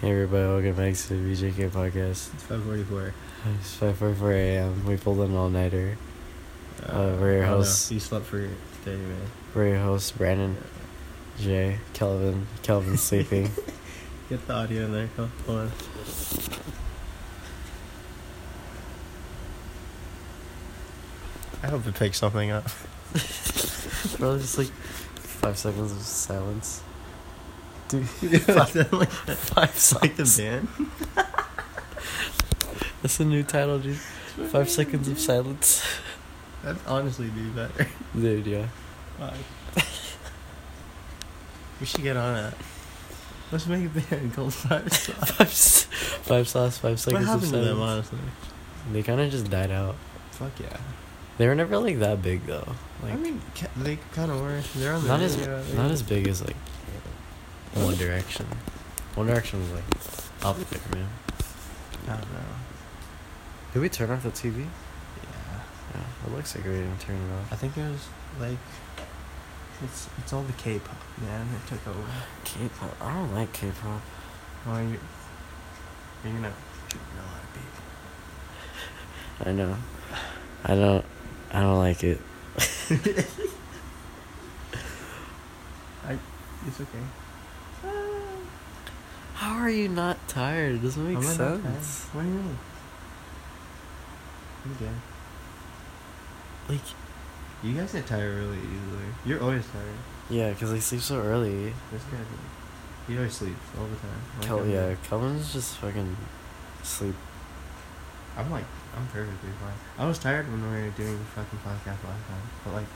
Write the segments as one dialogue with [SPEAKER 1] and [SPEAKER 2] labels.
[SPEAKER 1] Hey everybody, welcome back to the BJK podcast.
[SPEAKER 2] It's 544.
[SPEAKER 1] It's 5.44 a.m. We pulled an all-nighter.
[SPEAKER 2] Uh,
[SPEAKER 1] we're your
[SPEAKER 2] I don't know.
[SPEAKER 1] hosts.
[SPEAKER 2] You slept for today, man.
[SPEAKER 1] We're your hosts, Brandon, Jay, Kelvin. Kelvin's sleeping.
[SPEAKER 2] Get the audio in there. Come on. I hope it picks something up.
[SPEAKER 1] Probably just like five seconds of silence. Dude,
[SPEAKER 2] like,
[SPEAKER 1] five
[SPEAKER 2] like the
[SPEAKER 1] seconds.
[SPEAKER 2] band.
[SPEAKER 1] That's the new title, dude. Five seconds of silence.
[SPEAKER 2] That'd honestly be better.
[SPEAKER 1] Dude, yeah.
[SPEAKER 2] Fuck. we should get on it. Let's make a band called Five Socks.
[SPEAKER 1] Five, s- five sauce, five
[SPEAKER 2] what
[SPEAKER 1] seconds of
[SPEAKER 2] happened to them,
[SPEAKER 1] silence.
[SPEAKER 2] honestly?
[SPEAKER 1] They kind of just died out.
[SPEAKER 2] Fuck yeah.
[SPEAKER 1] They were never like that big though. Like
[SPEAKER 2] I mean, ca- they kind of were. They're on the
[SPEAKER 1] not as
[SPEAKER 2] radio, they-
[SPEAKER 1] not as big as like One Direction. One Direction was like up there, man.
[SPEAKER 2] I don't know.
[SPEAKER 1] Did we turn off the TV?
[SPEAKER 2] Yeah.
[SPEAKER 1] Yeah, it looks like we didn't turn it
[SPEAKER 2] I
[SPEAKER 1] off.
[SPEAKER 2] think it was like it's it's all the K-pop man that took over.
[SPEAKER 1] K-pop. I don't like K-pop.
[SPEAKER 2] Well, you you're gonna shoot a lot of people.
[SPEAKER 1] I know. I don't. I don't like it.
[SPEAKER 2] It's okay.
[SPEAKER 1] How are you not tired? It doesn't make
[SPEAKER 2] I'm not that bad.
[SPEAKER 1] sense.
[SPEAKER 2] What do you mean? I'm good.
[SPEAKER 1] Like,
[SPEAKER 2] You guys get tired really easily. You're always tired.
[SPEAKER 1] yeah, because I sleep so early.
[SPEAKER 2] This guy, he always sleeps all the time. Like,
[SPEAKER 1] Kel-
[SPEAKER 2] I'm-
[SPEAKER 1] yeah, Kelvin's just fucking sleep.
[SPEAKER 2] I'm like, I'm perfectly fine. I was tired when we were doing the fucking podcast last time, but like,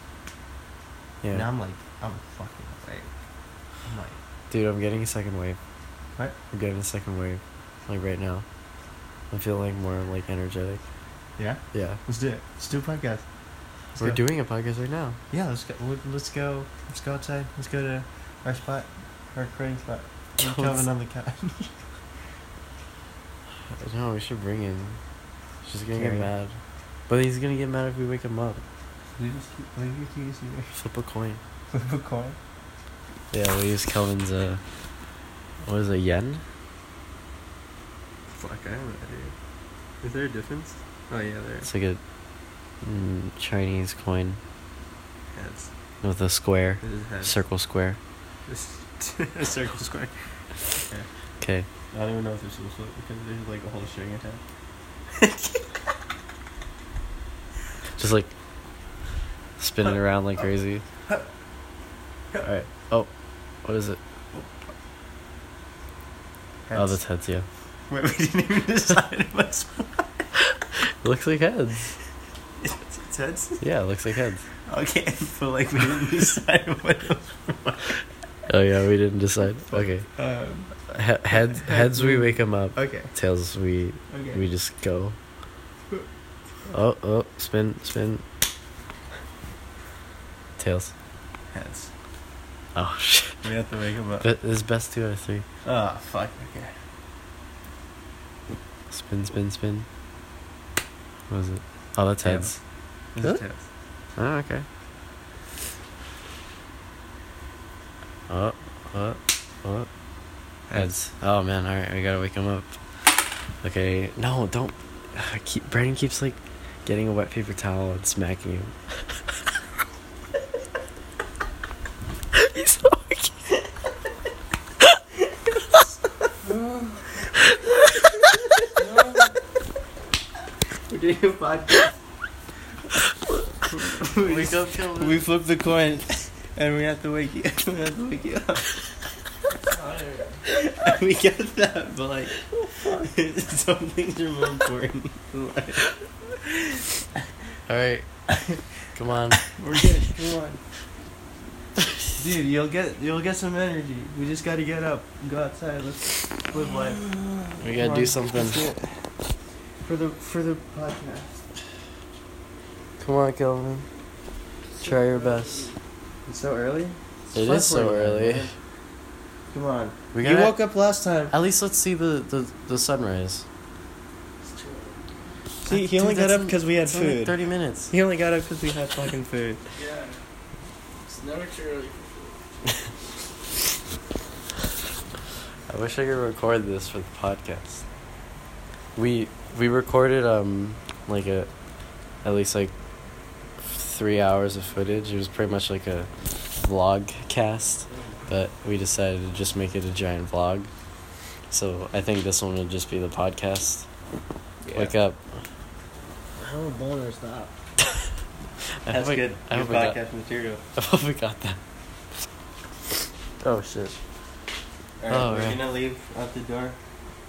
[SPEAKER 1] Yeah.
[SPEAKER 2] now I'm like, I'm fucking like, I'm like,
[SPEAKER 1] Dude, I'm getting a second wave.
[SPEAKER 2] What?
[SPEAKER 1] I'm getting a second wave, like right now. I'm feeling like more like energetic.
[SPEAKER 2] yeah,
[SPEAKER 1] Yeah.
[SPEAKER 2] let's do it. Let's do a podcast. Let's
[SPEAKER 1] We're
[SPEAKER 2] go.
[SPEAKER 1] doing a podcast right now.
[SPEAKER 2] Yeah, let's go. let- Let's go. Let's go outside. Let's go to our spot, our recording spot. Me and Kelvin on the couch.
[SPEAKER 1] No, we should bring him. She's gonna get
[SPEAKER 2] Carrie.
[SPEAKER 1] mad. But he's gonna get mad if we wake him up.
[SPEAKER 2] leave, us, leave your keys here.
[SPEAKER 1] Flip a coin.
[SPEAKER 2] Flip a coin.
[SPEAKER 1] Yeah, we'll use Kelvin's, uh, what is it, yen?
[SPEAKER 2] Fuck, I don't know, dude. Is there a difference? Oh yeah, there.
[SPEAKER 1] It's like a mm, Chinese coin
[SPEAKER 2] Yeah, it's,
[SPEAKER 1] with a square,
[SPEAKER 2] it is head.
[SPEAKER 1] circle square.
[SPEAKER 2] It's a circle square.
[SPEAKER 1] Okay.
[SPEAKER 2] I don't even know if there's a flip because there's like a whole string attached.
[SPEAKER 1] Just like spinning around like crazy. Alright. Oh, what is it? Oh, that's heads, yeah.
[SPEAKER 2] Wait, we didn't even decide if it's,
[SPEAKER 1] It looks like heads.
[SPEAKER 2] it's heads.
[SPEAKER 1] Yeah, it looks like heads.
[SPEAKER 2] Okay, but like we didn't decide what. it was.
[SPEAKER 1] Oh, yeah, we didn't decide. Okay.
[SPEAKER 2] Um,
[SPEAKER 1] He- heads, heads, we wake him up.
[SPEAKER 2] okay.
[SPEAKER 1] Tails, we
[SPEAKER 2] Okay.
[SPEAKER 1] We just go. Oh, oh, spin, spin. Tails.
[SPEAKER 2] heads.
[SPEAKER 1] Oh, shit.
[SPEAKER 2] We have to wake him up.
[SPEAKER 1] Be- It's best two out of three.
[SPEAKER 2] Ah, fuck. Okay.
[SPEAKER 1] Spin, spin, spin. What is it? Oh, that's heads.
[SPEAKER 2] This
[SPEAKER 1] Really?
[SPEAKER 2] is heads.
[SPEAKER 1] Oh, okay. Oh, oh, oh. Heads. Oh, man. All right. We gotta wake him up. Okay. No, don't. Keep, Brandon keeps, like, getting a wet paper towel and smacking him. He's not waking
[SPEAKER 2] We're doing a podcast. we,
[SPEAKER 1] Wake up, Kelvin.
[SPEAKER 2] we flipped the coin, and we have to wake you. We have to wake you up. we get that, but like, some things are more important. Like,
[SPEAKER 1] All right. Come on.
[SPEAKER 2] we're good. Come on, dude. You'll get you'll get some energy. We just got to get up, and go outside. Let's live life.
[SPEAKER 1] We
[SPEAKER 2] Come
[SPEAKER 1] gotta
[SPEAKER 2] on,
[SPEAKER 1] do something.
[SPEAKER 2] let's do it. for the for the podcast.
[SPEAKER 1] Come on, Kelvin. Try your best.
[SPEAKER 2] It's so early. It's
[SPEAKER 1] It is so
[SPEAKER 2] 5:49,
[SPEAKER 1] early.
[SPEAKER 2] man. Come on.
[SPEAKER 1] We
[SPEAKER 2] you
[SPEAKER 1] gotta.
[SPEAKER 2] woke up last time.
[SPEAKER 1] At least let's see the, the, the sunrise.
[SPEAKER 2] See, he only
[SPEAKER 1] Dude,
[SPEAKER 2] got
[SPEAKER 1] that's
[SPEAKER 2] up
[SPEAKER 1] in-
[SPEAKER 2] because we had
[SPEAKER 1] It's only
[SPEAKER 2] food.
[SPEAKER 1] 30 minutes.
[SPEAKER 2] He only got up because we had fucking food.
[SPEAKER 3] Yeah. It's never too early for food.
[SPEAKER 1] I wish I could record this for the podcast. We we recorded um like a at least like three hours of footage. It was pretty much like a vlog cast, but we decided to just make it a giant vlog. So I think this one will just be the podcast. Wake up.
[SPEAKER 3] How a boner is that?
[SPEAKER 1] I
[SPEAKER 2] That's
[SPEAKER 1] hope I-
[SPEAKER 2] good.
[SPEAKER 1] I
[SPEAKER 2] good
[SPEAKER 1] hope I got-
[SPEAKER 2] podcast material.
[SPEAKER 1] I hope we got that. Oh shit.
[SPEAKER 2] All right,
[SPEAKER 1] Oh,
[SPEAKER 2] we're
[SPEAKER 1] right.
[SPEAKER 2] gonna leave out the door.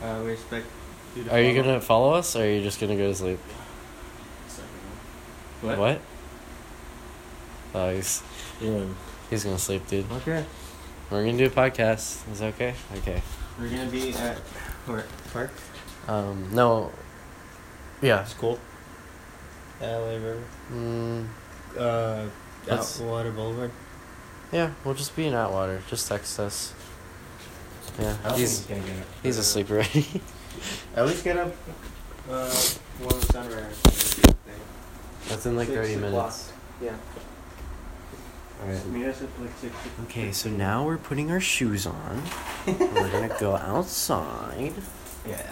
[SPEAKER 2] Uh, we expect. to
[SPEAKER 1] Are you
[SPEAKER 2] follow.
[SPEAKER 1] gonna follow us or are you just gonna go to sleep?
[SPEAKER 2] What?
[SPEAKER 1] Oh, he's,
[SPEAKER 3] Yeah.
[SPEAKER 1] he's gonna sleep, dude.
[SPEAKER 2] Okay.
[SPEAKER 1] We're gonna do a podcast. Is that okay? Okay.
[SPEAKER 2] We're gonna be at where? Park.
[SPEAKER 1] Um, no. Yeah.
[SPEAKER 3] School.
[SPEAKER 2] L.A. River.
[SPEAKER 1] Mm,
[SPEAKER 3] Uh,
[SPEAKER 1] That's-
[SPEAKER 3] Atwater Boulevard.
[SPEAKER 1] yeah, we'll just be in Atwater. Just text us. Yeah. He's,
[SPEAKER 2] gonna get up.
[SPEAKER 1] he's asleep already.
[SPEAKER 2] At least get up. Uh, one sunrise.
[SPEAKER 1] That's in like
[SPEAKER 2] Six
[SPEAKER 1] 30
[SPEAKER 2] o'clock.
[SPEAKER 1] minutes.
[SPEAKER 2] Yeah.
[SPEAKER 1] Alright.
[SPEAKER 2] Meet us at like six. o'clock.
[SPEAKER 1] Okay, so now we're putting our shoes on. we're gonna go outside.
[SPEAKER 2] Yeah.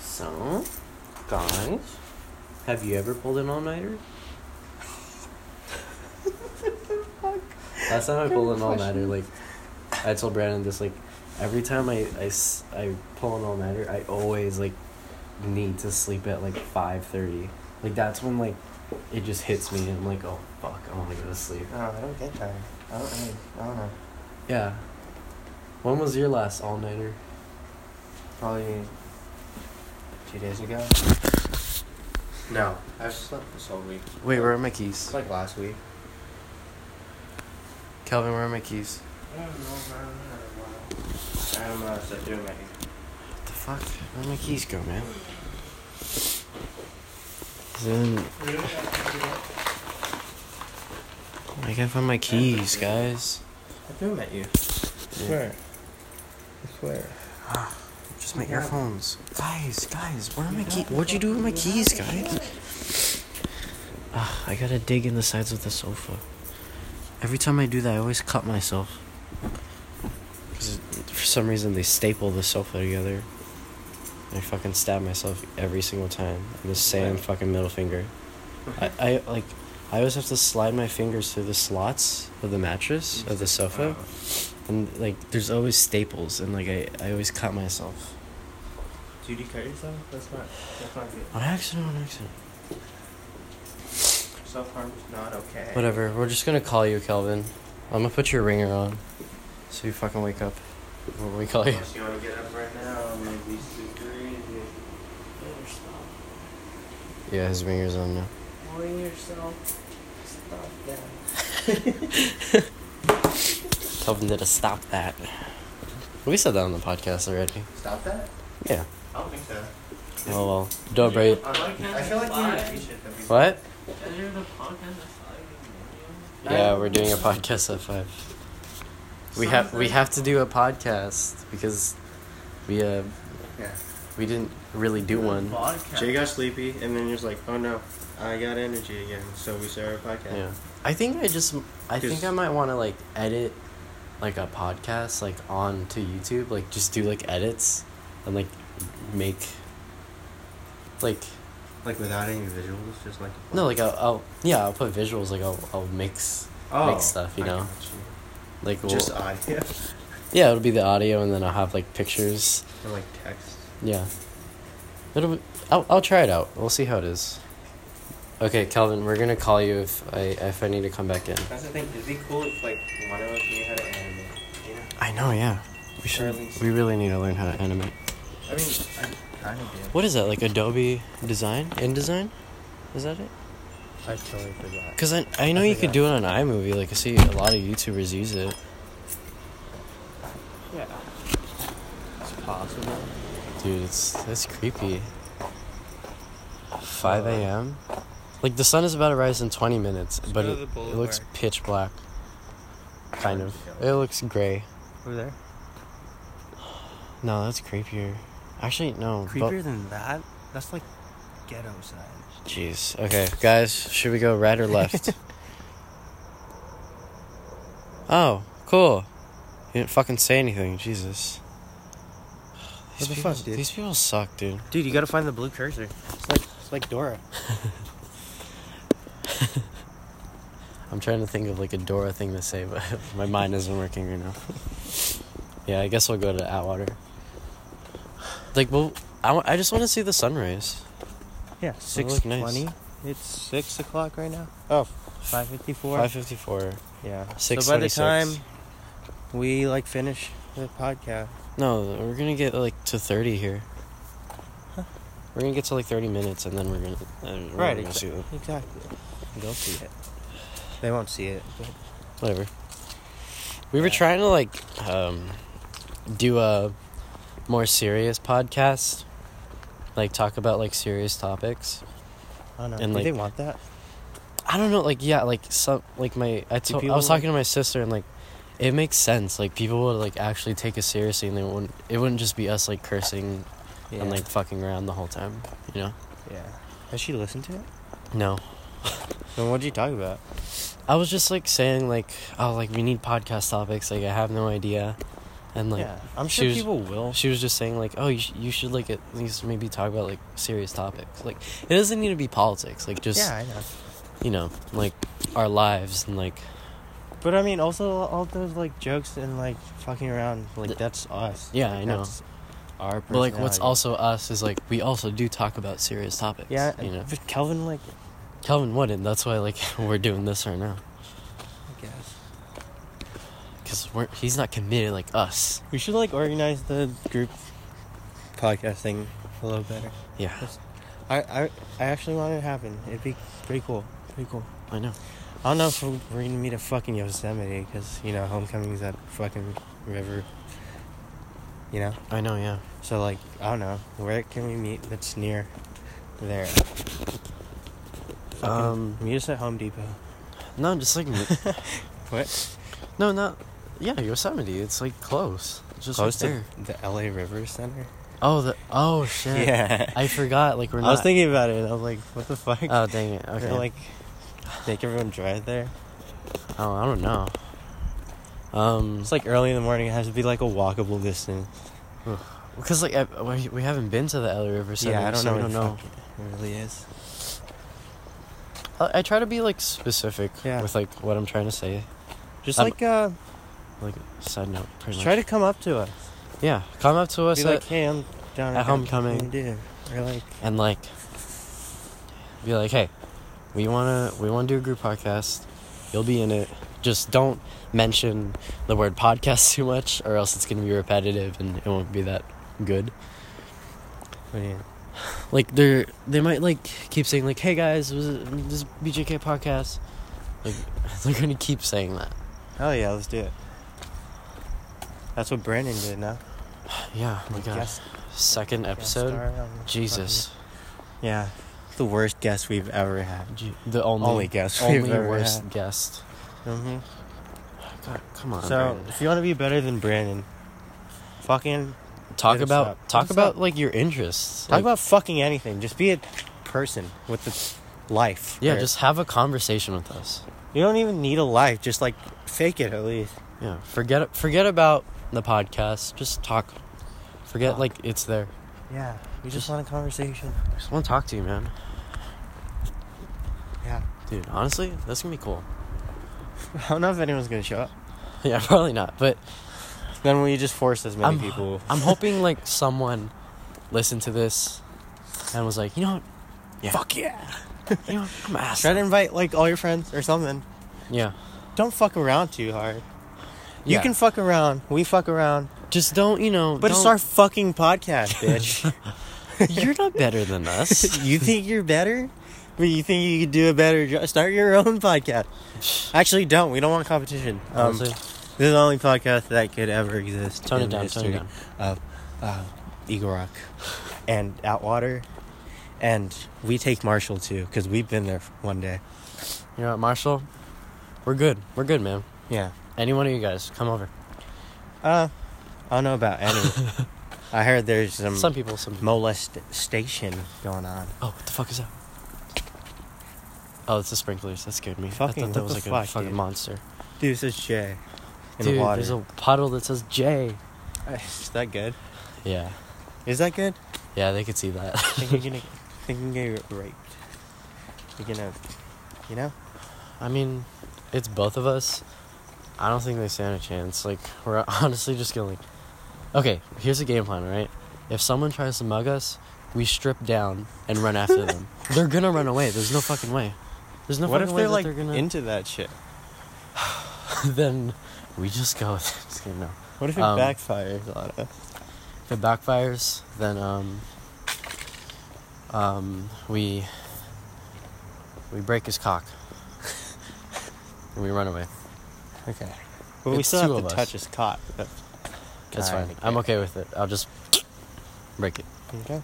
[SPEAKER 1] So, guys, have you ever pulled an all nighter? Last time I pulled an all nighter, like, I told Brandon this, like, every time I, I, s- I pull an all nighter, I always, like, need to sleep at, like, 5.30. Like, that's when, like, it just hits me, and I'm like, oh, fuck, I want to go to sleep.
[SPEAKER 2] Oh, I don't get tired. I don't. I don't know.
[SPEAKER 1] Yeah. When was your last all nighter?
[SPEAKER 2] Probably two days ago.
[SPEAKER 3] No, I've slept this whole week.
[SPEAKER 1] Wait, where are my
[SPEAKER 3] It's
[SPEAKER 1] keys?
[SPEAKER 3] like last week.
[SPEAKER 1] Calvin, where are my keys?
[SPEAKER 2] I don't know. I'm uh, still doing my.
[SPEAKER 1] What the fuck? Where'd my keys go, man? Then I can't find my keys, guys.
[SPEAKER 3] I threw at you.
[SPEAKER 1] swear.
[SPEAKER 3] I swear.
[SPEAKER 1] Just my earphones. Guys, guys, where are my keys? What'd you do with my keys, guys? Ah, I gotta dig in the sides of the sofa. Every time I do that, I always cut myself. 'Cause for some reason, they staple the sofa together. I fucking stab myself every single time. with The same fucking middle finger. I, I like. I always have to slide my fingers through the slots of the mattress of the sofa and like there's always staples and like I, I always cut myself
[SPEAKER 2] Did you cut yourself? That's not. That's not good.
[SPEAKER 1] on accident on accident
[SPEAKER 2] Self harm is not okay.
[SPEAKER 1] whatever we're just gonna call you Kelvin I'm gonna put your ringer on so you fucking wake up when we call you
[SPEAKER 2] Unless you want to get up right now, maybe it's too crazy.
[SPEAKER 3] Stop
[SPEAKER 1] yeah his ringer's on now
[SPEAKER 3] calling yourself. Stop that.
[SPEAKER 1] Kelvin did a stop that we said that on the podcast already
[SPEAKER 3] Stop that?
[SPEAKER 1] yeah
[SPEAKER 2] I don't think so.
[SPEAKER 1] oh well dobre
[SPEAKER 2] I feel like you appreciate that.
[SPEAKER 1] what
[SPEAKER 4] Enter the podcast at five in the morning.
[SPEAKER 1] yeah we're doing a podcast at five we have we have to do a podcast because we uh
[SPEAKER 2] Yeah.
[SPEAKER 1] we didn't really do one
[SPEAKER 2] Jay got sleepy, and then he was like, "Oh no, I got energy again." So we started a podcast.
[SPEAKER 1] Yeah. I think I just I think
[SPEAKER 2] Just-
[SPEAKER 1] I might want to like edit like a podcast like on to YouTube, like just do like edits and like make like
[SPEAKER 2] Like without any visuals, just like.
[SPEAKER 1] no like I'll, I'll yeah I'll put visuals like I'll I'll mix make stuff, you
[SPEAKER 2] Oh, I
[SPEAKER 1] know?
[SPEAKER 2] got
[SPEAKER 1] like
[SPEAKER 2] you.
[SPEAKER 1] we'll,
[SPEAKER 2] Just uh, audio
[SPEAKER 1] yeah it'll be the audio and then I'll have like pictures
[SPEAKER 2] and like text.
[SPEAKER 1] yeah it'll be, I'll I'll try it out we'll see how it is okay Calvin we're gonna call you if I if I need to come back in
[SPEAKER 2] That's the thing. It'd be cool if like one of us knew how to animate. You know?
[SPEAKER 1] I know yeah we
[SPEAKER 2] Or
[SPEAKER 1] should
[SPEAKER 2] at least-
[SPEAKER 1] we really need to learn how to animate.
[SPEAKER 2] I mean, I, I don't do.
[SPEAKER 1] What is that? Like Adobe Design? InDesign? Is that it?
[SPEAKER 3] I totally forgot.
[SPEAKER 1] Because I, I know
[SPEAKER 3] I
[SPEAKER 1] you could
[SPEAKER 3] forgot.
[SPEAKER 1] do it on iMovie. Like, I see a lot of YouTubers use it.
[SPEAKER 3] Yeah. It's possible.
[SPEAKER 1] Dude, it's that's creepy. 5
[SPEAKER 2] Uh,
[SPEAKER 1] a.m.? Like, the sun is about to rise in 20 minutes, but
[SPEAKER 2] go
[SPEAKER 1] it,
[SPEAKER 2] to
[SPEAKER 1] it
[SPEAKER 2] the
[SPEAKER 1] looks
[SPEAKER 2] boulevard.
[SPEAKER 1] pitch black. Kind of. It looks gray.
[SPEAKER 2] Over there.
[SPEAKER 1] No, that's creepier. Actually, no. bu-
[SPEAKER 2] Creepier than that? That's like ghetto signs.
[SPEAKER 1] Jeez. Okay, guys, should we go right or left? oh, cool. You didn't fucking say anything, Jesus.
[SPEAKER 2] What the
[SPEAKER 1] people,
[SPEAKER 2] fuck, dude?
[SPEAKER 1] These people suck, dude.
[SPEAKER 2] Dude, you gotta find the blue cursor. It's like it's like Dora.
[SPEAKER 1] I'm trying to think of like a Dora thing to say, but my mind isn't working right now. yeah, I guess we'll go to Atwater. Like, well, I, wa- I just want to see the sunrise.
[SPEAKER 2] Yeah, six
[SPEAKER 1] look nice.
[SPEAKER 2] twenty. It's six o'clock right now. Oh, five fifty four.
[SPEAKER 1] Five fifty four.
[SPEAKER 2] Yeah. So by the
[SPEAKER 1] 6:26.
[SPEAKER 2] time we like finish the podcast,
[SPEAKER 1] No, we're gonna get like to thirty here. We're gonna get to like thirty minutes, and then we're gonna and we're
[SPEAKER 2] Right,
[SPEAKER 1] Gonna see
[SPEAKER 2] exactly.
[SPEAKER 1] them.
[SPEAKER 2] Exactly. They'll see it. They won't see it. but-
[SPEAKER 1] Whatever. We were
[SPEAKER 2] Yeah.
[SPEAKER 1] trying to like um, do a more serious podcast, like talk about like serious topics.
[SPEAKER 2] I don't know.
[SPEAKER 1] And,
[SPEAKER 2] Do
[SPEAKER 1] like-
[SPEAKER 2] they want that?
[SPEAKER 1] I don't know, like yeah, like some like my I
[SPEAKER 2] Do
[SPEAKER 1] told, I
[SPEAKER 2] people,
[SPEAKER 1] was
[SPEAKER 2] like-
[SPEAKER 1] talking to my sister and like it makes sense. Like people would like actually take us seriously, and they wouldn't. It wouldn't just be us like cursing
[SPEAKER 2] Yeah.
[SPEAKER 1] and like fucking around the whole time. You know?
[SPEAKER 2] yeah. Has she listened to it?
[SPEAKER 1] No.
[SPEAKER 2] Then what'd you talk about?
[SPEAKER 1] I was just like saying like oh like we need podcast topics like I have no idea, and like
[SPEAKER 2] yeah, I'm
[SPEAKER 1] she
[SPEAKER 2] sure
[SPEAKER 1] was-
[SPEAKER 2] people will.
[SPEAKER 1] she was just saying like oh you, sh- you should like at least maybe talk about like serious topics like it doesn't need to be politics like just
[SPEAKER 2] yeah, I know.
[SPEAKER 1] you know like our lives and like
[SPEAKER 2] But I mean, also all those like jokes and like fucking around, like
[SPEAKER 1] Th-
[SPEAKER 2] that's us.
[SPEAKER 1] yeah,
[SPEAKER 2] Like,
[SPEAKER 1] I know.
[SPEAKER 2] that's Our
[SPEAKER 1] but like what's
[SPEAKER 2] personality.
[SPEAKER 1] also us is like we also do talk about serious topics
[SPEAKER 2] yeah,
[SPEAKER 1] you know
[SPEAKER 2] but Kelvin like
[SPEAKER 1] Calvin wouldn't that's why like we're doing this right now
[SPEAKER 2] I guess
[SPEAKER 1] because we're he's not committed like us
[SPEAKER 2] we should like organize the group podcast thing a little better.
[SPEAKER 1] yeah
[SPEAKER 2] I I I actually want it to happen. It'd be pretty cool. Pretty cool.
[SPEAKER 1] I know
[SPEAKER 2] I don't know if we're, we're gonna meet at fucking Yosemite because you know homecoming's at fucking river. You know,
[SPEAKER 1] I know yeah
[SPEAKER 2] so like I don't know where can we meet that's near there. Fucking
[SPEAKER 1] Um,
[SPEAKER 2] meet us at Home Depot.
[SPEAKER 1] no just like
[SPEAKER 2] What?
[SPEAKER 1] no not yeah Yosemite it's like close It's just
[SPEAKER 2] Close
[SPEAKER 1] right there
[SPEAKER 2] to the LA River Center.
[SPEAKER 1] oh the oh shit
[SPEAKER 2] Yeah.
[SPEAKER 1] I forgot like we're
[SPEAKER 2] I
[SPEAKER 1] not
[SPEAKER 2] was thinking about it and I was like, what the fuck?
[SPEAKER 1] oh dang it okay
[SPEAKER 2] They're like make everyone drive there.
[SPEAKER 1] Oh, I don't know. Um,
[SPEAKER 2] It's like early in the morning. It has to be like a walkable distance.
[SPEAKER 1] because like I, we- we haven't been to the LA River Center.
[SPEAKER 2] yeah, I don't
[SPEAKER 1] so
[SPEAKER 2] know.
[SPEAKER 1] We don't
[SPEAKER 2] what
[SPEAKER 1] know.
[SPEAKER 2] the fuck It really is.
[SPEAKER 1] I, I try to be like specific
[SPEAKER 2] Yeah.
[SPEAKER 1] with like what I'm trying to say.
[SPEAKER 2] Just
[SPEAKER 1] Um,
[SPEAKER 2] like uh,
[SPEAKER 1] Like side note, pretty
[SPEAKER 2] just
[SPEAKER 1] much.
[SPEAKER 2] try to come up to us.
[SPEAKER 1] yeah, come up to us
[SPEAKER 2] Be
[SPEAKER 1] at-
[SPEAKER 2] like, hey, I'm down
[SPEAKER 1] at
[SPEAKER 2] here.
[SPEAKER 1] homecoming.
[SPEAKER 2] What do you do?" Or like,
[SPEAKER 1] and like be like, hey, we wanna we wanna do a group podcast. You'll be in it. Just don't mention the word podcast too much, or else it's gonna be repetitive and it won't be that good.
[SPEAKER 2] what do you?
[SPEAKER 1] like they're they might like keep saying like hey guys was it, this is BJK podcast like they're gonna keep saying that
[SPEAKER 2] Hell yeah, let's do it. That's what Brandon did. Now,
[SPEAKER 1] yeah oh my god
[SPEAKER 2] Guest-
[SPEAKER 1] second
[SPEAKER 2] guest
[SPEAKER 1] episode
[SPEAKER 2] star on the
[SPEAKER 1] Jesus
[SPEAKER 2] fucking- Yeah, the worst guest we've ever had.
[SPEAKER 1] G- the only
[SPEAKER 2] Only guest we've
[SPEAKER 1] only
[SPEAKER 2] ever
[SPEAKER 1] worst
[SPEAKER 2] had.
[SPEAKER 1] guest Oh,
[SPEAKER 2] Mm-hmm.
[SPEAKER 1] God, come on
[SPEAKER 2] So
[SPEAKER 1] Brandon.
[SPEAKER 2] if you want to be better than Brandon, fucking
[SPEAKER 1] talk
[SPEAKER 2] hit us
[SPEAKER 1] about
[SPEAKER 2] up. Hit
[SPEAKER 1] talk
[SPEAKER 2] us
[SPEAKER 1] about
[SPEAKER 2] up.
[SPEAKER 1] like your interests
[SPEAKER 2] talk
[SPEAKER 1] Like,
[SPEAKER 2] about fucking anything. Just be a person with a life.
[SPEAKER 1] yeah
[SPEAKER 2] Or-
[SPEAKER 1] just have a conversation with us
[SPEAKER 2] you don't even need a life. Just like fake it at least.
[SPEAKER 1] yeah forget forget about the podcast just talk forget
[SPEAKER 2] Talk.
[SPEAKER 1] like it's there
[SPEAKER 2] Yeah, we just
[SPEAKER 1] Just-
[SPEAKER 2] want a conversation.
[SPEAKER 1] I just want to talk to you man
[SPEAKER 2] Yeah,
[SPEAKER 1] dude honestly that's gonna be cool
[SPEAKER 2] I don't know if anyone's gonna show up.
[SPEAKER 1] yeah probably not but
[SPEAKER 2] Then we just force as many people.
[SPEAKER 1] I'm hoping like someone listened to this and was like, you know what? Yeah.
[SPEAKER 2] Fuck yeah!
[SPEAKER 1] You know what? I'm ass.
[SPEAKER 2] Try to invite like all your friends or something.
[SPEAKER 1] Yeah.
[SPEAKER 2] Don't fuck around too hard. You
[SPEAKER 1] Yeah.
[SPEAKER 2] can fuck around. We fuck around.
[SPEAKER 1] Just don't, you know.
[SPEAKER 2] But it's our
[SPEAKER 1] don't-
[SPEAKER 2] fucking podcast, bitch.
[SPEAKER 1] You're not better than us.
[SPEAKER 2] you think you're better? But you think you could do a better job? Start your own podcast. Actually, don't. We don't want competition. Um,
[SPEAKER 1] Honestly,
[SPEAKER 2] This is the only podcast that could ever exist.
[SPEAKER 1] Tone it
[SPEAKER 2] in the
[SPEAKER 1] down, tone it
[SPEAKER 2] history
[SPEAKER 1] down.
[SPEAKER 2] Of uh, Eagle Rock and Outwater. And we take Marshall too, because we've been there one day.
[SPEAKER 1] you know what, Marshall? We're good. We're good, man.
[SPEAKER 2] Yeah.
[SPEAKER 1] Any one of you guys, come over.
[SPEAKER 2] Uh, I don't know about any. I heard there's some,
[SPEAKER 1] Some people, some people.
[SPEAKER 2] molestation going on.
[SPEAKER 1] Oh, what the fuck is that? Oh, it's the sprinklers. That scared me. I
[SPEAKER 2] Fucking
[SPEAKER 1] thought that
[SPEAKER 2] what
[SPEAKER 1] was
[SPEAKER 2] the
[SPEAKER 1] like a
[SPEAKER 2] fuck,
[SPEAKER 1] fucking
[SPEAKER 2] dude?
[SPEAKER 1] monster.
[SPEAKER 2] Dude, it says Jay. In
[SPEAKER 1] Dude,
[SPEAKER 2] the water.
[SPEAKER 1] there's a puddle that says J.
[SPEAKER 2] Is that good?
[SPEAKER 1] Yeah.
[SPEAKER 2] Is that good?
[SPEAKER 1] Yeah, they could see that.
[SPEAKER 2] I think you're gonna, I think you're gonna get raped. You're gonna, you know?
[SPEAKER 1] I mean, it's both of us. I don't think they stand a chance. Like, we're honestly just gonna, like. Okay, here's a game plan, alright? If someone tries to mug us, we strip down and run after them. They're gonna run away. There's no fucking way. There's no
[SPEAKER 2] what
[SPEAKER 1] fucking
[SPEAKER 2] if
[SPEAKER 1] way
[SPEAKER 2] they're
[SPEAKER 1] that
[SPEAKER 2] like
[SPEAKER 1] they're gonna.
[SPEAKER 2] into that shit?
[SPEAKER 1] then we just go. with it. Just kidding, no.
[SPEAKER 2] What if it
[SPEAKER 1] Um,
[SPEAKER 2] backfires on us?
[SPEAKER 1] If it backfires, then um, um, we we break his cock and we run away.
[SPEAKER 2] Okay. But we
[SPEAKER 1] It's
[SPEAKER 2] still
[SPEAKER 1] two
[SPEAKER 2] have to
[SPEAKER 1] of us.
[SPEAKER 2] touch his cock. but-
[SPEAKER 1] That's fine.
[SPEAKER 2] Kinda
[SPEAKER 1] I'm
[SPEAKER 2] gay.
[SPEAKER 1] okay with it. I'll just break it.
[SPEAKER 2] Okay.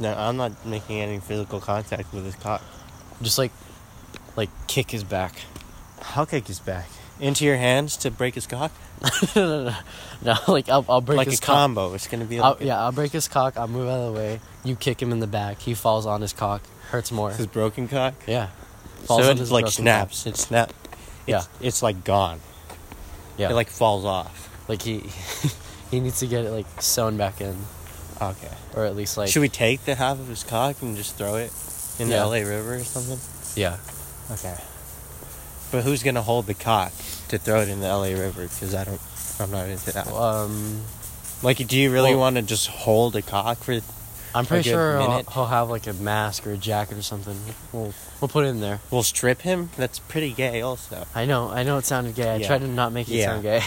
[SPEAKER 2] No, I'm not making any physical contact with his cock.
[SPEAKER 1] Just like like kick his back.
[SPEAKER 2] I'll kick his back. Into your hands to break his cock?
[SPEAKER 1] no, no, no, no. Like I'll I'll break
[SPEAKER 2] like
[SPEAKER 1] his
[SPEAKER 2] a
[SPEAKER 1] cock.
[SPEAKER 2] combo. It's gonna be
[SPEAKER 1] I'll,
[SPEAKER 2] like a-
[SPEAKER 1] yeah, I'll break his cock. I'll move out of the way. You kick him in the back. He falls on his cock. Hurts more.
[SPEAKER 2] his broken cock.
[SPEAKER 1] Yeah.
[SPEAKER 2] so
[SPEAKER 1] on
[SPEAKER 2] it
[SPEAKER 1] his
[SPEAKER 2] like
[SPEAKER 1] broken cock.
[SPEAKER 2] snaps. It snaps. It's, it's like gone.
[SPEAKER 1] Yeah.
[SPEAKER 2] It like falls off.
[SPEAKER 1] Like he he needs to get it like sewn back in,
[SPEAKER 2] Okay.
[SPEAKER 1] or at least like.
[SPEAKER 2] Should we take the half of his cock and just throw it in
[SPEAKER 1] Yeah.
[SPEAKER 2] the LA River or something?
[SPEAKER 1] Yeah.
[SPEAKER 2] Okay. But who's gonna hold the cock to throw it in the LA River? Because I don't, I'm not into that.
[SPEAKER 1] Um,
[SPEAKER 2] like, do you really
[SPEAKER 1] well-
[SPEAKER 2] want to just hold a cock for?
[SPEAKER 1] I'm pretty
[SPEAKER 2] good
[SPEAKER 1] sure he'll,
[SPEAKER 2] minute.
[SPEAKER 1] he'll have like a mask or a jacket or something. We'll we'll put it in there.
[SPEAKER 2] We'll strip him. That's pretty gay, also.
[SPEAKER 1] I know. I know it sounded gay. I
[SPEAKER 2] Yeah.
[SPEAKER 1] tried to not make it
[SPEAKER 2] Yeah.
[SPEAKER 1] sound gay,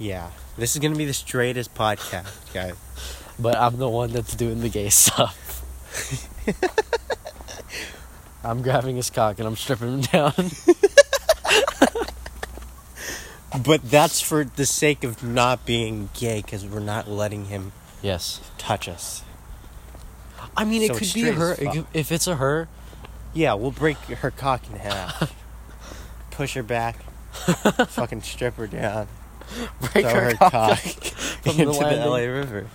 [SPEAKER 2] Yeah. This is gonna be the straightest podcast, guys.
[SPEAKER 1] but I'm the one that's doing the gay stuff. I'm grabbing his cock and I'm stripping him down.
[SPEAKER 2] But that's for the sake of not being gay, because we're not letting him
[SPEAKER 1] yes.
[SPEAKER 2] touch us.
[SPEAKER 1] I mean,
[SPEAKER 2] So
[SPEAKER 1] it
[SPEAKER 2] it's
[SPEAKER 1] could be a
[SPEAKER 2] straight
[SPEAKER 1] her.
[SPEAKER 2] as fuck.
[SPEAKER 1] It could- If it's a her,
[SPEAKER 2] Yeah, we'll break her cock in half, push her back, fucking strip her down,
[SPEAKER 1] break
[SPEAKER 2] throw
[SPEAKER 1] her,
[SPEAKER 2] her
[SPEAKER 1] cock.
[SPEAKER 2] cock
[SPEAKER 1] from the
[SPEAKER 2] into the
[SPEAKER 1] landing.
[SPEAKER 2] LA River.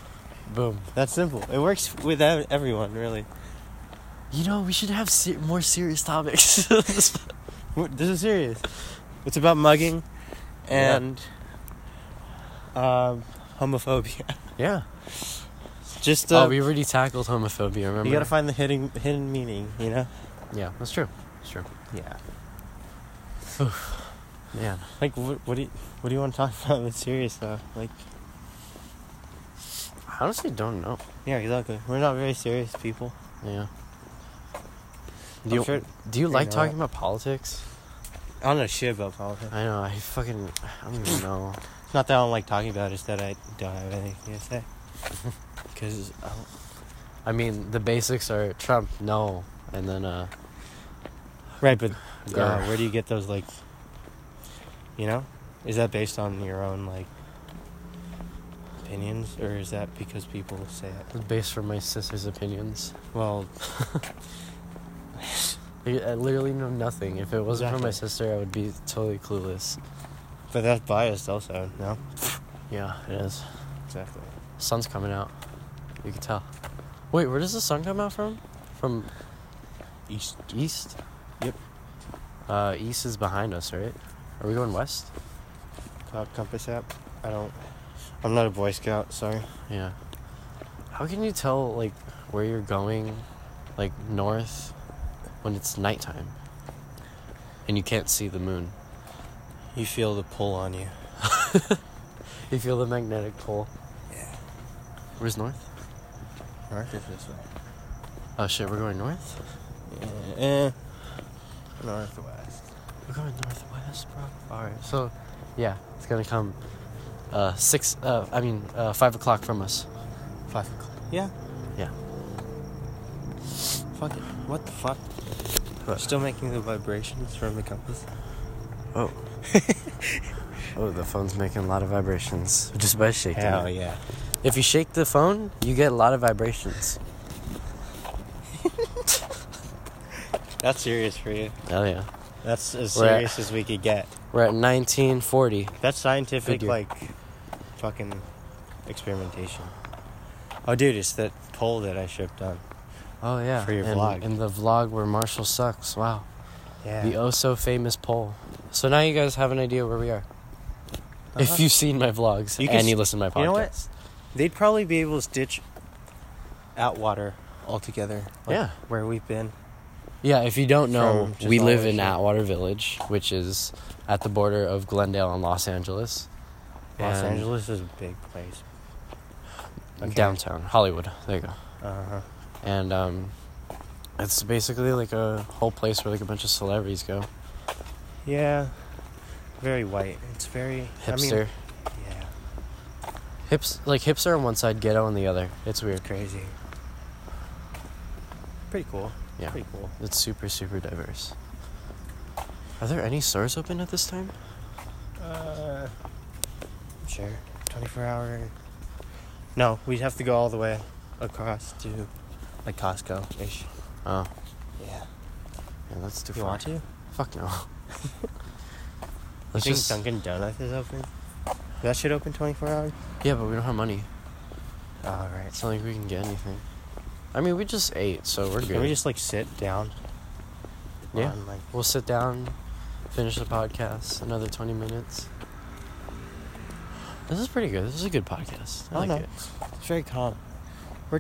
[SPEAKER 1] Boom.
[SPEAKER 2] That's simple. It works with ev- everyone, really.
[SPEAKER 1] You know, we should have se- more serious topics. That's
[SPEAKER 2] What- This is serious. It's about mugging
[SPEAKER 1] Yeah.
[SPEAKER 2] and um, homophobia.
[SPEAKER 1] Yeah.
[SPEAKER 2] Just uh,
[SPEAKER 1] oh, we already tackled homophobia. Remember?
[SPEAKER 2] you gotta find the hidden hidden meaning, you know?
[SPEAKER 1] yeah, that's true. That's true.
[SPEAKER 2] Yeah.
[SPEAKER 1] Yeah.
[SPEAKER 2] Like, what, what do you what do you want to talk about that's serious though? Like,
[SPEAKER 1] I honestly don't know.
[SPEAKER 2] yeah, exactly. We're not very serious people.
[SPEAKER 1] Yeah.
[SPEAKER 2] I'm
[SPEAKER 1] Do you,
[SPEAKER 2] sure-
[SPEAKER 1] do you
[SPEAKER 2] you
[SPEAKER 1] like
[SPEAKER 2] know
[SPEAKER 1] talking
[SPEAKER 2] it.
[SPEAKER 1] about politics?
[SPEAKER 2] I don't know shit about politics.
[SPEAKER 1] I know. I fucking. I don't even know.
[SPEAKER 2] It's not that I don't like talking about it, it's that I don't have anything to say. Because
[SPEAKER 1] I mean, the basics are Trump, no, and then uh,
[SPEAKER 2] Right, but uh,
[SPEAKER 1] Grr.
[SPEAKER 2] where do you get those like? You know, is that based on your own like opinions, or is that because people say it?
[SPEAKER 1] based from my sister's opinions.
[SPEAKER 2] Well,
[SPEAKER 1] I, I literally know nothing. If it wasn't for my
[SPEAKER 2] Exactly.
[SPEAKER 1] sister, I would be totally clueless.
[SPEAKER 2] but that's biased, also. No,
[SPEAKER 1] Yeah, it is.
[SPEAKER 2] exactly.
[SPEAKER 1] Sun's coming out. You can tell. Wait, where does the sun come out from? From
[SPEAKER 2] East.
[SPEAKER 1] east.
[SPEAKER 2] Yep.
[SPEAKER 1] Uh, east is behind us, right? Are we going west?
[SPEAKER 2] Cloud compass app. I don't. I'm not a Boy Scout. Sorry.
[SPEAKER 1] Yeah. How can you tell like where you're going, like north, when it's nighttime, and you can't see the moon?
[SPEAKER 2] You feel the pull on you.
[SPEAKER 1] You feel the magnetic pull.
[SPEAKER 2] Yeah.
[SPEAKER 1] Where's north?
[SPEAKER 2] North is this way.
[SPEAKER 1] Oh shit, we're going north.
[SPEAKER 2] Yeah. Eh. Northwest.
[SPEAKER 1] We're going northwest, bro. All right. So, yeah, it's gonna come. Uh, six. Uh, I mean, uh, five o'clock from us.
[SPEAKER 2] Five o'clock. Yeah.
[SPEAKER 1] Yeah.
[SPEAKER 2] Fuck it. What the fuck?
[SPEAKER 1] What?
[SPEAKER 2] Still making the vibrations from the compass.
[SPEAKER 1] Oh. oh, the phone's making a lot of vibrations just by shaking. it.
[SPEAKER 2] yeah.
[SPEAKER 1] If you shake the phone, you get a lot of vibrations.
[SPEAKER 2] That's serious for you.
[SPEAKER 1] Oh yeah.
[SPEAKER 2] That's as
[SPEAKER 1] We're at-
[SPEAKER 2] serious as we could get.
[SPEAKER 1] We're at 1940.
[SPEAKER 2] That's scientific,
[SPEAKER 1] Figure.
[SPEAKER 2] like, fucking experimentation. Oh, dude, it's that poll that I shipped on.
[SPEAKER 1] Oh yeah.
[SPEAKER 2] For your
[SPEAKER 1] and,
[SPEAKER 2] vlog.
[SPEAKER 1] And the vlog where Marshall sucks. Wow.
[SPEAKER 2] Yeah.
[SPEAKER 1] The oh so famous poll. So now you guys have an idea where we are. If you've seen my vlogs
[SPEAKER 2] You can
[SPEAKER 1] and you
[SPEAKER 2] s-
[SPEAKER 1] listen to my podcast.
[SPEAKER 2] you know what? They'd probably be able to stitch Atwater altogether.
[SPEAKER 1] Yeah.
[SPEAKER 2] Where we've been.
[SPEAKER 1] Yeah, if you don't know,
[SPEAKER 2] From just
[SPEAKER 1] we
[SPEAKER 2] all
[SPEAKER 1] live
[SPEAKER 2] over
[SPEAKER 1] in
[SPEAKER 2] here.
[SPEAKER 1] Atwater Village, which is at the border of Glendale and Los Angeles,
[SPEAKER 2] Los
[SPEAKER 1] And-
[SPEAKER 2] Angeles is a big place. Okay.
[SPEAKER 1] downtown Hollywood. There you go.
[SPEAKER 2] Uh huh.
[SPEAKER 1] And um, it's basically like a whole place where like a bunch of celebrities go.
[SPEAKER 2] Yeah. Very white. It's very
[SPEAKER 1] Hipster,
[SPEAKER 2] I mean, yeah.
[SPEAKER 1] hips like hipster on one side, ghetto on the other. It's weird.
[SPEAKER 2] Crazy. Pretty cool.
[SPEAKER 1] Yeah.
[SPEAKER 2] Pretty cool.
[SPEAKER 1] It's super super diverse. Are there any stores open at this time?
[SPEAKER 2] Uh, sure. 24 hour. No, we'd have to go all the way across to like Costco ish.
[SPEAKER 1] Oh,
[SPEAKER 2] Yeah.
[SPEAKER 1] yeah, that's too
[SPEAKER 2] You
[SPEAKER 1] far.
[SPEAKER 2] want to?
[SPEAKER 1] Fuck no.
[SPEAKER 2] You
[SPEAKER 1] Let's
[SPEAKER 2] think
[SPEAKER 1] just
[SPEAKER 2] Dunkin' Donuts is open? That should open 24 hours?
[SPEAKER 1] yeah, but we don't have money.
[SPEAKER 2] Alright.
[SPEAKER 1] It's not like we can get anything. I mean, we just ate, so we're good.
[SPEAKER 2] Can we just like sit down?
[SPEAKER 1] Yeah.
[SPEAKER 2] On, like,
[SPEAKER 1] We'll sit down, finish the podcast, another 20 minutes. This is pretty good. This is a good podcast. I
[SPEAKER 2] I
[SPEAKER 1] like
[SPEAKER 2] don't know.
[SPEAKER 1] it.
[SPEAKER 2] It's very calm. We're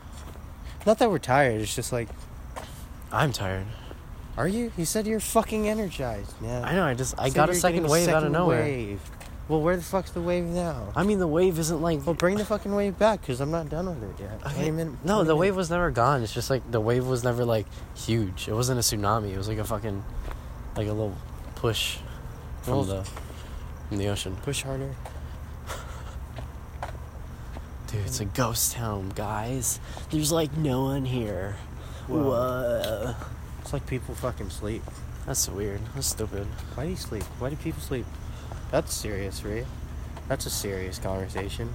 [SPEAKER 2] not that we're tired. It's just like,
[SPEAKER 1] I'm tired.
[SPEAKER 2] are you? You said you're fucking energized, man.
[SPEAKER 1] I know, I just, I
[SPEAKER 2] So
[SPEAKER 1] got a
[SPEAKER 2] you're
[SPEAKER 1] second
[SPEAKER 2] getting
[SPEAKER 1] wave out of
[SPEAKER 2] second
[SPEAKER 1] nowhere.
[SPEAKER 2] wave. Well, where the fuck's the wave now?
[SPEAKER 1] I mean, the wave isn't like.
[SPEAKER 2] Well, bring the fucking wave back because I'm not done with it yet.
[SPEAKER 1] Okay.
[SPEAKER 2] Twenty minute-
[SPEAKER 1] No,
[SPEAKER 2] 20
[SPEAKER 1] the
[SPEAKER 2] minute-
[SPEAKER 1] wave was never gone. It's just like, the wave was never like huge. It wasn't a tsunami. It was like a fucking, like a little push from
[SPEAKER 2] Well-
[SPEAKER 1] the, from the ocean.
[SPEAKER 2] Push harder.
[SPEAKER 1] Dude, it's a ghost town, guys. There's like no one here.
[SPEAKER 2] Whoa.
[SPEAKER 1] Whoa.
[SPEAKER 2] It's like people fucking sleep.
[SPEAKER 1] That's weird. That's stupid.
[SPEAKER 2] Why do you sleep? Why do people sleep? That's serious, right? That's a serious conversation,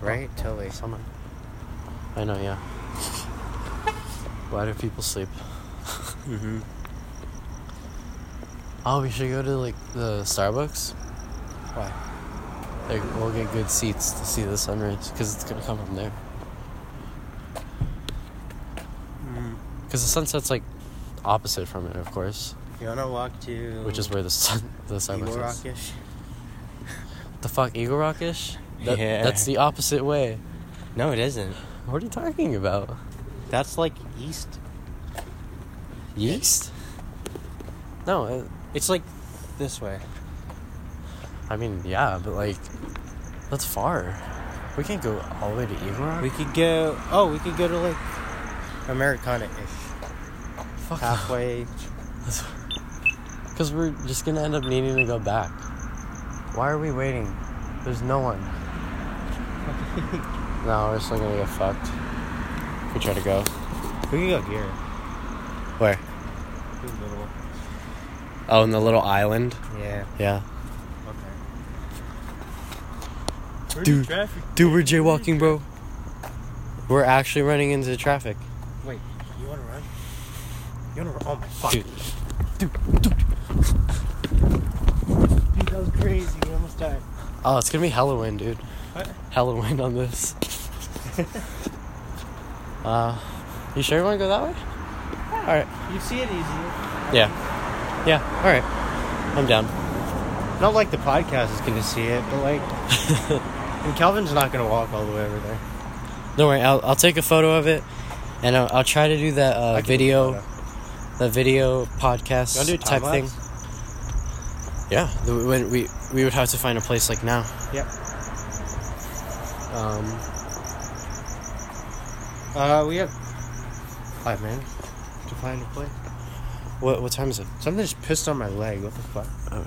[SPEAKER 2] right? Tilly.
[SPEAKER 1] Someone. I know, yeah. Why do people sleep?
[SPEAKER 2] Mm-hmm.
[SPEAKER 1] Oh, we should go to like the Starbucks.
[SPEAKER 2] Why?
[SPEAKER 1] Like we'll get good seats to see the sunrise because it's gonna come from there.
[SPEAKER 2] Mm.
[SPEAKER 1] Because the sunset's like opposite from it, of course,
[SPEAKER 2] You wanna walk to
[SPEAKER 1] which is where the sun the Starbucks
[SPEAKER 2] Mm. Eagle
[SPEAKER 1] is.
[SPEAKER 2] Rockish?
[SPEAKER 1] The fuck Eagle Rockish? That,
[SPEAKER 2] Yeah.
[SPEAKER 1] That's the opposite way.
[SPEAKER 2] No, it isn't.
[SPEAKER 1] What are you talking about?
[SPEAKER 2] That's like east.
[SPEAKER 1] Yeast? No, uh, it,
[SPEAKER 2] It's like this way.
[SPEAKER 1] I mean, yeah, but like, that's far. We can't go all the way to Eagle Rock.
[SPEAKER 2] We could go. Oh, we could go to like Americana-ish,
[SPEAKER 1] Fuck
[SPEAKER 2] halfway.
[SPEAKER 1] Because we're just gonna end up needing to go back. Why are we waiting? There's no one. no, we're still gonna get fucked. If we try to go.
[SPEAKER 2] we could go here.
[SPEAKER 1] Where? Oh, in the little island.
[SPEAKER 2] Yeah.
[SPEAKER 1] Yeah.
[SPEAKER 2] Okay.
[SPEAKER 3] Where's
[SPEAKER 1] Dude.
[SPEAKER 3] the traffic?
[SPEAKER 1] Dude, we're jaywalking, bro. We're actually running into traffic.
[SPEAKER 2] Wait, you wanna run? You wanna run? Oh my fuck.
[SPEAKER 1] Dude.
[SPEAKER 2] Dude, that was crazy. You almost died.
[SPEAKER 1] Oh, it's gonna be Halloween, dude.
[SPEAKER 3] What?
[SPEAKER 1] Halloween on this. uh, you sure you wanna go that way? All right.
[SPEAKER 3] You see it easy.
[SPEAKER 1] Yeah. Yeah. All right. I'm down.
[SPEAKER 2] Not like the podcast is gonna see it, but like, and Calvin's not gonna walk all the way over there.
[SPEAKER 1] Don't worry. I'll, I'll take a photo of it, and I'll, I'll try to do that
[SPEAKER 2] I
[SPEAKER 1] uh,
[SPEAKER 2] can do
[SPEAKER 1] video,
[SPEAKER 2] photo.
[SPEAKER 1] the video
[SPEAKER 2] You
[SPEAKER 1] podcast
[SPEAKER 2] wanna do a
[SPEAKER 1] type
[SPEAKER 2] time
[SPEAKER 1] thing.
[SPEAKER 2] lapse?
[SPEAKER 1] Yeah. The, when we we would have to find a place like now.
[SPEAKER 2] Yep.
[SPEAKER 1] Um.
[SPEAKER 2] Uh, we have five minutes to find a place.
[SPEAKER 1] What what time is it?
[SPEAKER 2] Something just pissed on my leg. What the fuck?
[SPEAKER 1] Oh.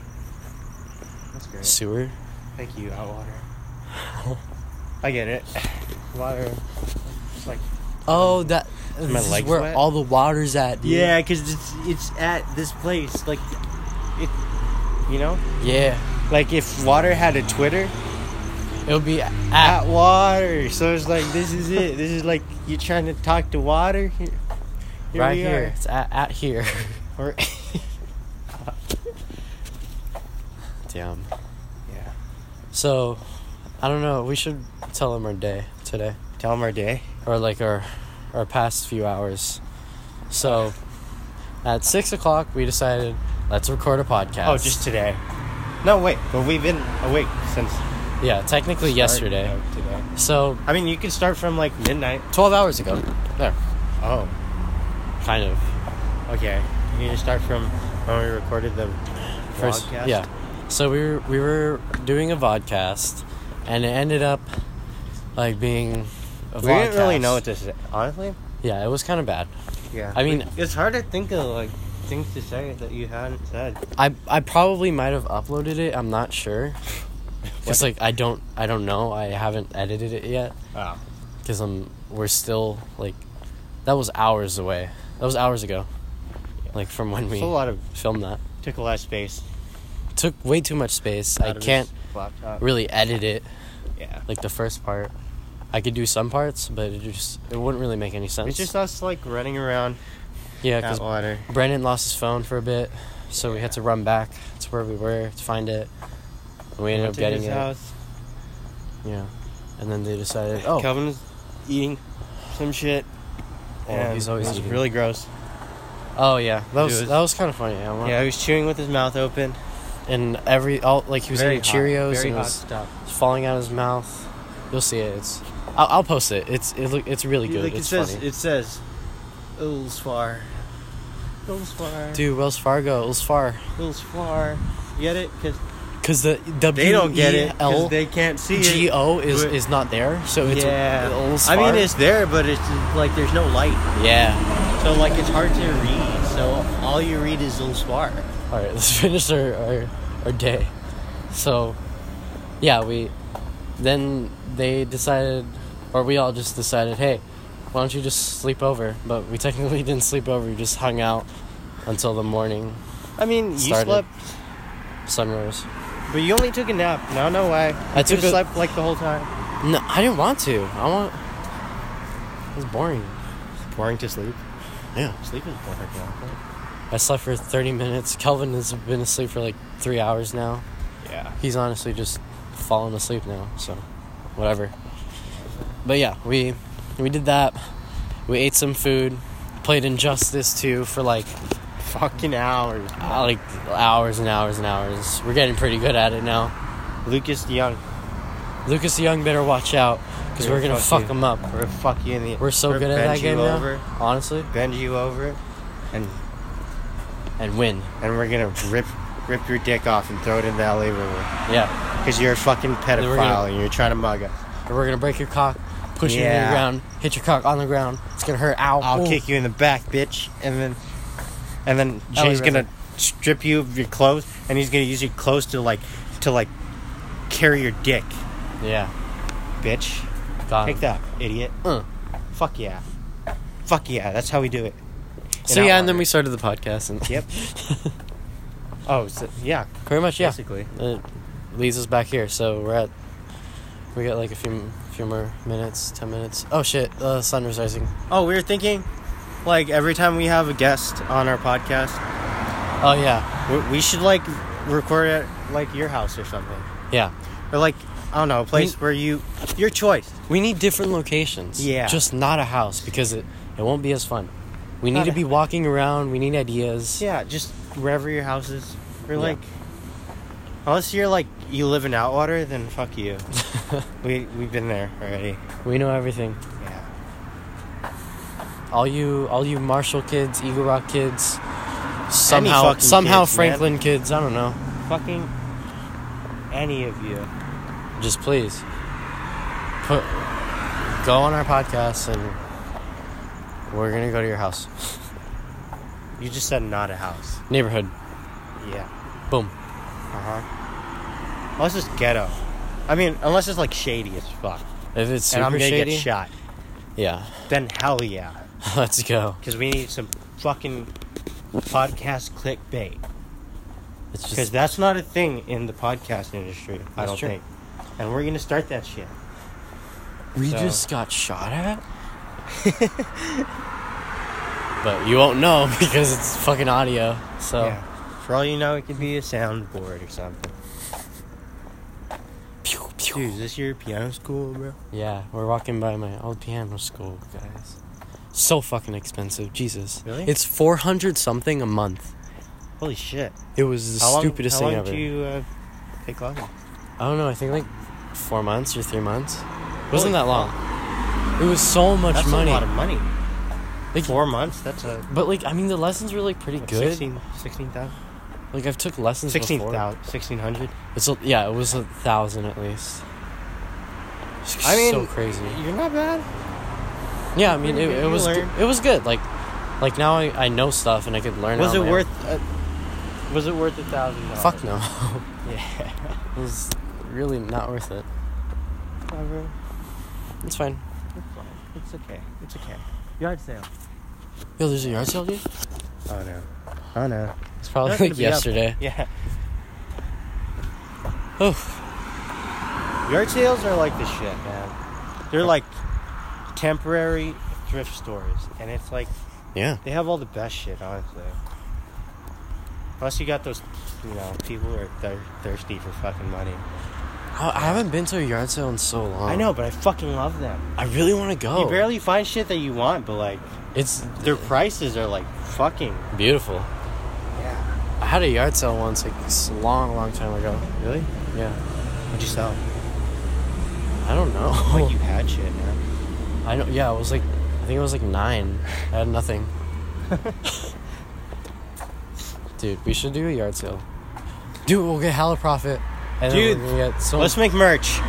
[SPEAKER 2] That's great.
[SPEAKER 1] Sewer.
[SPEAKER 2] Thank you, Outwater. I get it. Water. It's like
[SPEAKER 1] Oh, that.
[SPEAKER 2] My
[SPEAKER 1] this is
[SPEAKER 2] leg's
[SPEAKER 1] where
[SPEAKER 2] wet?
[SPEAKER 1] all the water's at. Dude.
[SPEAKER 2] yeah, cause it's it's at this place. Like it, you know.
[SPEAKER 1] Yeah.
[SPEAKER 2] Like if water had a Twitter,
[SPEAKER 1] It'll be at,
[SPEAKER 2] at water. So it's like this is it. This is like you trying to talk to water. Here, here
[SPEAKER 1] right
[SPEAKER 2] we
[SPEAKER 1] here. It's at at here.
[SPEAKER 2] Are. Or,
[SPEAKER 1] Damn.
[SPEAKER 2] yeah.
[SPEAKER 1] So, I don't know. We should tell them our day today,
[SPEAKER 2] Tell them our day.
[SPEAKER 1] or like our our past few hours. So, at six o'clock, we decided let's record a podcast.
[SPEAKER 2] Oh, just today. No, wait. But we've been awake since
[SPEAKER 1] Yeah, technically yesterday. So
[SPEAKER 2] I mean, you could start from like midnight.
[SPEAKER 1] twelve hours ago. There,
[SPEAKER 2] Oh,
[SPEAKER 1] kind of.
[SPEAKER 2] okay. You need to start from when we recorded the
[SPEAKER 1] First,
[SPEAKER 2] vlogcast?
[SPEAKER 1] yeah. So we were we were doing a vodcast, and it ended up like being. A
[SPEAKER 2] We didn't really
[SPEAKER 1] vlogcast.
[SPEAKER 2] know what to say, honestly.
[SPEAKER 1] Yeah, it was kind of bad.
[SPEAKER 2] Yeah.
[SPEAKER 1] I mean-
[SPEAKER 2] it's hard to think of like things to say that you hadn't said.
[SPEAKER 1] I I probably might have uploaded it. I'm not sure. Cause like I don't I don't know. I haven't edited it yet.
[SPEAKER 2] Oh.
[SPEAKER 1] Cause I'm we're still like, that was hours away. That was hours ago, like from when
[SPEAKER 2] It's
[SPEAKER 1] we
[SPEAKER 2] a lot of
[SPEAKER 1] filmed that.
[SPEAKER 2] took a lot of space.
[SPEAKER 1] Took way too much space.
[SPEAKER 2] out
[SPEAKER 1] I
[SPEAKER 2] of his
[SPEAKER 1] can't
[SPEAKER 2] Laptop.
[SPEAKER 1] really edit it.
[SPEAKER 2] Yeah.
[SPEAKER 1] Like the first part, I could do some parts, but it just it wouldn't really make any sense.
[SPEAKER 2] It's just us like running around
[SPEAKER 1] yeah,
[SPEAKER 2] at
[SPEAKER 1] cause
[SPEAKER 2] water.
[SPEAKER 1] Brendan lost his phone for a bit, so we had to run back to where we were to find it. And we ended up
[SPEAKER 2] Went to
[SPEAKER 1] getting
[SPEAKER 2] his
[SPEAKER 1] it.
[SPEAKER 2] house.
[SPEAKER 1] Yeah. And then they decided, oh,
[SPEAKER 2] Calvin was eating some shit.
[SPEAKER 1] Oh,
[SPEAKER 2] and
[SPEAKER 1] he's always
[SPEAKER 2] it was
[SPEAKER 1] eating.
[SPEAKER 2] really gross.
[SPEAKER 1] oh yeah, that
[SPEAKER 2] It
[SPEAKER 1] was,
[SPEAKER 2] was-
[SPEAKER 1] that was kind of funny. Yeah,
[SPEAKER 2] Yeah, he was chewing with his mouth open.
[SPEAKER 1] and every all like he was
[SPEAKER 2] Very
[SPEAKER 1] eating
[SPEAKER 2] hot,
[SPEAKER 1] Cheerios
[SPEAKER 2] very
[SPEAKER 1] and it
[SPEAKER 2] hot
[SPEAKER 1] was
[SPEAKER 2] stuff.
[SPEAKER 1] falling out of his mouth. You'll see it. It's I'll, I'll post it. It's it look it's really good.
[SPEAKER 2] Like
[SPEAKER 1] it's
[SPEAKER 2] it says,
[SPEAKER 1] funny.
[SPEAKER 2] it says, Ilsfar. Ilsfar.
[SPEAKER 1] Dude, Wells Fargo, it was far.
[SPEAKER 2] Ilsfar. Get it? Because
[SPEAKER 1] Cause the W
[SPEAKER 2] they don't get
[SPEAKER 1] E
[SPEAKER 2] it. Because
[SPEAKER 1] L
[SPEAKER 2] they can't see it.
[SPEAKER 1] G O is
[SPEAKER 2] But-
[SPEAKER 1] is not there, so it's
[SPEAKER 2] yeah.
[SPEAKER 1] it was
[SPEAKER 2] I mean,
[SPEAKER 1] far.
[SPEAKER 2] it's there, but it's like there's no light.
[SPEAKER 1] yeah.
[SPEAKER 2] So, like, it's hard to read. So, all you read is Ilsfar.
[SPEAKER 1] All right, let's finish our, our our day. So, yeah, we then they decided, or we all just decided, hey, why don't you just sleep over? But we technically didn't sleep over. We just hung out until the morning
[SPEAKER 2] I mean,
[SPEAKER 1] Started.
[SPEAKER 2] you slept,
[SPEAKER 1] sunrise.
[SPEAKER 2] but you only took a nap. Now, no
[SPEAKER 1] I
[SPEAKER 2] way. You
[SPEAKER 1] took
[SPEAKER 2] could've
[SPEAKER 1] a-
[SPEAKER 2] slept like the whole time.
[SPEAKER 1] No, I didn't want to. I want. It was boring.
[SPEAKER 2] Boring to sleep.
[SPEAKER 1] Yeah.
[SPEAKER 2] Sleep is boring.
[SPEAKER 1] I slept for thirty minutes. Kelvin has been asleep for like three hours now.
[SPEAKER 2] Yeah.
[SPEAKER 1] he's honestly just falling asleep now so whatever but yeah we we did that we ate some food played injustice 2 for like
[SPEAKER 2] Fucking hours.
[SPEAKER 1] uh, like hours and hours and hours we're getting pretty good at it now
[SPEAKER 2] Lucas Young.
[SPEAKER 1] lucas young better watch out because we're gonna fuck,
[SPEAKER 2] you.
[SPEAKER 1] him up
[SPEAKER 2] We're fuck you in the.
[SPEAKER 1] we're so
[SPEAKER 2] we're
[SPEAKER 1] good at
[SPEAKER 2] bend
[SPEAKER 1] that game
[SPEAKER 2] you
[SPEAKER 1] now
[SPEAKER 2] over,
[SPEAKER 1] honestly
[SPEAKER 2] Bend you over, and
[SPEAKER 1] and win
[SPEAKER 2] and we're gonna rip rip your dick off and throw it in the LA River
[SPEAKER 1] yeah
[SPEAKER 2] because you're a fucking
[SPEAKER 1] then
[SPEAKER 2] pedophile
[SPEAKER 1] we're gonna-
[SPEAKER 2] and you're trying to mug us.
[SPEAKER 1] and we're gonna break your cock push you into
[SPEAKER 2] Yeah.
[SPEAKER 1] the ground hit your cock on the ground it's gonna hurt ow
[SPEAKER 2] I'll
[SPEAKER 1] ooh.
[SPEAKER 2] kick you in the back, bitch, and then and then
[SPEAKER 1] LA
[SPEAKER 2] Jay's gonna
[SPEAKER 1] River.
[SPEAKER 2] strip you of your clothes and he's gonna use your clothes to like to like carry your dick,
[SPEAKER 1] yeah
[SPEAKER 2] bitch.
[SPEAKER 1] got him.
[SPEAKER 2] Take that, idiot.
[SPEAKER 1] Um, Uh.
[SPEAKER 2] Fuck yeah. Fuck yeah. That's how we do it.
[SPEAKER 1] so
[SPEAKER 2] In
[SPEAKER 1] yeah
[SPEAKER 2] our
[SPEAKER 1] and then
[SPEAKER 2] honor.
[SPEAKER 1] we started the podcast and
[SPEAKER 2] Yep. oh, so, yeah.
[SPEAKER 1] pretty much yeah
[SPEAKER 2] Basically.
[SPEAKER 1] it leads us back here. So we're at we got like a few few more minutes, ten minutes. Oh shit, the sun was rising.
[SPEAKER 2] Oh, we were thinking, like every time we have a guest on our podcast,
[SPEAKER 1] Oh yeah,
[SPEAKER 2] we, we should like record at like your house or something,
[SPEAKER 1] yeah.
[SPEAKER 2] or like I don't know, a place
[SPEAKER 1] We-
[SPEAKER 2] where you, your choice.
[SPEAKER 1] We need different locations.
[SPEAKER 2] Yeah.
[SPEAKER 1] just not a house because it it won't be as fun. We need
[SPEAKER 2] Not
[SPEAKER 1] to
[SPEAKER 2] a-
[SPEAKER 1] be walking around. We need ideas.
[SPEAKER 2] Yeah, just wherever your house is, or
[SPEAKER 1] Yeah.
[SPEAKER 2] like, unless you're like you live in Outwater, then fuck you. we we've been there already.
[SPEAKER 1] We know everything.
[SPEAKER 2] Yeah.
[SPEAKER 1] All you all you Marshall kids, Eagle Rock kids, somehow
[SPEAKER 2] fucking
[SPEAKER 1] somehow
[SPEAKER 2] kids, man.
[SPEAKER 1] Franklin kids. I don't know.
[SPEAKER 2] Fucking any of you.
[SPEAKER 1] Just please put go on our podcast and we're gonna go to your house
[SPEAKER 2] You just said not a house.
[SPEAKER 1] neighborhood.
[SPEAKER 2] Yeah.
[SPEAKER 1] Boom.
[SPEAKER 2] Uh huh. Unless it's ghetto. I mean, unless it's like shady as fuck,
[SPEAKER 1] If it's
[SPEAKER 2] and
[SPEAKER 1] super
[SPEAKER 2] I'm gonna
[SPEAKER 1] shady,
[SPEAKER 2] get shot.
[SPEAKER 1] yeah,
[SPEAKER 2] Then hell yeah,
[SPEAKER 1] let's go.
[SPEAKER 2] because we need some fucking podcast clickbait.
[SPEAKER 1] It's
[SPEAKER 2] Because
[SPEAKER 1] just
[SPEAKER 2] that's not a thing in the podcast industry. I
[SPEAKER 1] That's
[SPEAKER 2] don't
[SPEAKER 1] true.
[SPEAKER 2] think. And we're gonna start that shit.
[SPEAKER 1] we
[SPEAKER 2] so-
[SPEAKER 1] just got shot at. but you won't know because it's fucking audio. So
[SPEAKER 2] Yeah. For all you know, it could be a soundboard or something.
[SPEAKER 1] pew, pew.
[SPEAKER 2] Dude, is this your piano school, bro?
[SPEAKER 1] yeah, we're walking by my old piano school, guys. So fucking expensive, Jesus.
[SPEAKER 2] Really?
[SPEAKER 1] It's four hundred something a month.
[SPEAKER 2] Holy shit!
[SPEAKER 1] It was the
[SPEAKER 2] how long,
[SPEAKER 1] stupidest
[SPEAKER 2] how
[SPEAKER 1] thing
[SPEAKER 2] long
[SPEAKER 1] ever.
[SPEAKER 2] do you uh, take lessons?
[SPEAKER 1] I don't know. I think like four months or three months. It wasn't that long. It was so much
[SPEAKER 2] That's
[SPEAKER 1] money.
[SPEAKER 2] a lot of money.
[SPEAKER 1] Like-
[SPEAKER 2] Four months. That's a
[SPEAKER 1] but like, I mean, the lessons were like pretty
[SPEAKER 2] what,
[SPEAKER 1] good.
[SPEAKER 2] 16 16,000?
[SPEAKER 1] Like I've took lessons. before.
[SPEAKER 2] 16,000. 1600.
[SPEAKER 1] It's a, yeah, it was a thousand at least. It's
[SPEAKER 2] I mean,
[SPEAKER 1] so crazy.
[SPEAKER 2] You're not bad.
[SPEAKER 1] Yeah, I mean, it,
[SPEAKER 2] you-
[SPEAKER 1] it
[SPEAKER 2] you
[SPEAKER 1] was
[SPEAKER 2] learn.
[SPEAKER 1] it was good. Like, like now I, I know stuff and I could learn.
[SPEAKER 2] was
[SPEAKER 1] on
[SPEAKER 2] it
[SPEAKER 1] my own.
[SPEAKER 2] worth? Uh, was it worth a thousand dollars?
[SPEAKER 1] Fuck no.
[SPEAKER 2] Yeah.
[SPEAKER 1] it was really not worth it.
[SPEAKER 2] Whatever.
[SPEAKER 1] It's fine.
[SPEAKER 2] It's fine. It's okay. It's okay.
[SPEAKER 3] Yard sale.
[SPEAKER 1] Yo, there's a yard sale, dude.
[SPEAKER 2] Oh no. Oh no.
[SPEAKER 1] It's probably like yesterday.
[SPEAKER 2] Yeah.
[SPEAKER 1] Oh,
[SPEAKER 2] Yard sales are like the shit, man. They're like temporary thrift stores, and it's like
[SPEAKER 1] yeah.
[SPEAKER 2] they have all the best shit, honestly. Plus, you got those, you know, people who are thir- thirsty for fucking money.
[SPEAKER 1] I, I haven't been to a yard sale in so long.
[SPEAKER 2] I know, but I fucking love them.
[SPEAKER 1] I really want to go.
[SPEAKER 2] You barely find shit that you want, but like
[SPEAKER 1] It's
[SPEAKER 2] their prices are like fucking.
[SPEAKER 1] beautiful.
[SPEAKER 2] Yeah.
[SPEAKER 1] I had a yard sale once, like s- long, long time ago.
[SPEAKER 2] Really?
[SPEAKER 1] Yeah.
[SPEAKER 2] What'd you sell?
[SPEAKER 1] I don't know.
[SPEAKER 2] Like you had shit, man.
[SPEAKER 1] I know. Yeah, it was like I think it was like nine. I had nothing. Dude, we should do a yard sale. Dude, we'll get hella profit. And
[SPEAKER 2] Dude,
[SPEAKER 1] then we're gonna get so
[SPEAKER 2] Let's make merch.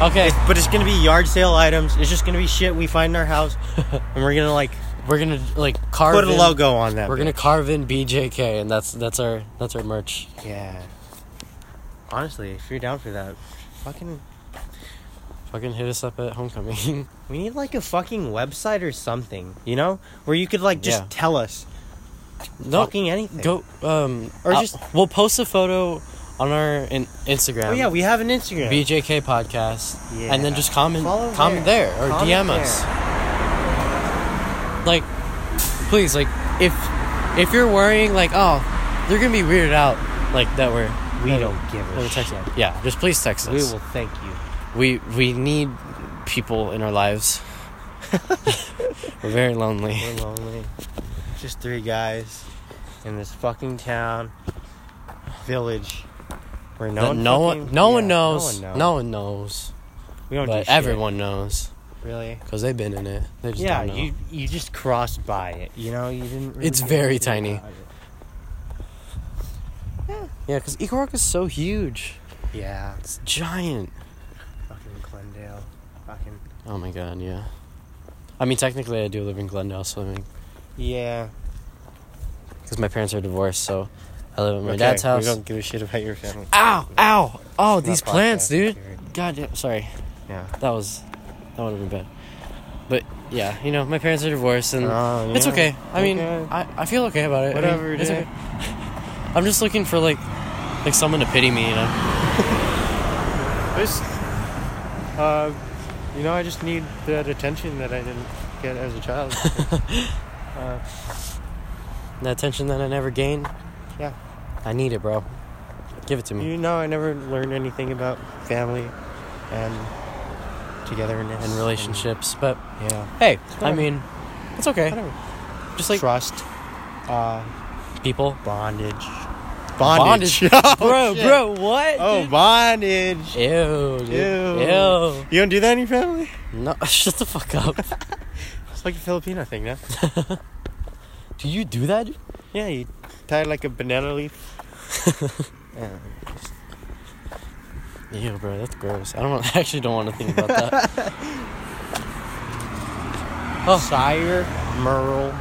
[SPEAKER 1] okay.
[SPEAKER 2] But it's gonna be yard sale items. It's just gonna be shit we find in our house, and we're gonna like
[SPEAKER 1] We're gonna like carve.
[SPEAKER 2] put a
[SPEAKER 1] in-
[SPEAKER 2] logo on that.
[SPEAKER 1] We're gonna
[SPEAKER 2] bitch.
[SPEAKER 1] carve in BJK, and that's that's our that's our merch.
[SPEAKER 2] Yeah. Honestly, if you're down for that, fucking,
[SPEAKER 1] Fucking hit us up at homecoming.
[SPEAKER 2] we need like a fucking website or something, you know, where you could like just
[SPEAKER 1] Yeah.
[SPEAKER 2] tell us
[SPEAKER 1] no,
[SPEAKER 2] fucking anything.
[SPEAKER 1] go um
[SPEAKER 2] Or
[SPEAKER 1] or just
[SPEAKER 2] just-
[SPEAKER 1] we'll post a photo on our in- Instagram.
[SPEAKER 2] Oh yeah, we have an Instagram.
[SPEAKER 1] BJK podcast,
[SPEAKER 2] Yeah.
[SPEAKER 1] and then just comment
[SPEAKER 2] Follow
[SPEAKER 1] comment there,
[SPEAKER 2] there.
[SPEAKER 1] or
[SPEAKER 2] Comment
[SPEAKER 1] DM us. Like, please, like if if you're worrying, like oh, they're gonna be weirded out, like that we're
[SPEAKER 2] we
[SPEAKER 1] that
[SPEAKER 2] don't give
[SPEAKER 1] that
[SPEAKER 2] a
[SPEAKER 1] we're
[SPEAKER 2] shit.
[SPEAKER 1] texting. Yeah, just please text
[SPEAKER 2] We
[SPEAKER 1] us.
[SPEAKER 2] will thank you.
[SPEAKER 1] We we need people in our lives. we're very lonely.
[SPEAKER 2] We're lonely. Just three guys in this fucking town, village, where
[SPEAKER 1] No,
[SPEAKER 2] no one,
[SPEAKER 1] no one
[SPEAKER 2] fucking-
[SPEAKER 1] no
[SPEAKER 2] yeah,
[SPEAKER 1] one knows.
[SPEAKER 2] No
[SPEAKER 1] No
[SPEAKER 2] one knows.
[SPEAKER 1] one knows.
[SPEAKER 2] we don't. do
[SPEAKER 1] But
[SPEAKER 2] shit,
[SPEAKER 1] everyone knows
[SPEAKER 2] really.
[SPEAKER 1] because they've been in it. They just
[SPEAKER 2] Yeah,
[SPEAKER 1] don't know.
[SPEAKER 2] you you just crossed by it. You know, you didn't. Really
[SPEAKER 1] It's
[SPEAKER 2] do
[SPEAKER 1] very
[SPEAKER 2] anything
[SPEAKER 1] tiny.
[SPEAKER 2] about it.
[SPEAKER 1] yeah, because Eco Rock is so huge.
[SPEAKER 2] Yeah,
[SPEAKER 1] It's giant.
[SPEAKER 2] fucking Glendale, fucking.
[SPEAKER 1] Oh my god, yeah. I mean, technically, I do live in Glendale, so I mean,
[SPEAKER 2] Yeah,
[SPEAKER 1] because my parents are divorced, so I live at my dad's house. Ah!
[SPEAKER 2] We don't give a shit about your family.
[SPEAKER 1] Ow! Ow! Oh, these
[SPEAKER 2] Not podcast
[SPEAKER 1] plants, dude.
[SPEAKER 2] material.
[SPEAKER 1] God damn. Sorry,
[SPEAKER 2] Yeah.
[SPEAKER 1] that was that would have been bad. But yeah, you know, my parents are divorced, and
[SPEAKER 2] Oh,
[SPEAKER 1] Um, it's
[SPEAKER 2] yeah.
[SPEAKER 1] okay. I mean,
[SPEAKER 2] Okay.
[SPEAKER 1] I, I feel okay about it. I mean,
[SPEAKER 2] Whatever,
[SPEAKER 1] it's
[SPEAKER 2] dude.
[SPEAKER 1] okay. I'm just looking for like like someone to pity me, you know.
[SPEAKER 2] This, uh, you know, I just need that attention that I didn't get as a child. uh,
[SPEAKER 1] And that attention that I never gained.
[SPEAKER 2] Yeah.
[SPEAKER 1] I need it, bro. Give it to me.
[SPEAKER 2] you know, I never learned anything about family and togetherness
[SPEAKER 1] in relationships, but
[SPEAKER 2] and- yeah,
[SPEAKER 1] hey, I
[SPEAKER 2] Whatever.
[SPEAKER 1] mean, it's okay.
[SPEAKER 2] whatever.
[SPEAKER 1] Just like
[SPEAKER 2] trust, uh,
[SPEAKER 1] people.
[SPEAKER 2] bondage,
[SPEAKER 1] Bondage.
[SPEAKER 2] Oh,
[SPEAKER 1] bro,
[SPEAKER 2] shit.
[SPEAKER 1] bro, what?
[SPEAKER 2] Oh,
[SPEAKER 1] dude?
[SPEAKER 2] bondage.
[SPEAKER 1] Ew, dude.
[SPEAKER 2] Ew.
[SPEAKER 1] Ew.
[SPEAKER 2] You don't do that in your family?
[SPEAKER 1] No, shut the fuck up.
[SPEAKER 2] It's like a Filipino thing, no?
[SPEAKER 1] Do you do that? dude?
[SPEAKER 2] Yeah, you tie like a banana leaf. yeah.
[SPEAKER 1] Ew, bro, that's gross. I don't. Want, I actually don't want to think about that. oh,
[SPEAKER 2] Sire Merle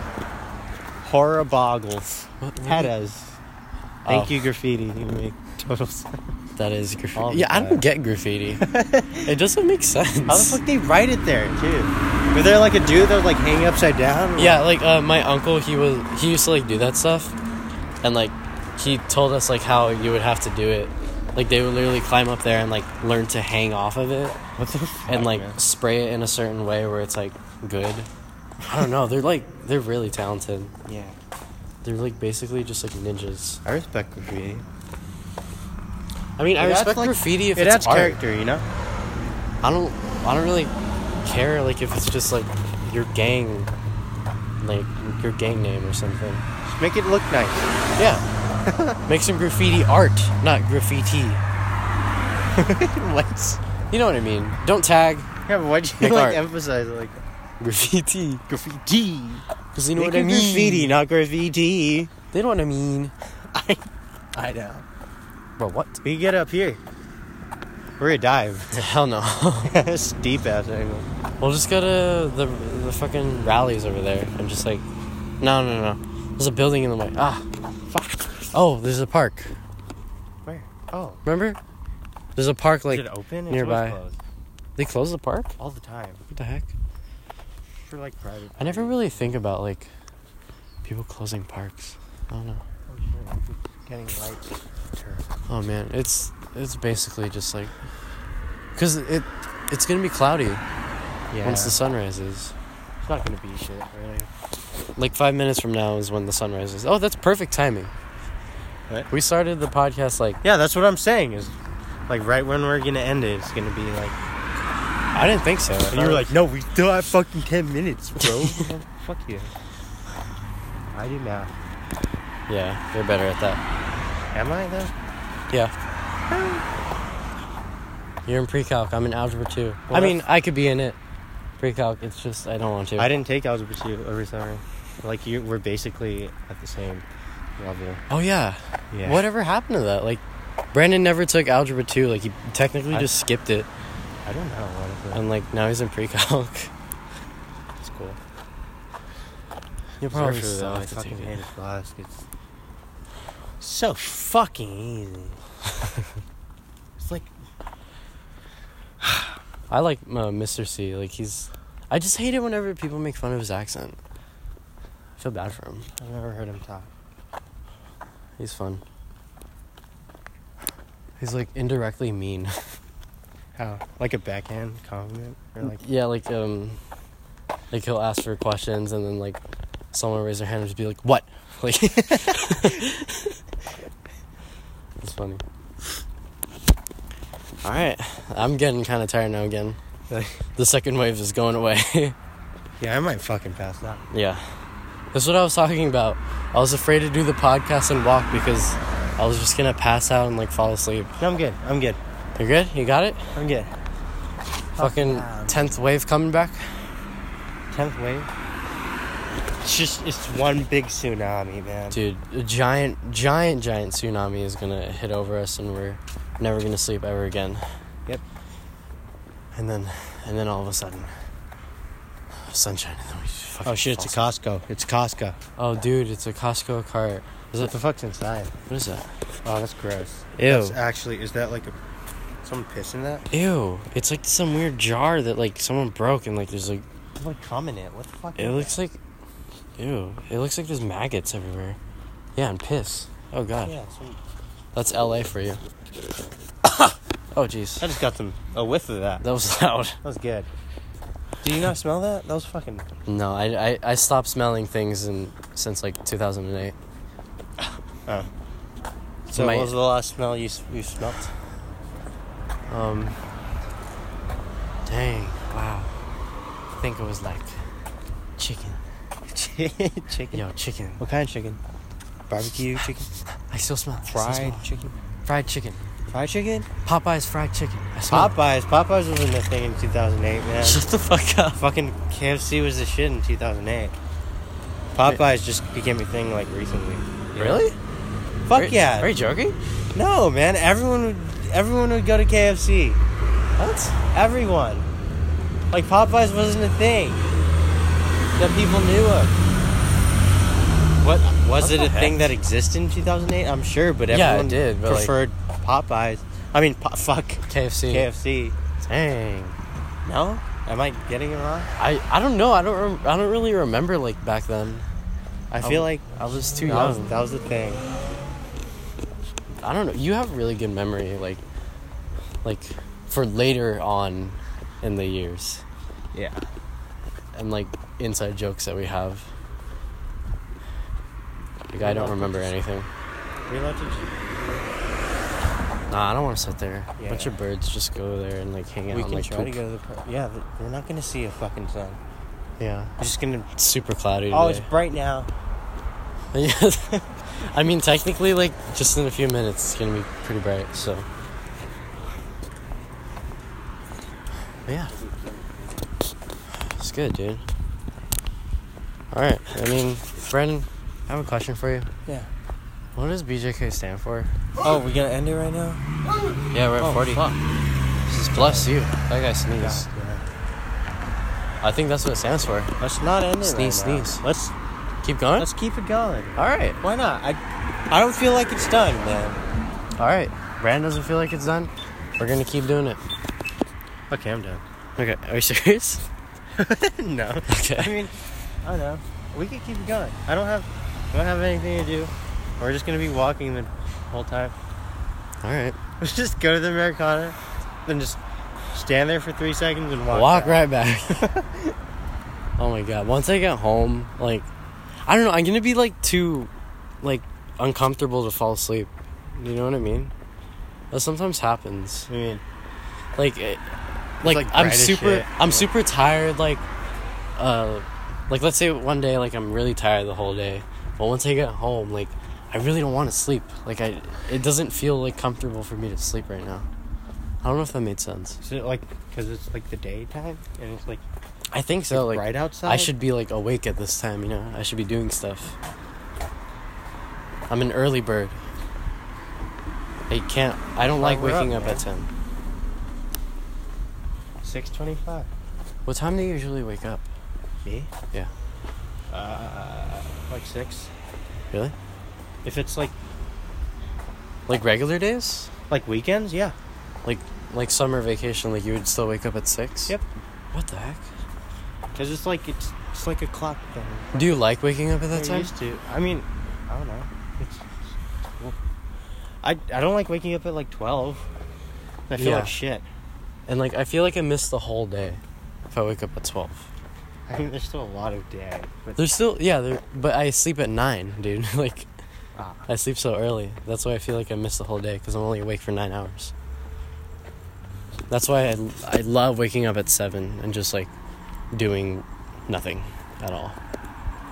[SPEAKER 2] Horaboggles.
[SPEAKER 1] what- Oh. what-
[SPEAKER 2] Hedas. Thank you, graffiti. You make total sense.
[SPEAKER 1] That is
[SPEAKER 2] All
[SPEAKER 1] graffiti.
[SPEAKER 2] the
[SPEAKER 1] Yeah, I don't
[SPEAKER 2] time.
[SPEAKER 1] get graffiti. it doesn't make sense.
[SPEAKER 2] How the fuck they write it there, too? Were there like a dude that would like hang upside down?
[SPEAKER 1] Yeah, like uh, my uncle, he was he used to like do that stuff, and like he told us like how you would have to do it. Like they would literally climb up there and like learn to hang off of it
[SPEAKER 2] What the fuck?
[SPEAKER 1] and like
[SPEAKER 2] man?
[SPEAKER 1] spray it in a certain way where it's like good. I don't know. They're like they're really talented.
[SPEAKER 2] Yeah.
[SPEAKER 1] They're like basically just like ninjas.
[SPEAKER 2] I respect graffiti.
[SPEAKER 1] I mean, I
[SPEAKER 2] It adds,
[SPEAKER 1] respect
[SPEAKER 2] like-
[SPEAKER 1] graffiti if
[SPEAKER 2] it adds
[SPEAKER 1] it's art.
[SPEAKER 2] character, you know?
[SPEAKER 1] I don't. I don't really care like if it's just like your gang, like your gang name or something.
[SPEAKER 2] Just make it look nice.
[SPEAKER 1] Yeah. Make some graffiti art, not graffiti.
[SPEAKER 2] Let's
[SPEAKER 1] You know what I mean. Don't tag
[SPEAKER 2] Yeah, but why'd you
[SPEAKER 1] Make
[SPEAKER 2] like
[SPEAKER 1] art.
[SPEAKER 2] emphasize it like
[SPEAKER 1] graffiti.
[SPEAKER 2] graffiti?
[SPEAKER 1] Cause you know
[SPEAKER 2] Make
[SPEAKER 1] what I
[SPEAKER 2] it
[SPEAKER 1] mean.
[SPEAKER 2] Graffiti, not graffiti.
[SPEAKER 1] They know what I mean.
[SPEAKER 2] I know.
[SPEAKER 1] Bro, what?
[SPEAKER 2] We can get up here. We're gonna dive.
[SPEAKER 1] Hell no.
[SPEAKER 2] it's deep ass angle.
[SPEAKER 1] We'll just go to the the fucking rallies over there and just like, no, no, no. There's a building in the way. Ah, fuck. Oh, there's a park.
[SPEAKER 2] Where? Oh.
[SPEAKER 1] Remember? There's a park like
[SPEAKER 2] Is it open? It's
[SPEAKER 1] nearby.
[SPEAKER 2] always closed.
[SPEAKER 1] they closed the park.
[SPEAKER 2] all the time
[SPEAKER 1] What the heck?
[SPEAKER 2] for like private.
[SPEAKER 1] I never really think about like people closing parks. I don't know.
[SPEAKER 2] Oh, shit. Getting lights. Sure.
[SPEAKER 1] Oh man, it's it's basically just like, cause it it's gonna be cloudy
[SPEAKER 2] Yeah.
[SPEAKER 1] once the sun rises.
[SPEAKER 2] it's not gonna be shit really.
[SPEAKER 1] Like five minutes from now is when the sun rises. Oh, that's perfect timing.
[SPEAKER 2] What?
[SPEAKER 1] We started the podcast like
[SPEAKER 2] Yeah, that's what I'm saying. Is like right when we're gonna end it, it's gonna be like.
[SPEAKER 1] I didn't think so.
[SPEAKER 2] And you were like, no, we still have fucking 10 minutes, bro. Fuck you. I do math.
[SPEAKER 1] yeah, you're better at that.
[SPEAKER 2] Am I, though?
[SPEAKER 1] Yeah. You're in pre-calc. I'm in algebra two.
[SPEAKER 2] Well,
[SPEAKER 1] I mean,
[SPEAKER 2] that's-
[SPEAKER 1] I could be in it. Pre-calc. It's just I don't want to.
[SPEAKER 2] I didn't take algebra 2 over summer. Like, you, we're basically at the same level.
[SPEAKER 1] Oh yeah.
[SPEAKER 2] Yeah.
[SPEAKER 1] Whatever happened to that? Like, Brandon never took algebra two. Like he technically
[SPEAKER 2] I-
[SPEAKER 1] just skipped it,
[SPEAKER 2] I don't know. Honestly.
[SPEAKER 1] and like now he's in pre-calc.
[SPEAKER 2] it's cool.
[SPEAKER 1] You'll probably
[SPEAKER 2] Sorry for
[SPEAKER 1] still
[SPEAKER 2] that, I
[SPEAKER 1] have to
[SPEAKER 2] fucking
[SPEAKER 1] take
[SPEAKER 2] hate
[SPEAKER 1] it.
[SPEAKER 2] his class. It's so fucking easy. it's like,
[SPEAKER 1] I like uh, Mr. C. Like he's. I just hate it whenever people make fun of his accent. I feel bad for him.
[SPEAKER 2] I've never heard him talk.
[SPEAKER 1] He's fun. He's like indirectly mean.
[SPEAKER 2] How? Like a backhand compliment? Or like,
[SPEAKER 1] yeah, like um, like he'll ask for questions and then like someone will raise their hand and just be like, "What?" Like, it's funny. All right, I'm getting kind of tired now. Again, the second wave is going away.
[SPEAKER 2] yeah, I might fucking pass out.
[SPEAKER 1] yeah, that's what I was talking about. I was afraid to do the podcast and walk because I was just gonna pass out and like fall asleep.
[SPEAKER 2] No, I'm good. I'm good.
[SPEAKER 1] You good? You got it?
[SPEAKER 2] I'm good.
[SPEAKER 1] Fucking
[SPEAKER 2] man.
[SPEAKER 1] tenth wave coming back.
[SPEAKER 2] Tenth wave. It's just it's one big tsunami, man.
[SPEAKER 1] Dude, a giant, giant, giant tsunami is gonna hit over us, and we're never gonna sleep ever again.
[SPEAKER 2] Yep.
[SPEAKER 1] And then, and then all of a sudden, sunshine. And then we just fucking
[SPEAKER 2] Oh shit! It's a
[SPEAKER 1] fall
[SPEAKER 2] Costco. It's Costco.
[SPEAKER 1] asleep. Oh, dude, it's a Costco cart. Is
[SPEAKER 2] What
[SPEAKER 1] it?
[SPEAKER 2] the fuck's inside?
[SPEAKER 1] What is that?
[SPEAKER 2] Oh, that's gross.
[SPEAKER 1] Ew.
[SPEAKER 2] That's actually is that like a someone pissing that?
[SPEAKER 1] Ew. It's like some weird jar that like someone broke, and like there's like
[SPEAKER 2] It's like cum in it. What the fuck?
[SPEAKER 1] it looks like. Ew. It looks like there's maggots everywhere. Yeah, and piss. Oh god.
[SPEAKER 2] Yeah, sweet.
[SPEAKER 1] That's L.A. for you. oh jeez.
[SPEAKER 2] I just got some a whiff of that. That
[SPEAKER 1] That was loud.
[SPEAKER 2] was good. Did you not smell that? That was fucking.
[SPEAKER 1] No, I, I, I stopped smelling things in, since like 2008.
[SPEAKER 2] Oh. So
[SPEAKER 1] My-
[SPEAKER 2] what was the last smell you s- you smelled?
[SPEAKER 1] Um, dang, wow. I think it was like chicken.
[SPEAKER 2] chicken.
[SPEAKER 1] Yo, chicken.
[SPEAKER 2] What kind of chicken? Barbecue chicken.
[SPEAKER 1] I still smell. it, I still smell it.
[SPEAKER 2] Fried chicken.
[SPEAKER 1] Fried chicken.
[SPEAKER 2] Fried chicken.
[SPEAKER 1] Popeye's fried chicken. I smell. it.
[SPEAKER 2] Popeyes. Popeyes wasn't a thing in 2008, man.
[SPEAKER 1] Shut the fuck up.
[SPEAKER 2] Fucking KFC was the shit in 2008. Popeyes just became a thing like recently.
[SPEAKER 1] Really?
[SPEAKER 2] Fuck
[SPEAKER 1] Are-
[SPEAKER 2] yeah.
[SPEAKER 1] Are you joking?
[SPEAKER 2] No, man. Everyone would everyone would go to KFC.
[SPEAKER 1] What?
[SPEAKER 2] Everyone. Like Popeyes wasn't a thing that people knew of. What was
[SPEAKER 1] What
[SPEAKER 2] it
[SPEAKER 1] the
[SPEAKER 2] a thing
[SPEAKER 1] heck?
[SPEAKER 2] that existed in 2008? I'm sure, but
[SPEAKER 1] Yeah, it
[SPEAKER 2] everyone
[SPEAKER 1] did, but, like-
[SPEAKER 2] preferred Popeyes. I mean, po- fuck
[SPEAKER 1] KFC.
[SPEAKER 2] KFC.
[SPEAKER 1] Dang.
[SPEAKER 2] No? Am I getting it wrong?
[SPEAKER 1] I, I don't know. I don't rem- I don't really remember like back then.
[SPEAKER 2] I
[SPEAKER 1] I w-
[SPEAKER 2] feel like
[SPEAKER 1] I was too
[SPEAKER 2] that
[SPEAKER 1] young.
[SPEAKER 2] was, that was the thing.
[SPEAKER 1] I don't know. You have really good memory, like, like for later on in the years,
[SPEAKER 2] Yeah.
[SPEAKER 1] and like inside jokes that we have. Like I don't remember anything.
[SPEAKER 2] Are you allowed to just-
[SPEAKER 1] Nah, I don't want to sit there. A bunch
[SPEAKER 2] Yeah.
[SPEAKER 1] of birds just go there and like hang out.
[SPEAKER 2] We
[SPEAKER 1] and,
[SPEAKER 2] can
[SPEAKER 1] like,
[SPEAKER 2] try to
[SPEAKER 1] poop.
[SPEAKER 2] go to the park. Yeah, but we're not gonna see a fucking sun.
[SPEAKER 1] Yeah,
[SPEAKER 2] We're just gonna.
[SPEAKER 1] it's super cloudy
[SPEAKER 2] Oh, it's
[SPEAKER 1] today.
[SPEAKER 2] bright now.
[SPEAKER 1] Yeah. I mean, technically, like just in a few minutes, it's gonna be pretty bright. So But yeah. It's good, dude. Alright, I mean, Brendan, I have a question for you.
[SPEAKER 2] Yeah.
[SPEAKER 1] What does BJK stand for?
[SPEAKER 2] Oh, we gonna end it right now?
[SPEAKER 1] Yeah, we're at
[SPEAKER 2] Oh,
[SPEAKER 1] 40.
[SPEAKER 2] fuck.
[SPEAKER 1] This is bless you. That guy sneezed.
[SPEAKER 2] God, yeah.
[SPEAKER 1] I think that's what it stands for.
[SPEAKER 2] Let's not end it.
[SPEAKER 1] Sneeze,
[SPEAKER 2] right now.
[SPEAKER 1] sneeze.
[SPEAKER 2] Let's
[SPEAKER 1] Keep going?
[SPEAKER 2] let's keep it going.
[SPEAKER 1] Alright.
[SPEAKER 2] Why not? I I don't feel like it's done, man.
[SPEAKER 1] Alright. Brandon doesn't feel like it's done. We're gonna keep doing it.
[SPEAKER 2] Okay, I'm done.
[SPEAKER 1] Okay, are you serious?
[SPEAKER 2] no. I
[SPEAKER 1] Okay.
[SPEAKER 2] mean, I don't know. We could keep it going. I don't have I don't have anything to do. We're just gonna be walking the whole time.
[SPEAKER 1] Alright.
[SPEAKER 2] Let's just go to the Americana, then just stand there for three seconds and walk.
[SPEAKER 1] Walk,
[SPEAKER 2] back.
[SPEAKER 1] right back. oh my god. Once I get home, like I don't know, I'm gonna be like too like uncomfortable to fall asleep. You know what I mean? That sometimes happens.
[SPEAKER 2] I mean,
[SPEAKER 1] like it, like,
[SPEAKER 2] like,
[SPEAKER 1] I'm
[SPEAKER 2] bright as
[SPEAKER 1] super
[SPEAKER 2] shit.
[SPEAKER 1] I'm
[SPEAKER 2] Yeah.
[SPEAKER 1] super tired like uh like let's say one day like I'm really tired the whole day but once I get home like I really don't want to sleep like I it doesn't feel like comfortable for me to sleep right now I don't know if that made sense
[SPEAKER 2] is it like because it's like the daytime and it's like
[SPEAKER 1] I think so like
[SPEAKER 2] right outside?
[SPEAKER 1] I should be like awake at this time you know I should be doing stuff I'm an early bird I can't I don't like
[SPEAKER 2] we're up,
[SPEAKER 1] waking up,
[SPEAKER 2] man.
[SPEAKER 1] at 10
[SPEAKER 2] six twenty-five.
[SPEAKER 1] what time do you usually wake up
[SPEAKER 2] Me?
[SPEAKER 1] Yeah.
[SPEAKER 2] Uh, like six.
[SPEAKER 1] really
[SPEAKER 2] If it's like
[SPEAKER 1] like regular days
[SPEAKER 2] like weekends, yeah.
[SPEAKER 1] like summer vacation, like you would still wake up at six.
[SPEAKER 2] Yep.
[SPEAKER 1] What the heck?
[SPEAKER 2] Cause it's like it's it's like a clock thing.
[SPEAKER 1] Do you like waking up at that
[SPEAKER 2] We're
[SPEAKER 1] time?
[SPEAKER 2] used to. I mean, I don't know. It's. it's- well, I I don't like waking up at like twelve. I feel
[SPEAKER 1] Yeah.
[SPEAKER 2] like shit.
[SPEAKER 1] And like I feel like I miss the whole day if I wake up at twelve.
[SPEAKER 2] I mean, there's still a lot of day, but
[SPEAKER 1] There's still yeah, there, but I sleep at nine, dude. like
[SPEAKER 2] ah,
[SPEAKER 1] I sleep so early. That's why I feel like I miss the whole day because I'm only awake for nine hours. That's why I I love waking up at seven and just like doing nothing at all.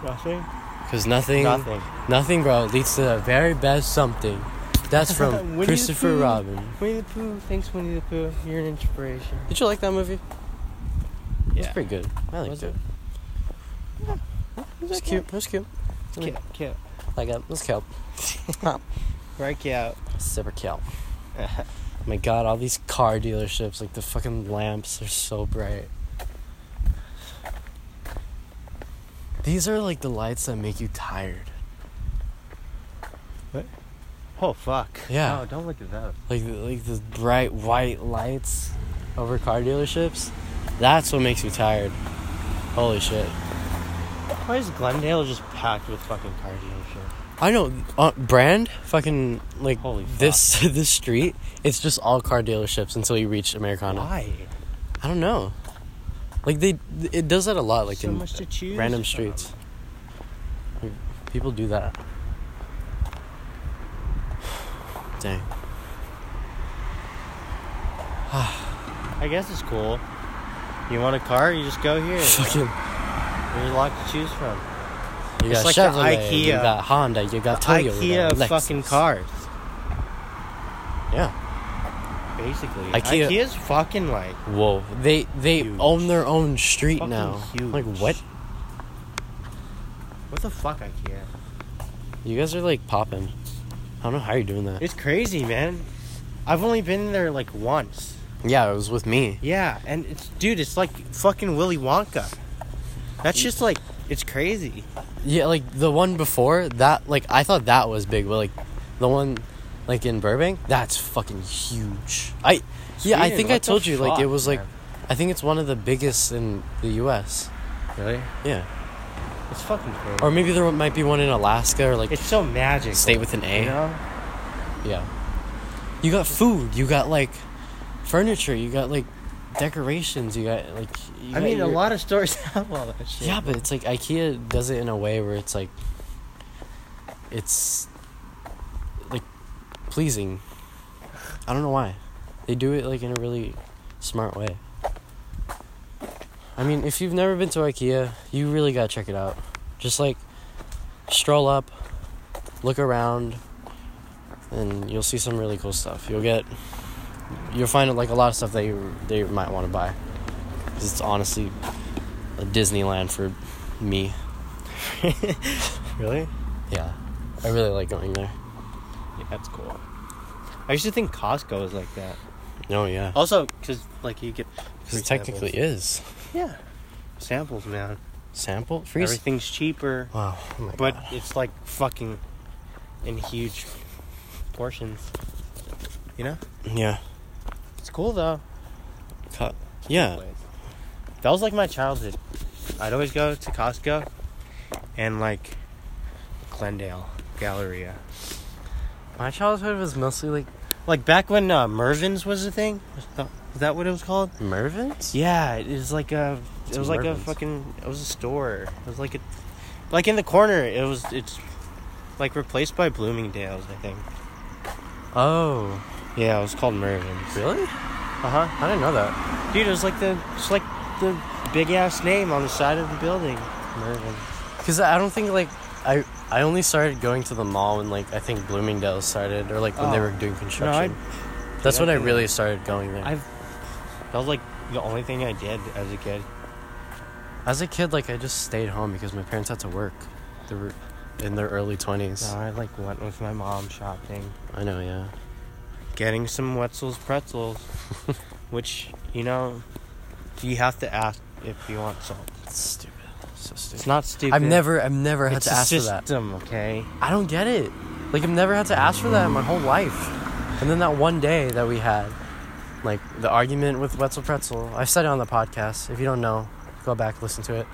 [SPEAKER 2] nothing.
[SPEAKER 1] Because nothing,
[SPEAKER 2] Nothing.
[SPEAKER 1] nothing, bro, leads to the very best something. That's from
[SPEAKER 2] Winnie the
[SPEAKER 1] Christopher
[SPEAKER 2] Pooh.
[SPEAKER 1] Robin.
[SPEAKER 2] Winnie the Pooh. Thanks, Winnie the Pooh. You're an inspiration.
[SPEAKER 1] Did you like that movie? It's
[SPEAKER 2] Yeah.
[SPEAKER 1] pretty good. I liked
[SPEAKER 2] Was
[SPEAKER 1] it.
[SPEAKER 2] it?
[SPEAKER 1] It was cute. It was cute.
[SPEAKER 2] Cute, cute.
[SPEAKER 1] Like uh, it was kelp.
[SPEAKER 2] Break you out.
[SPEAKER 1] Super kelp. My God, all these car dealerships, like the fucking lamps are so bright. These are like the lights that make you tired.
[SPEAKER 2] Oh fuck.
[SPEAKER 1] Yeah.
[SPEAKER 2] No, don't look at that.
[SPEAKER 1] Like like the bright white lights over car dealerships. That's what makes you tired. Holy shit.
[SPEAKER 2] Why is Glendale just packed with fucking car dealerships?
[SPEAKER 1] I know uh, brand fucking like
[SPEAKER 2] Holy fuck.
[SPEAKER 1] this this street. It's just all car dealerships until you reach Americana.
[SPEAKER 2] Why?
[SPEAKER 1] I don't know. Like they, it does that a lot. Like
[SPEAKER 2] so
[SPEAKER 1] in
[SPEAKER 2] much to choose.
[SPEAKER 1] random
[SPEAKER 2] from.
[SPEAKER 1] streets, people do that. Dang.
[SPEAKER 2] I guess it's cool. You want a car? You just go here.
[SPEAKER 1] Fucking.
[SPEAKER 2] There's a lot to choose from.
[SPEAKER 1] You
[SPEAKER 2] It's
[SPEAKER 1] got
[SPEAKER 2] like the
[SPEAKER 1] Chevrolet. You
[SPEAKER 2] IKEA.
[SPEAKER 1] got Honda. You got Toyota. you
[SPEAKER 2] IKEA
[SPEAKER 1] got Lexus.
[SPEAKER 2] fucking cars,
[SPEAKER 1] Yeah.
[SPEAKER 2] basically.
[SPEAKER 1] IKEA-
[SPEAKER 2] IKEA's fucking like
[SPEAKER 1] Whoa. They they
[SPEAKER 2] Huge.
[SPEAKER 1] own their own street
[SPEAKER 2] fucking
[SPEAKER 1] now.
[SPEAKER 2] huge.
[SPEAKER 1] Like what?
[SPEAKER 2] What the fuck, IKEA?
[SPEAKER 1] You guys are like popping. I don't know how you're doing that.
[SPEAKER 2] It's crazy, man. I've only been there like once.
[SPEAKER 1] Yeah, it was with me.
[SPEAKER 2] Yeah, and it's dude, it's like fucking Willy Wonka. That's just like it's crazy.
[SPEAKER 1] Yeah, like the one before that, like I thought that was big, but like the one like in Burbank, that's fucking huge. I yeah, I
[SPEAKER 2] Sweden,
[SPEAKER 1] think I
[SPEAKER 2] what the
[SPEAKER 1] told you like it
[SPEAKER 2] fuck,
[SPEAKER 1] was like
[SPEAKER 2] man?
[SPEAKER 1] I think it's one of the biggest in the US.
[SPEAKER 2] Really?
[SPEAKER 1] Yeah.
[SPEAKER 2] It's fucking crazy.
[SPEAKER 1] Or maybe there might be one in Alaska or like
[SPEAKER 2] it's so magic.
[SPEAKER 1] state with an A.
[SPEAKER 2] you know?
[SPEAKER 1] Yeah. You got food, you got like furniture, you got like decorations, you got like you
[SPEAKER 2] I
[SPEAKER 1] got
[SPEAKER 2] mean,
[SPEAKER 1] your-
[SPEAKER 2] a lot of stores have all that shit.
[SPEAKER 1] Yeah, but it's like IKEA does it in a way where it's like it's like pleasing. I don't know why. They do it like in a really smart way. I mean, if you've never been to IKEA, you really got to check it out. Just like stroll up, look around, and you'll see some really cool stuff. You'll get you'll find like a lot of stuff that you that you might want to buy. 'Cause it's honestly a Disneyland for me.
[SPEAKER 2] Really?
[SPEAKER 1] Yeah, I really like going there.
[SPEAKER 2] Yeah, that's cool. I used to think Costco was like that.
[SPEAKER 1] No, yeah,
[SPEAKER 2] Also, because like you get Oh, free
[SPEAKER 1] Oh, it technically is
[SPEAKER 2] samples. yeah samples, man.
[SPEAKER 1] sample free. s-
[SPEAKER 2] Everything's cheaper,
[SPEAKER 1] Wow, oh my
[SPEAKER 2] but
[SPEAKER 1] God.
[SPEAKER 2] it's like fucking in huge portions. You know,
[SPEAKER 1] yeah,
[SPEAKER 2] it's cool though.
[SPEAKER 1] cut. Yeah,
[SPEAKER 2] That was like my childhood. I'd always go to Costco and like Glendale Galleria. My childhood was mostly like like back when uh, Mervin's was a thing. Was that, is that what it was called?
[SPEAKER 1] Mervin's.
[SPEAKER 2] Yeah, it was like a it
[SPEAKER 1] It's
[SPEAKER 2] was like a
[SPEAKER 1] Mervin's.
[SPEAKER 2] fucking it was a store. It was like a like in the corner. It was it's like replaced by Bloomingdale's, I think.
[SPEAKER 1] Oh,
[SPEAKER 2] Yeah, it was called Mervin's.
[SPEAKER 1] really?
[SPEAKER 2] Uh-huh.
[SPEAKER 1] I didn't know that.
[SPEAKER 2] Dude, it was like the it's like the big ass name on the side of the building. Mervin.
[SPEAKER 1] Cause I don't think like I I only started going to the mall when like I think Bloomingdale's started or like when they
[SPEAKER 2] Oh.
[SPEAKER 1] were doing
[SPEAKER 2] No, I,
[SPEAKER 1] construction. That's when I really started going there.
[SPEAKER 2] I've that was like the only thing I did as a kid.
[SPEAKER 1] As a kid, like I just stayed home because my parents had to work. They were in their early twenties.
[SPEAKER 2] No, I like went with my mom shopping,
[SPEAKER 1] I know, yeah.
[SPEAKER 2] getting some Wetzel's pretzels, which you know, you have to ask if you want salt.
[SPEAKER 1] It's stupid. So stupid.
[SPEAKER 2] It's not stupid.
[SPEAKER 1] I've never, I've never had
[SPEAKER 2] it's
[SPEAKER 1] to
[SPEAKER 2] a
[SPEAKER 1] ask for that.
[SPEAKER 2] system, okay?
[SPEAKER 1] I don't get it. Like I've never had to ask for that in my whole life. And then that one day that we had, like the argument with Wetzel Pretzel. I've said it on the podcast. If you don't know, go back listen to it.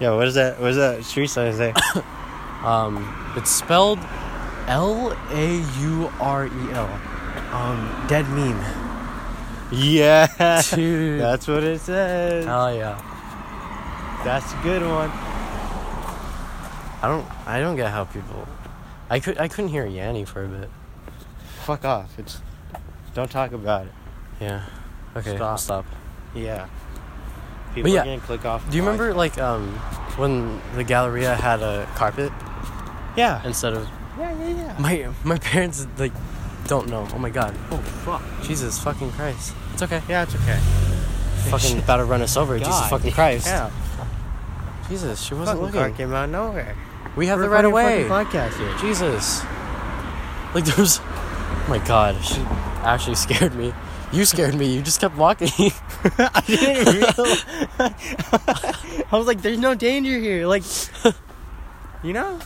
[SPEAKER 2] Yeah, what is that? What is that street sign say?
[SPEAKER 1] Um, it's spelled L A U R E L. Um, dead meme.
[SPEAKER 2] yeah,
[SPEAKER 1] Dude.
[SPEAKER 2] that's what it says.
[SPEAKER 1] Hell yeah.
[SPEAKER 2] That's a good one.
[SPEAKER 1] I don't. I don't get how people. I could. I couldn't hear Yanni for a bit.
[SPEAKER 2] Fuck off. It's don't talk about it.
[SPEAKER 1] Yeah. Okay.
[SPEAKER 2] Stop.
[SPEAKER 1] I'll stop.
[SPEAKER 2] Yeah. People
[SPEAKER 1] yeah,
[SPEAKER 2] are gonna click off.
[SPEAKER 1] Do you remember like um when the Galleria had a carpet
[SPEAKER 2] Yeah.
[SPEAKER 1] instead of
[SPEAKER 2] Yeah, yeah, yeah.
[SPEAKER 1] my my parents like don't know. Oh my god.
[SPEAKER 2] Oh fuck.
[SPEAKER 1] Jesus fucking Christ. It's okay.
[SPEAKER 2] Yeah, it's okay.
[SPEAKER 1] Fucking about to run us over. Jesus
[SPEAKER 2] God.
[SPEAKER 1] fucking Christ.
[SPEAKER 2] Yeah.
[SPEAKER 1] Jesus, she wasn't
[SPEAKER 2] Fucking car
[SPEAKER 1] looking.
[SPEAKER 2] came out of nowhere.
[SPEAKER 1] We have
[SPEAKER 2] We're
[SPEAKER 1] the right of
[SPEAKER 2] recording
[SPEAKER 1] way.
[SPEAKER 2] a fucking Podcast here.
[SPEAKER 1] Jesus. Like there was oh my god, she actually scared me. You scared me. You just kept walking.
[SPEAKER 2] I didn't realize. I was like, "There's no danger here." Like, you know,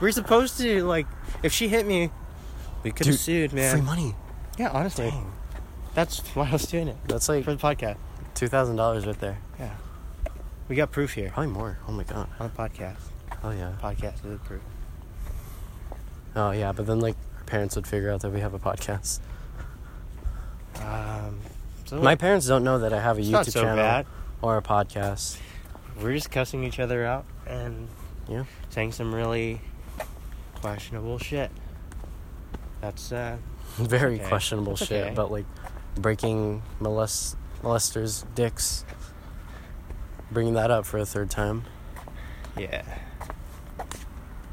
[SPEAKER 2] we're supposed to like. If she hit me, we could have
[SPEAKER 1] Dude,
[SPEAKER 2] sued,
[SPEAKER 1] Free
[SPEAKER 2] man.
[SPEAKER 1] money.
[SPEAKER 2] Yeah, honestly,
[SPEAKER 1] Dang.
[SPEAKER 2] that's why I was doing it
[SPEAKER 1] That's like
[SPEAKER 2] for the podcast.
[SPEAKER 1] two thousand dollars right there.
[SPEAKER 2] Yeah, we got proof here
[SPEAKER 1] Probably more. Oh my god.
[SPEAKER 2] on the podcast.
[SPEAKER 1] Oh yeah.
[SPEAKER 2] Podcast is proof.
[SPEAKER 1] Oh yeah, but then like our parents would figure out that we have a podcast.
[SPEAKER 2] Um, so
[SPEAKER 1] My parents don't know that I have a
[SPEAKER 2] it's
[SPEAKER 1] YouTube
[SPEAKER 2] not so
[SPEAKER 1] channel
[SPEAKER 2] bad.
[SPEAKER 1] or a podcast.
[SPEAKER 2] We're just cussing each other out and
[SPEAKER 1] Yeah.
[SPEAKER 2] saying some really questionable shit. That's uh,
[SPEAKER 1] Very
[SPEAKER 2] Okay.
[SPEAKER 1] questionable
[SPEAKER 2] That's
[SPEAKER 1] shit
[SPEAKER 2] okay.
[SPEAKER 1] about like breaking molest molesters' dicks. Bringing that up for a third time.
[SPEAKER 2] yeah.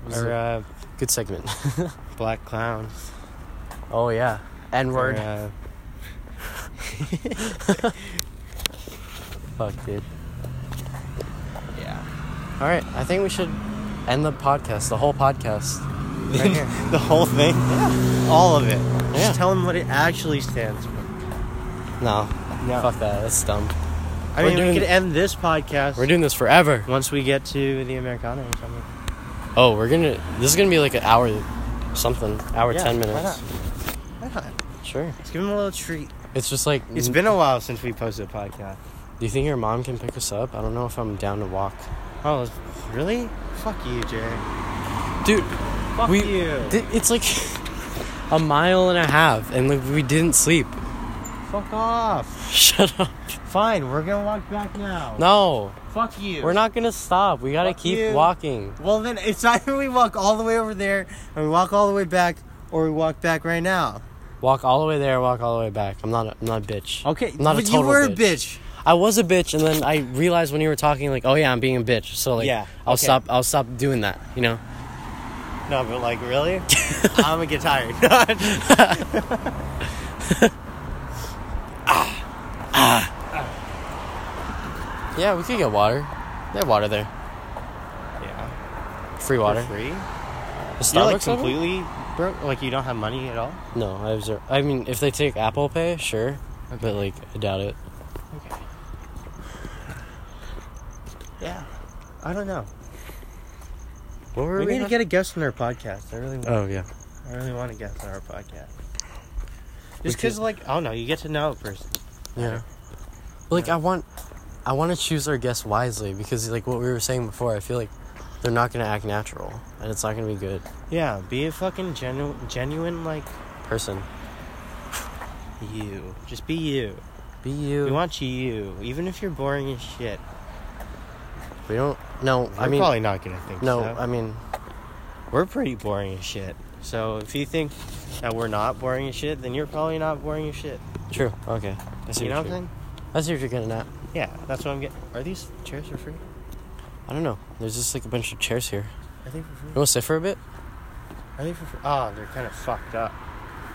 [SPEAKER 1] Was
[SPEAKER 2] Or
[SPEAKER 1] it-
[SPEAKER 2] uh,
[SPEAKER 1] Good segment.
[SPEAKER 2] black clowns.
[SPEAKER 1] oh yeah, N
[SPEAKER 2] Or,
[SPEAKER 1] word.
[SPEAKER 2] uh,
[SPEAKER 1] Fuck, dude.
[SPEAKER 2] yeah.
[SPEAKER 1] All right, I think we should end the podcast, the whole podcast.
[SPEAKER 2] Right here. the whole thing. All of it.
[SPEAKER 1] Yeah.
[SPEAKER 2] Just tell them what it actually stands for.
[SPEAKER 1] No,
[SPEAKER 2] No.
[SPEAKER 1] fuck that. That's dumb.
[SPEAKER 2] I
[SPEAKER 1] We're
[SPEAKER 2] mean,
[SPEAKER 1] doing-
[SPEAKER 2] we could end this podcast
[SPEAKER 1] We're doing this forever.
[SPEAKER 2] once we get to the Americana or something.
[SPEAKER 1] Oh, we're gonna. This is gonna be like an hour, something. Hour
[SPEAKER 2] Yeah,
[SPEAKER 1] ten
[SPEAKER 2] why
[SPEAKER 1] minutes.
[SPEAKER 2] Why not?
[SPEAKER 1] Sure.
[SPEAKER 2] Let's give them a little treat.
[SPEAKER 1] It's just like.
[SPEAKER 2] It's been a while since we posted a podcast.
[SPEAKER 1] Do you think your mom can pick us up? I don't know if I'm down to walk.
[SPEAKER 2] Oh, it's- really? Fuck you, Jay.
[SPEAKER 1] Dude,
[SPEAKER 2] Fuck
[SPEAKER 1] we.
[SPEAKER 2] you.
[SPEAKER 1] di- it's like a mile and a half, and like we didn't sleep.
[SPEAKER 2] Fuck off.
[SPEAKER 1] Shut up.
[SPEAKER 2] Fine, we're gonna walk back now.
[SPEAKER 1] No,
[SPEAKER 2] Fuck you.
[SPEAKER 1] we're not gonna stop. We gotta
[SPEAKER 2] Fuck
[SPEAKER 1] keep
[SPEAKER 2] you.
[SPEAKER 1] walking.
[SPEAKER 2] Well, then it's either we walk all the way over there and we walk all the way back, or we walk back right now.
[SPEAKER 1] Walk all the way there. Walk all the way back. I'm not. A, I'm not a bitch.
[SPEAKER 2] Okay,
[SPEAKER 1] I'm not
[SPEAKER 2] but
[SPEAKER 1] a total
[SPEAKER 2] you were a
[SPEAKER 1] bitch.
[SPEAKER 2] bitch.
[SPEAKER 1] I was a bitch, and then I realized when you were talking, like, oh yeah, I'm being a bitch. So like,
[SPEAKER 2] Yeah,
[SPEAKER 1] I'll
[SPEAKER 2] okay.
[SPEAKER 1] stop. I'll stop doing that. You know.
[SPEAKER 2] No, but like, really? I'm gonna get tired. ah, ah.
[SPEAKER 1] Yeah, we could get water. They have water there.
[SPEAKER 2] Yeah.
[SPEAKER 1] Free
[SPEAKER 2] For
[SPEAKER 1] water.
[SPEAKER 2] free?
[SPEAKER 1] The Starbucks
[SPEAKER 2] You're like
[SPEAKER 1] have it?
[SPEAKER 2] completely broke? Like you don't have money at all?
[SPEAKER 1] No, I have zero. I mean, if they take Apple Pay, sure, but like I doubt it.
[SPEAKER 2] Okay. Yeah. I don't know.
[SPEAKER 1] What were
[SPEAKER 2] We
[SPEAKER 1] we
[SPEAKER 2] need to
[SPEAKER 1] on?
[SPEAKER 2] get a guest on our podcast. I really want
[SPEAKER 1] Oh yeah.
[SPEAKER 2] I really want to guest on our podcast.
[SPEAKER 1] We
[SPEAKER 2] Just because,
[SPEAKER 1] could-
[SPEAKER 2] like, I don't know, you get to know a person.
[SPEAKER 1] Yeah. Like I want, I want to choose our guests wisely because like what we were saying before, I feel like they're not gonna act natural and it's not gonna be good
[SPEAKER 2] Yeah, be a fucking genu- genuine, like,
[SPEAKER 1] person.
[SPEAKER 2] you. Just be you.
[SPEAKER 1] Be you.
[SPEAKER 2] We want you, even if you're boring as shit.
[SPEAKER 1] We don't. No,
[SPEAKER 2] We're
[SPEAKER 1] I mean,
[SPEAKER 2] probably not gonna think
[SPEAKER 1] no,
[SPEAKER 2] so.
[SPEAKER 1] I mean,
[SPEAKER 2] we're pretty boring as shit. So if you think that we're not boring as shit, then you're probably not boring as shit.
[SPEAKER 1] true. Okay, I see.
[SPEAKER 2] you know what I'm
[SPEAKER 1] you're-
[SPEAKER 2] saying?
[SPEAKER 1] I see what you're getting at.
[SPEAKER 2] Yeah, that's what I'm getting. Are these chairs for free?
[SPEAKER 1] I don't know. There's just like a bunch of chairs here.
[SPEAKER 2] Are they for free?
[SPEAKER 1] You want to sit for a bit?
[SPEAKER 2] Are they for free? Ah, they're kind of fucked up.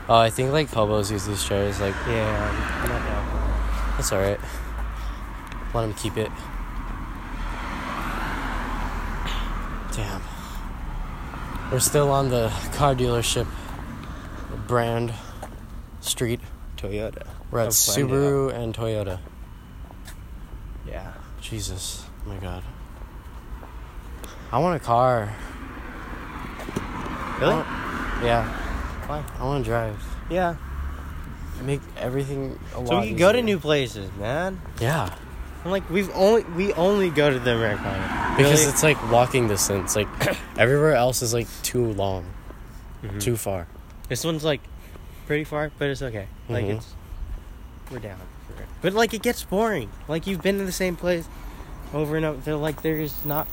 [SPEAKER 1] Oh, I think like hobos use these chairs. Like
[SPEAKER 2] Yeah, I'm not down.
[SPEAKER 1] that's all right. Let them keep it. Damn. We're still on the car dealership brand street.
[SPEAKER 2] Toyota.
[SPEAKER 1] We're at
[SPEAKER 2] Of
[SPEAKER 1] Subaru and Toyota.
[SPEAKER 2] Yeah.
[SPEAKER 1] Jesus, my God. I want a car.
[SPEAKER 2] Really?
[SPEAKER 1] Yeah,
[SPEAKER 2] Why?
[SPEAKER 1] I want to drive.
[SPEAKER 2] Yeah.
[SPEAKER 1] Make everything a lot.
[SPEAKER 2] So we can go to
[SPEAKER 1] easier.
[SPEAKER 2] new places, man.
[SPEAKER 1] Yeah,
[SPEAKER 2] I'm like, we've only we only go to the Americana
[SPEAKER 1] because
[SPEAKER 2] Really?
[SPEAKER 1] it's like walking distance. Like everywhere else is like too long,
[SPEAKER 2] Mhm.
[SPEAKER 1] too far.
[SPEAKER 2] This one's like pretty far, but it's okay. Like
[SPEAKER 1] Mhm.
[SPEAKER 2] it's we're down. for it. But like it gets boring. Like you've been to the same place over and over. They're like there's not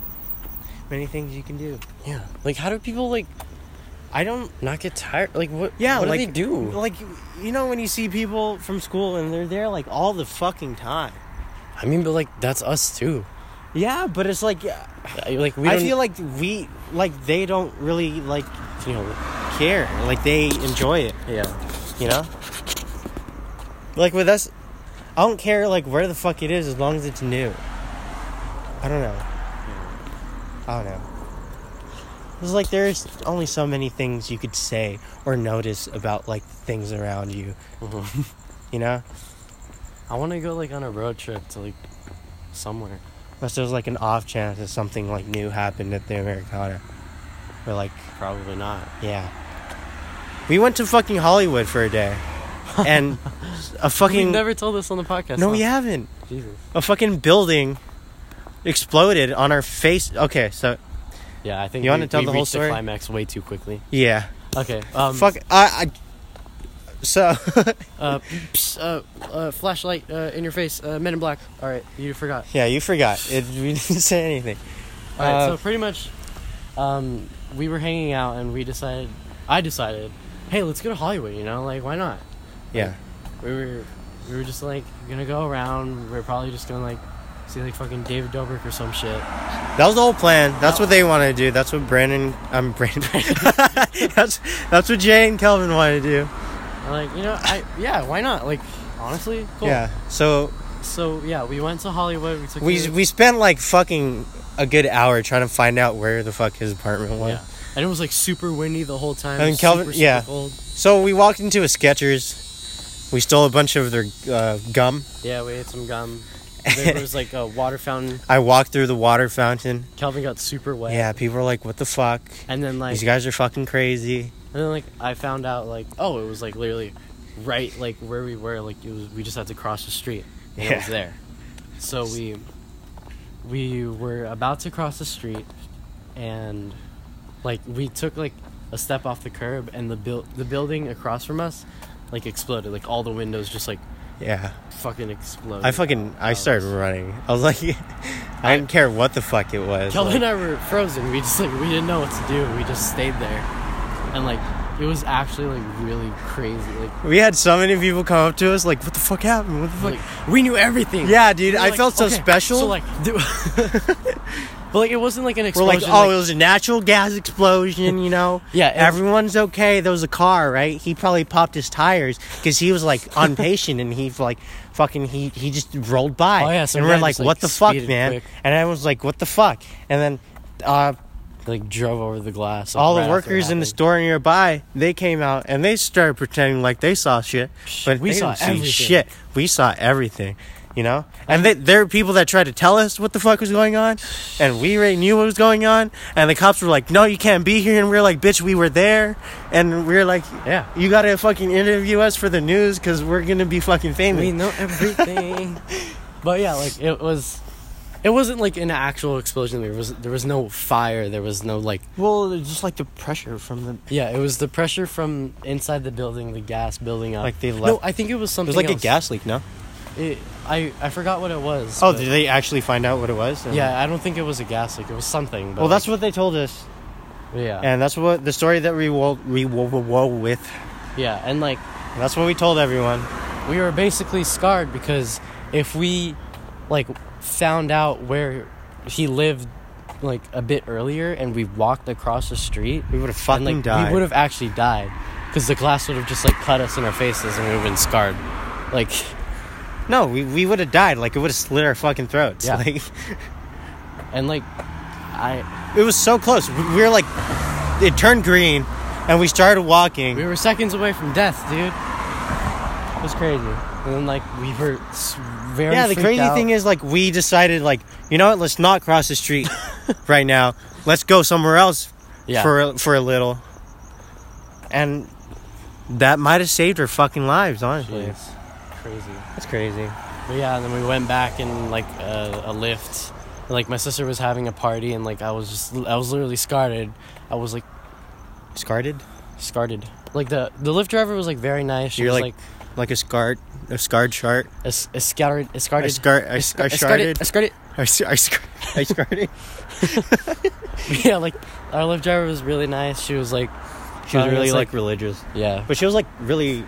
[SPEAKER 2] many things you can do.
[SPEAKER 1] Yeah. Like how do people like
[SPEAKER 2] I don't.
[SPEAKER 1] not get tired? Like what?
[SPEAKER 2] Yeah,
[SPEAKER 1] What
[SPEAKER 2] like
[SPEAKER 1] do they do?
[SPEAKER 2] Like you- you know when you see people from school and they're there like all the fucking time.
[SPEAKER 1] I mean, but like that's us too.
[SPEAKER 2] Yeah, but it's like
[SPEAKER 1] I- Like we.
[SPEAKER 2] I
[SPEAKER 1] don't-
[SPEAKER 2] feel like we like they don't really like
[SPEAKER 1] you know.
[SPEAKER 2] care. Like they enjoy it.
[SPEAKER 1] Yeah.
[SPEAKER 2] You know? Like with us, I don't care like where the fuck it is as long as it's new. I don't know. I don't know. It's like there's only so many things you could say or notice about like things around you. You know?
[SPEAKER 1] I want to go like on a road trip to like somewhere.
[SPEAKER 2] Unless there's like an off chance that something like new happened at the Americana. Or like
[SPEAKER 1] Probably not.
[SPEAKER 2] Yeah. We went to fucking Hollywood for a day. And a
[SPEAKER 1] We've
[SPEAKER 2] fucking
[SPEAKER 1] never told this on the podcast.
[SPEAKER 2] No,
[SPEAKER 1] huh?
[SPEAKER 2] we haven't.
[SPEAKER 1] Jesus.
[SPEAKER 2] A fucking building exploded on our face. Okay, so
[SPEAKER 1] Yeah, I think
[SPEAKER 2] You
[SPEAKER 1] we,
[SPEAKER 2] wanna tell
[SPEAKER 1] we
[SPEAKER 2] the whole
[SPEAKER 1] reached
[SPEAKER 2] story?
[SPEAKER 1] climax way too quickly.
[SPEAKER 2] yeah.
[SPEAKER 1] Okay. Um,
[SPEAKER 2] Fuck I, I so
[SPEAKER 1] Uh, psst, uh, uh, flashlight uh, in your face. Uh, Men in Black. All right, you forgot.
[SPEAKER 2] yeah, you forgot. It, we didn't say anything.
[SPEAKER 1] All right,
[SPEAKER 2] Uh,
[SPEAKER 1] so pretty much, um, we were hanging out and we decided, I decided, hey, let's go to Hollywood. You know, like why not?
[SPEAKER 2] Yeah.
[SPEAKER 1] We were, we were just like gonna go around. We are probably just gonna like see like fucking David Dobrik or some shit.
[SPEAKER 2] That was the whole plan. That's what they want to do. That's what Brandon I'm Brandon. that's that's what Jay and Kelvin want to do.
[SPEAKER 1] And, like you know, I yeah, why not? Like honestly, cool.
[SPEAKER 2] Yeah. So
[SPEAKER 1] So yeah, we went to Hollywood. We took
[SPEAKER 2] we
[SPEAKER 1] the-
[SPEAKER 2] we spent like fucking a good hour trying to find out where the fuck his apartment was.
[SPEAKER 1] yeah, and it was like super windy the whole time.
[SPEAKER 2] And Kelvin-
[SPEAKER 1] super, super
[SPEAKER 2] yeah.
[SPEAKER 1] cold.
[SPEAKER 2] So we walked into a Skechers. We stole a bunch of their uh, gum.
[SPEAKER 1] Yeah, we ate some gum. There was like a water fountain.
[SPEAKER 2] I walked through the water fountain.
[SPEAKER 1] Calvin got super wet.
[SPEAKER 2] Yeah, people were like, "What the fuck?
[SPEAKER 1] And then like,
[SPEAKER 2] These guys are fucking crazy."
[SPEAKER 1] and then like, I found out like, oh, it was like literally right like where we were. Like it was, we just had to cross the street. And It was
[SPEAKER 2] Yeah.
[SPEAKER 1] there. So we, we were about to cross the street, and like we took like a step off the curb, and the build the building across from us, like exploded. Like all the windows just like
[SPEAKER 2] Yeah,
[SPEAKER 1] fucking exploded. Um,
[SPEAKER 2] I fucking I
[SPEAKER 1] out.
[SPEAKER 2] started running. I was like, I didn't care what the fuck it was.
[SPEAKER 1] Kelvin and
[SPEAKER 2] Like,
[SPEAKER 1] I were frozen. We just like we didn't know what to do. We just stayed there, and like it was actually like really crazy. Like
[SPEAKER 2] we had so many people come up to us like, "What the fuck happened? What the fuck?"
[SPEAKER 1] like we knew everything.
[SPEAKER 2] yeah, dude,
[SPEAKER 1] We were
[SPEAKER 2] I
[SPEAKER 1] like,
[SPEAKER 2] felt so
[SPEAKER 1] "Okay,
[SPEAKER 2] special.
[SPEAKER 1] So like, do- But like it wasn't like an
[SPEAKER 2] We're
[SPEAKER 1] explosion.
[SPEAKER 2] like, oh, it was a natural gas explosion, you know?
[SPEAKER 1] yeah, it-
[SPEAKER 2] Everyone's okay. There was a car, right? He probably popped his tires because he was like impatient and he like fucking he he just rolled by.
[SPEAKER 1] Oh, yeah, some
[SPEAKER 2] and we're
[SPEAKER 1] guy
[SPEAKER 2] like,
[SPEAKER 1] just,
[SPEAKER 2] what
[SPEAKER 1] like,
[SPEAKER 2] the fuck,
[SPEAKER 1] speeded
[SPEAKER 2] man?
[SPEAKER 1] quick.
[SPEAKER 2] And I was like, what the fuck? And then uh,
[SPEAKER 1] like drove over the glass. like,
[SPEAKER 2] all
[SPEAKER 1] right
[SPEAKER 2] the
[SPEAKER 1] after it
[SPEAKER 2] workers in the
[SPEAKER 1] happened.
[SPEAKER 2] store nearby they came out and they started pretending like they saw shit, but
[SPEAKER 1] we
[SPEAKER 2] they
[SPEAKER 1] saw
[SPEAKER 2] didn't see
[SPEAKER 1] everything.
[SPEAKER 2] shit. We saw everything, you know. And they, there are people that tried to tell us what the fuck was going on, and we already knew what was going on. And the cops were like, "No, you can't be here." And we are like, "Bitch, we were there." And we are like,
[SPEAKER 1] Yeah.
[SPEAKER 2] you gotta fucking interview us for the news because we're gonna be fucking famous."
[SPEAKER 1] We know everything. but yeah, like it was. It wasn't like an actual explosion. There was there was no fire. There was no like
[SPEAKER 2] well, it's just like the pressure from the.
[SPEAKER 1] yeah. It was the pressure from inside the building, the gas building up.
[SPEAKER 2] Like they
[SPEAKER 1] No,
[SPEAKER 2] left-
[SPEAKER 1] I think it was
[SPEAKER 2] It
[SPEAKER 1] something.
[SPEAKER 2] was like
[SPEAKER 1] else.
[SPEAKER 2] a gas leak, no?
[SPEAKER 1] It, I I forgot what it was.
[SPEAKER 2] Oh,
[SPEAKER 1] but-
[SPEAKER 2] did they actually find out what it was? And-
[SPEAKER 1] yeah. I don't think it was a gas leak. It was something. But
[SPEAKER 2] Well, that's what they told us.
[SPEAKER 1] what. Yeah.
[SPEAKER 2] And that's what the story that we wo- we wo- wo- wo- with.
[SPEAKER 1] yeah, and like
[SPEAKER 2] And that's what we told everyone.
[SPEAKER 1] we were basically scarred because if we like found out where he lived like a bit earlier and we walked across the street
[SPEAKER 2] We would have
[SPEAKER 1] and
[SPEAKER 2] fucking
[SPEAKER 1] like
[SPEAKER 2] died.
[SPEAKER 1] we would have actually died because the glass would have just like cut us in our faces and we would have been scarred like
[SPEAKER 2] No, we, we would have died. Like it would have slit our fucking throats.
[SPEAKER 1] Yeah.
[SPEAKER 2] Like
[SPEAKER 1] and like i
[SPEAKER 2] it was so close. We, we were like, it turned green, and we started walking.
[SPEAKER 1] we were seconds away from death dude it was crazy and then like we were s- very
[SPEAKER 2] yeah, the crazy thing is like we decided like you know what? Let's not cross the street right now. Let's go somewhere else
[SPEAKER 1] Yeah.
[SPEAKER 2] for a- for a little. And that might have saved our fucking lives. Honestly,
[SPEAKER 1] crazy
[SPEAKER 2] that's crazy.
[SPEAKER 1] But yeah, and then we went back in like a, a lift. Like my sister was having a party, and like I was just I was literally scarred. I was like
[SPEAKER 2] Discarded.
[SPEAKER 1] scarred. Like the the lift driver was like very nice. She
[SPEAKER 2] You're,
[SPEAKER 1] was
[SPEAKER 2] like,
[SPEAKER 1] like,
[SPEAKER 2] like a scarred, a scarred shark.
[SPEAKER 1] a, s- a scarred, a scarred,
[SPEAKER 2] I scar, I, I
[SPEAKER 1] a scarred, a
[SPEAKER 2] sharded,
[SPEAKER 1] scarred.
[SPEAKER 2] I, s- I, scar, I scarred.
[SPEAKER 1] Yeah, like our lift driver was really nice. She was like,
[SPEAKER 2] She was
[SPEAKER 1] Uh,
[SPEAKER 2] really
[SPEAKER 1] it's
[SPEAKER 2] like,
[SPEAKER 1] like-
[SPEAKER 2] religious,
[SPEAKER 1] yeah,
[SPEAKER 2] but she was like really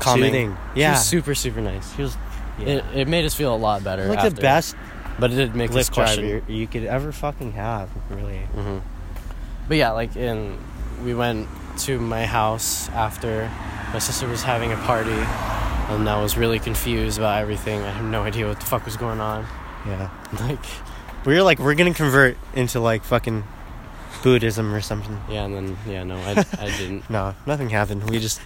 [SPEAKER 2] calming.
[SPEAKER 1] Soothing.
[SPEAKER 2] Yeah,
[SPEAKER 1] she was super super nice.
[SPEAKER 2] She was- yeah.
[SPEAKER 1] It, it made us feel a lot better.
[SPEAKER 2] like
[SPEAKER 1] after,
[SPEAKER 2] the best
[SPEAKER 1] but it did make us
[SPEAKER 2] lift
[SPEAKER 1] question.
[SPEAKER 2] driver you could ever fucking have. Really,
[SPEAKER 1] Mm-hmm. But yeah, like in we went to my house after my sister was having a party and I was really confused about everything. I had no idea what the fuck was going on.
[SPEAKER 2] yeah.
[SPEAKER 1] Like
[SPEAKER 2] We were like, we're gonna convert into like fucking Buddhism or something.
[SPEAKER 1] yeah, and then yeah, no, I, I didn't.
[SPEAKER 2] No, nothing happened. We just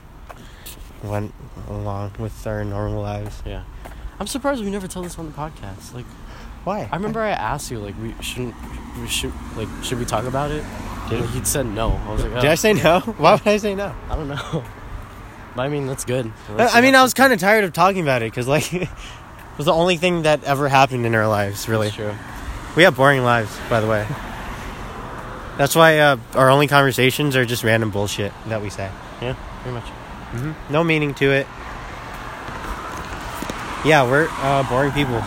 [SPEAKER 2] went along with our normal lives.
[SPEAKER 1] Yeah. I'm surprised we never told this on the podcast. Like
[SPEAKER 2] Why?
[SPEAKER 1] I remember I asked you like we shouldn't we should like should we talk about it?
[SPEAKER 2] Did-
[SPEAKER 1] Like, you said no. I was like, oh,
[SPEAKER 2] Did I say no? Why would I say no?
[SPEAKER 1] I don't know. But I mean, that's good.
[SPEAKER 2] I I mean, I was kind of tired of talking about it because, like, it was the only thing that ever happened in our lives, really.
[SPEAKER 1] That's true.
[SPEAKER 2] We have boring lives, by the way. That's why uh, our only conversations are just random bullshit that we say.
[SPEAKER 1] Yeah, pretty much. Mm-hmm.
[SPEAKER 2] No meaning to it. Yeah, we're uh, boring people.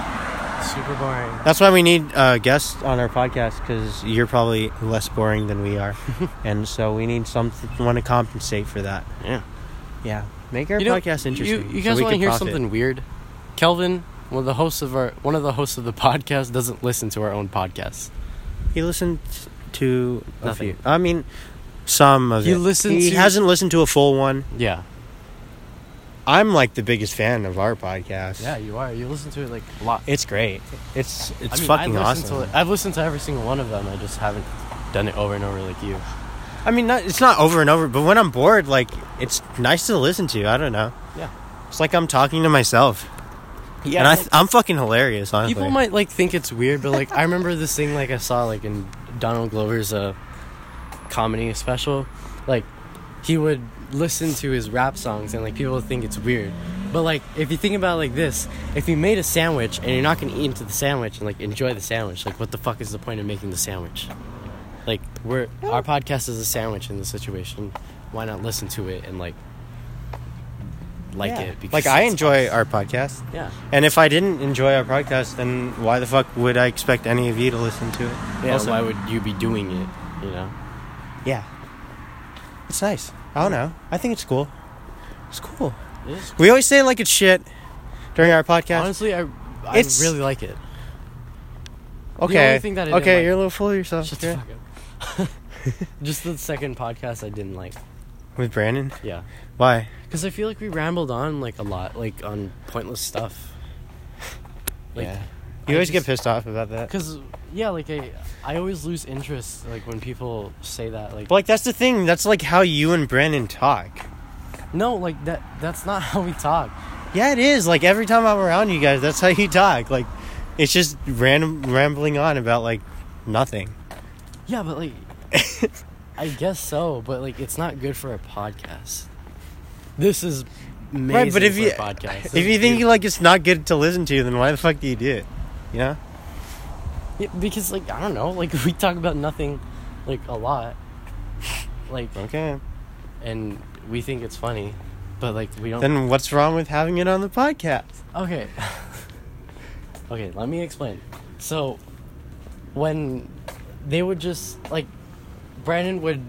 [SPEAKER 1] Super boring.
[SPEAKER 2] That's why we need uh, guests on our podcast because you're probably less boring than we are. and so we need someone to compensate for that.
[SPEAKER 1] Yeah.
[SPEAKER 2] Yeah. Make our
[SPEAKER 1] You know,
[SPEAKER 2] podcast interesting.
[SPEAKER 1] You, you
[SPEAKER 2] so
[SPEAKER 1] guys
[SPEAKER 2] we
[SPEAKER 1] want to
[SPEAKER 2] could
[SPEAKER 1] hear
[SPEAKER 2] profit.
[SPEAKER 1] something weird? Kelvin, one of the hosts of our one of the hosts of the podcast, doesn't listen to our own podcast.
[SPEAKER 2] He listened to a
[SPEAKER 1] Nothing.
[SPEAKER 2] few. I mean, some of
[SPEAKER 1] He
[SPEAKER 2] it.
[SPEAKER 1] listened
[SPEAKER 2] He
[SPEAKER 1] to-
[SPEAKER 2] hasn't listened to a full one.
[SPEAKER 1] Yeah,
[SPEAKER 2] I'm like the biggest fan of our podcast.
[SPEAKER 1] yeah, you are. You listen to it like a lot.
[SPEAKER 2] it's great. It's it's
[SPEAKER 1] I mean,
[SPEAKER 2] fucking
[SPEAKER 1] I listen
[SPEAKER 2] awesome.
[SPEAKER 1] To, it- I've listened to every single one of them. I just haven't done it over and over like you.
[SPEAKER 2] I mean, not, it's not over and over, but when I'm bored, like it's nice to listen to. I don't know.
[SPEAKER 1] Yeah.
[SPEAKER 2] It's like I'm talking to myself. Yeah, and I th- I'm fucking hilarious, honestly.
[SPEAKER 1] people might like think it's weird, but like I remember this thing like I saw like in Donald Glover's uh, comedy special, like he would listen to his rap songs and like people would think it's weird. But like if you think about it like this, if you made a sandwich and you're not gonna eat into the sandwich and like enjoy the sandwich, like what the fuck is the point of making the sandwich? Like we're our podcast is a sandwich in this situation. Why not listen to it and like like
[SPEAKER 2] Yeah.
[SPEAKER 1] it?
[SPEAKER 2] Like I
[SPEAKER 1] it's
[SPEAKER 2] enjoy
[SPEAKER 1] us.
[SPEAKER 2] our podcast,
[SPEAKER 1] yeah
[SPEAKER 2] and if I didn't enjoy our podcast, then why the fuck would I expect any of you to listen to it?
[SPEAKER 1] yeah.
[SPEAKER 2] Also-
[SPEAKER 1] why would you be doing it? You know.
[SPEAKER 2] Yeah. It's nice. I don't know. I think it's cool. It's cool.
[SPEAKER 1] It is.
[SPEAKER 2] We always say like it's shit during our podcast.
[SPEAKER 1] Honestly, I I
[SPEAKER 2] It's-
[SPEAKER 1] really like it. The only
[SPEAKER 2] Okay.
[SPEAKER 1] thing that I didn't
[SPEAKER 2] okay,
[SPEAKER 1] like-
[SPEAKER 2] you're a little full of yourself.
[SPEAKER 1] Shut
[SPEAKER 2] okay?
[SPEAKER 1] the fuck up. Just the second podcast I didn't like.
[SPEAKER 2] With Brandon?
[SPEAKER 1] Yeah.
[SPEAKER 2] Why?
[SPEAKER 1] Because I feel like we rambled on like a lot, like on pointless stuff. Like,
[SPEAKER 2] yeah.
[SPEAKER 1] I
[SPEAKER 2] You always
[SPEAKER 1] just-
[SPEAKER 2] get pissed off about that.
[SPEAKER 1] Cause yeah, like I, I always lose interest like when people say that. Like,
[SPEAKER 2] But like that's the thing. That's like how you and Brandon talk.
[SPEAKER 1] no, like that. That's not how we talk.
[SPEAKER 2] Yeah, it is. Like every time I'm around you guys, that's how you talk. Like it's just random rambling on about like nothing.
[SPEAKER 1] Yeah, but like, I guess so. But like, it's not good for a podcast. This is amazing
[SPEAKER 2] right, but if
[SPEAKER 1] for
[SPEAKER 2] you
[SPEAKER 1] a podcast. This
[SPEAKER 2] if you
[SPEAKER 1] is
[SPEAKER 2] think
[SPEAKER 1] beautiful.
[SPEAKER 2] like it's not good to listen to, then why the fuck do you do it? You know?
[SPEAKER 1] Yeah, because like I don't know, like we talk about nothing, like a lot, like
[SPEAKER 2] Okay.
[SPEAKER 1] and we think it's funny, but like we don't.
[SPEAKER 2] Then what's wrong with having it on the podcast?
[SPEAKER 1] okay, okay, let me explain. So, when they would just like, Brandon would,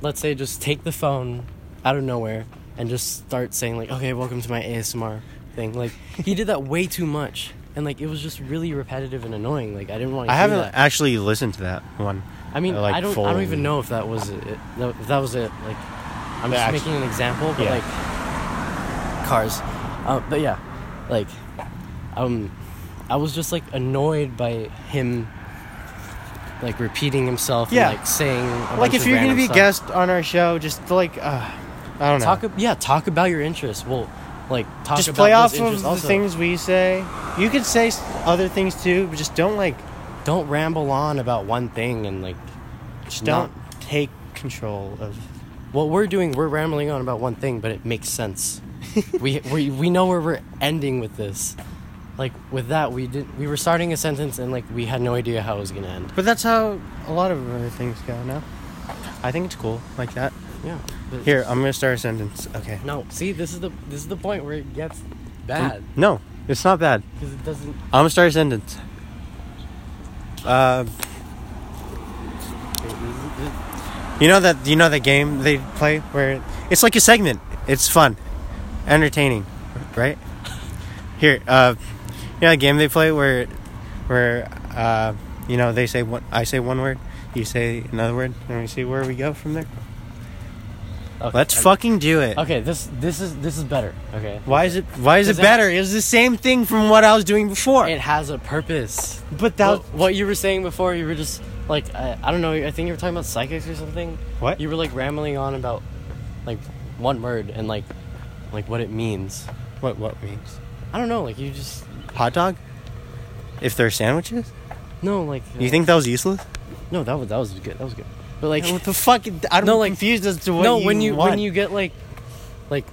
[SPEAKER 1] let's say, just take the phone out of nowhere and just start saying like, "Okay, welcome to my ASMR thing." Like he did that way too much, and like it was just really repetitive and annoying. Like I didn't want. to
[SPEAKER 2] I
[SPEAKER 1] hear
[SPEAKER 2] haven't
[SPEAKER 1] that.
[SPEAKER 2] actually listened to that one.
[SPEAKER 1] I mean,
[SPEAKER 2] Uh, like,
[SPEAKER 1] I don't. I
[SPEAKER 2] full-
[SPEAKER 1] don't even know if that was it. no, If that was it, like, I'm
[SPEAKER 2] The
[SPEAKER 1] just
[SPEAKER 2] act-
[SPEAKER 1] making an example, but
[SPEAKER 2] Yeah.
[SPEAKER 1] like, cars. Uh, but yeah, like, um, I was just like annoyed by him, like repeating himself.
[SPEAKER 2] Yeah.
[SPEAKER 1] and, like saying. A
[SPEAKER 2] Like
[SPEAKER 1] bunch
[SPEAKER 2] if
[SPEAKER 1] of
[SPEAKER 2] you're gonna
[SPEAKER 1] random
[SPEAKER 2] be a
[SPEAKER 1] stuff.
[SPEAKER 2] guest on our show, just like uh, I don't know.
[SPEAKER 1] talk. ab- Yeah, talk about your interests. Well, like talk
[SPEAKER 2] just
[SPEAKER 1] about
[SPEAKER 2] play
[SPEAKER 1] those
[SPEAKER 2] off of
[SPEAKER 1] interests
[SPEAKER 2] the
[SPEAKER 1] also.
[SPEAKER 2] things we say. You could say s- other things too, but just don't like
[SPEAKER 1] Don't ramble on about one thing and like
[SPEAKER 2] just
[SPEAKER 1] Not-
[SPEAKER 2] don't take control of.
[SPEAKER 1] what we're doing we're rambling on about one thing but it makes sense we, we we know where we're ending with this like with that we did we were starting a sentence and like we had no idea how it was gonna end
[SPEAKER 2] But that's how a lot of other things go. No, I think it's cool like that.
[SPEAKER 1] yeah but-
[SPEAKER 2] Here, I'm gonna start a sentence. Okay.
[SPEAKER 1] no see this is the this is the point where it gets bad
[SPEAKER 2] No, it's not bad.
[SPEAKER 1] because it doesn't
[SPEAKER 2] I'm gonna start a sentence. Uh, you know that you know that game they play where it's like a segment. It's fun, entertaining, right? Here, uh, you know that game they play where, where uh, you know they say one, I say one word, you say another word, and we see where we go from there.
[SPEAKER 1] okay,
[SPEAKER 2] Let's fucking do it.
[SPEAKER 1] okay this this is this is better okay
[SPEAKER 2] Why is it Why is it
[SPEAKER 1] Is that-
[SPEAKER 2] better? It was the same thing from what I was doing before.
[SPEAKER 1] it has a purpose
[SPEAKER 2] but that
[SPEAKER 1] what, what you were saying before you were just like I, I don't know i think you were talking about psychics or something
[SPEAKER 2] What?
[SPEAKER 1] you were like rambling on about like one word and like like what it means
[SPEAKER 2] what what means.
[SPEAKER 1] i don't know like you just
[SPEAKER 2] hot dog if they're sandwiches
[SPEAKER 1] no like
[SPEAKER 2] you think that was useless
[SPEAKER 1] no that was that was good that was good but like
[SPEAKER 2] what the fuck i'm
[SPEAKER 1] No, like-
[SPEAKER 2] confused as to what
[SPEAKER 1] no when you
[SPEAKER 2] want.
[SPEAKER 1] when you get like like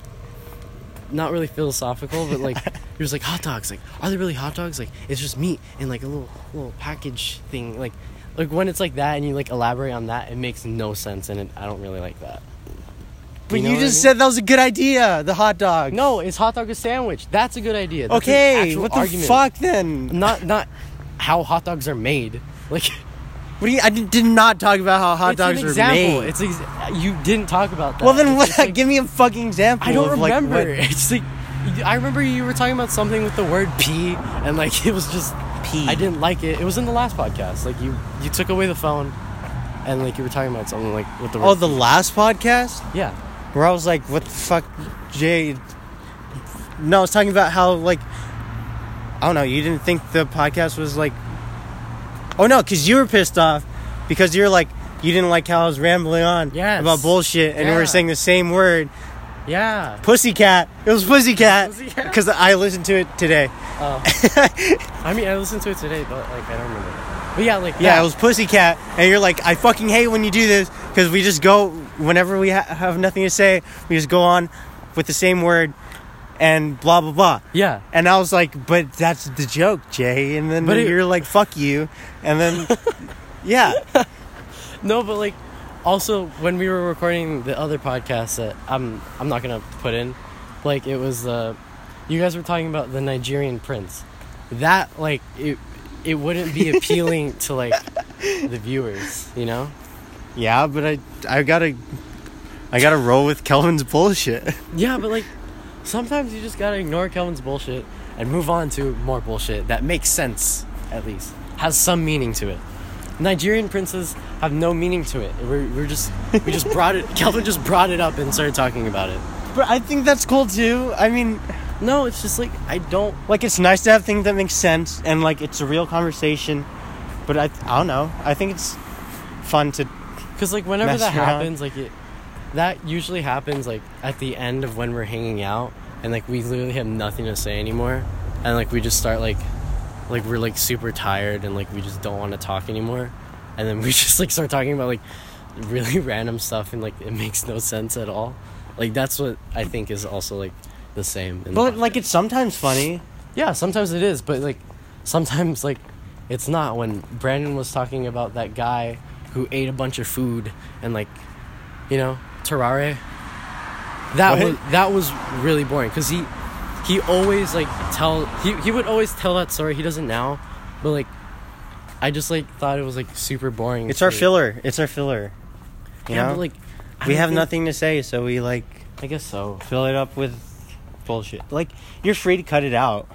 [SPEAKER 1] not really philosophical but like you're just like hot dogs like are they really hot dogs like it's just meat and like a little little package thing like like when it's like that and you like elaborate on that it makes no sense and it, i don't really like that
[SPEAKER 2] but
[SPEAKER 1] you
[SPEAKER 2] you,
[SPEAKER 1] know what I
[SPEAKER 2] just
[SPEAKER 1] mean?
[SPEAKER 2] said that was a good idea the hot dog
[SPEAKER 1] No, it's hot dog a sandwich. That's a good idea. That's an
[SPEAKER 2] okay
[SPEAKER 1] actual
[SPEAKER 2] what the
[SPEAKER 1] argument.
[SPEAKER 2] fuck then
[SPEAKER 1] Not not how hot dogs are made. Like
[SPEAKER 2] what do you i did did not talk about how hot
[SPEAKER 1] it's
[SPEAKER 2] dogs
[SPEAKER 1] an
[SPEAKER 2] were
[SPEAKER 1] example.
[SPEAKER 2] made
[SPEAKER 1] It's ex- you didn't talk about that.
[SPEAKER 2] well then
[SPEAKER 1] It's
[SPEAKER 2] what
[SPEAKER 1] just like-
[SPEAKER 2] give me a fucking example
[SPEAKER 1] I don't
[SPEAKER 2] of, like,
[SPEAKER 1] remember.
[SPEAKER 2] what-
[SPEAKER 1] It's like I remember you were talking about something with the word pee, and like it was just
[SPEAKER 2] Pee.
[SPEAKER 1] I didn't like it. It was in the last podcast. Like you you took away the phone, and like you were talking about something like with the word.
[SPEAKER 2] oh the last podcast
[SPEAKER 1] yeah.
[SPEAKER 2] where i was like what the fuck jay no i was talking about how like i don't know you didn't think the podcast was like oh no because you were pissed off because you're like you didn't like how i was rambling on
[SPEAKER 1] Yes.
[SPEAKER 2] about bullshit and we
[SPEAKER 1] Yeah.
[SPEAKER 2] were saying the same word
[SPEAKER 1] Yeah.
[SPEAKER 2] pussycat it was pussycat
[SPEAKER 1] Pussycat.
[SPEAKER 2] because i listened to it today
[SPEAKER 1] Oh. I mean, I listened to it today, but like I don't remember. But yeah, like
[SPEAKER 2] yeah
[SPEAKER 1] that.
[SPEAKER 2] it was pussycat and you're like i fucking hate when you do this because we just go whenever we ha- have nothing to say we just go on with the same word and blah blah blah
[SPEAKER 1] yeah.
[SPEAKER 2] And I was like, but that's the joke, Jay. And then
[SPEAKER 1] But it-
[SPEAKER 2] you're like, fuck you. And then, yeah.
[SPEAKER 1] No, but like, also when we were recording the other podcast that I'm I'm not gonna put in, like it was uh, you guys were talking about the Nigerian prince, that like it it wouldn't be appealing to like the viewers, you know?
[SPEAKER 2] Yeah, but I, I gotta, I gotta roll with Kelvin's bullshit.
[SPEAKER 1] Yeah, but like sometimes you just gotta ignore Kelvin's bullshit and move on to more bullshit that makes sense at least. has some meaning to it. Nigerian princes have no meaning to it. We're, we're just we just brought it. Calvin just brought it up and started talking about it.
[SPEAKER 2] But I think that's cool too. I mean,
[SPEAKER 1] No, it's just like I don't.
[SPEAKER 2] like it's nice to have things that make sense and like it's a real conversation. But I, I don't know. I think it's fun to.
[SPEAKER 1] Cause like whenever
[SPEAKER 2] Mess
[SPEAKER 1] that
[SPEAKER 2] around.
[SPEAKER 1] happens, like it, that usually happens like at the end of when we're hanging out, and like we literally have nothing to say anymore, and like we just start like, like we're like super tired and like we just don't want to talk anymore, and then we just like start talking about like really random stuff and like it makes no sense at all. Like that's what I think is also like the same. in the
[SPEAKER 2] But like
[SPEAKER 1] podcast.
[SPEAKER 2] it's sometimes funny.
[SPEAKER 1] Yeah, sometimes it is, but like sometimes like it's not when Brandon was talking about that guy who ate a bunch of food and like you know, Terrare. That
[SPEAKER 2] What?
[SPEAKER 1] was that was really boring cuz he he always like tell he he would always tell that story. He doesn't now, but like I just like thought it was like super boring.
[SPEAKER 2] It's our
[SPEAKER 1] to-
[SPEAKER 2] filler. It's our filler. You
[SPEAKER 1] Yeah,
[SPEAKER 2] know,
[SPEAKER 1] but like I
[SPEAKER 2] we
[SPEAKER 1] don't
[SPEAKER 2] have
[SPEAKER 1] think-
[SPEAKER 2] nothing to say, so we like
[SPEAKER 1] I guess so.
[SPEAKER 2] fill it up with bullshit. Like you're free to cut it out.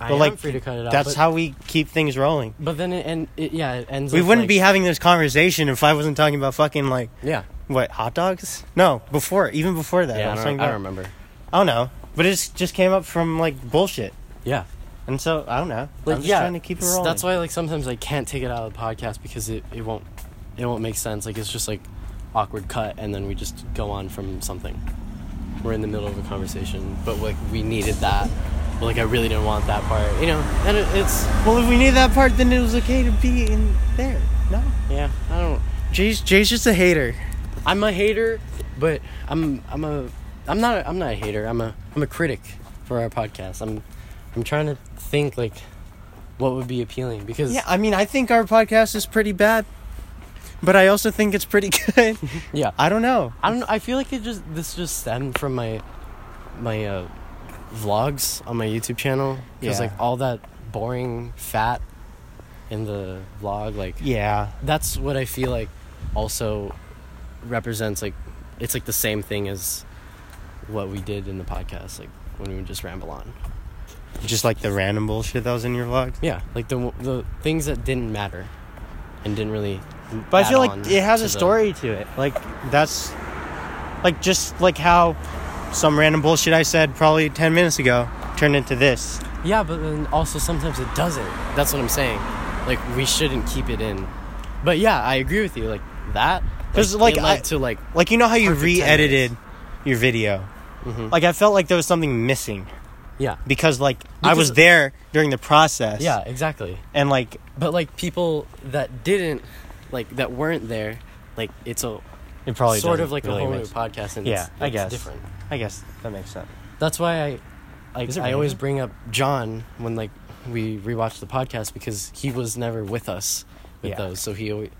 [SPEAKER 1] I
[SPEAKER 2] But,
[SPEAKER 1] am
[SPEAKER 2] like,
[SPEAKER 1] free to cut it out.
[SPEAKER 2] That's
[SPEAKER 1] but,
[SPEAKER 2] how we keep things rolling.
[SPEAKER 1] But then it and it, yeah, it ends
[SPEAKER 2] We
[SPEAKER 1] with,
[SPEAKER 2] wouldn't
[SPEAKER 1] like-
[SPEAKER 2] be having this conversation if I wasn't talking about fucking like
[SPEAKER 1] Yeah.
[SPEAKER 2] what hot dogs? No, before even before that,
[SPEAKER 1] Yeah,
[SPEAKER 2] I
[SPEAKER 1] I don't,
[SPEAKER 2] was talking
[SPEAKER 1] I
[SPEAKER 2] about.
[SPEAKER 1] don't remember.
[SPEAKER 2] I don't know, but it just- just came up from like bullshit,
[SPEAKER 1] Yeah.
[SPEAKER 2] and so I don't know.
[SPEAKER 1] like
[SPEAKER 2] I'm just
[SPEAKER 1] yeah,
[SPEAKER 2] trying to keep it
[SPEAKER 1] s-
[SPEAKER 2] rolling.
[SPEAKER 1] That's why like sometimes I can't take it out of the podcast because it, it won't it won't make sense. Like it's just like awkward cut and then we just go on from something. We're in the middle of a conversation, but like we needed that. But like I really didn't want that part, you know. And it, it's
[SPEAKER 2] Well, if we knew that part, then it was okay to be in there. No,
[SPEAKER 1] yeah, I don't.
[SPEAKER 2] Jay's Jay's just a hater.
[SPEAKER 1] I'm a hater, but I'm I'm a I'm not a, I'm not a hater. I'm a I'm a critic for our podcast. I'm I'm trying to think like what would be appealing because
[SPEAKER 2] Yeah, I mean, I think our podcast is pretty bad, but I also think it's pretty good.
[SPEAKER 1] yeah.
[SPEAKER 2] I don't know.
[SPEAKER 1] I don't. know, I feel like it just this just stemmed from my my uh, vlogs on my YouTube channel because
[SPEAKER 2] Yeah.
[SPEAKER 1] like all that boring fat in the vlog, like
[SPEAKER 2] Yeah,
[SPEAKER 1] that's what I feel like also represents like it's like the same thing as what we did in the podcast, like when we would just ramble on.
[SPEAKER 2] just like the random bullshit that was in your vlog.
[SPEAKER 1] Yeah, like the the things that didn't matter and didn't really.
[SPEAKER 2] But I feel
[SPEAKER 1] add
[SPEAKER 2] like
[SPEAKER 1] on
[SPEAKER 2] it has
[SPEAKER 1] to
[SPEAKER 2] a
[SPEAKER 1] the-
[SPEAKER 2] story to it. Like that's like just like how some random bullshit I said probably 10 minutes ago turned into this.
[SPEAKER 1] Yeah, but then also sometimes it doesn't. That's what I'm saying. Like we shouldn't keep it in. But yeah, I agree with you. Like that.
[SPEAKER 2] 'Cause,
[SPEAKER 1] it
[SPEAKER 2] like,
[SPEAKER 1] led
[SPEAKER 2] I-
[SPEAKER 1] to like
[SPEAKER 2] Like you know how you
[SPEAKER 1] Perfect 10
[SPEAKER 2] re-edited your video.
[SPEAKER 1] Mhm.
[SPEAKER 2] Like I felt like there was something missing
[SPEAKER 1] yeah,
[SPEAKER 2] because like I was
[SPEAKER 1] Because-
[SPEAKER 2] there during the process.
[SPEAKER 1] yeah, exactly.
[SPEAKER 2] And like
[SPEAKER 1] But like people that didn't, like that weren't there, like it's a
[SPEAKER 2] it probably
[SPEAKER 1] sort
[SPEAKER 2] doesn't
[SPEAKER 1] of like
[SPEAKER 2] really
[SPEAKER 1] a whole
[SPEAKER 2] make
[SPEAKER 1] new
[SPEAKER 2] sense.
[SPEAKER 1] podcast. And
[SPEAKER 2] Yeah,
[SPEAKER 1] it's,
[SPEAKER 2] I
[SPEAKER 1] it's
[SPEAKER 2] guess.
[SPEAKER 1] different.
[SPEAKER 2] I guess that makes sense.
[SPEAKER 1] That's why I, like,
[SPEAKER 2] Is
[SPEAKER 1] I
[SPEAKER 2] it
[SPEAKER 1] always
[SPEAKER 2] raining?
[SPEAKER 1] bring up John when like we rewatch the podcast because he was never with us with
[SPEAKER 2] Yeah.
[SPEAKER 1] those. So he always,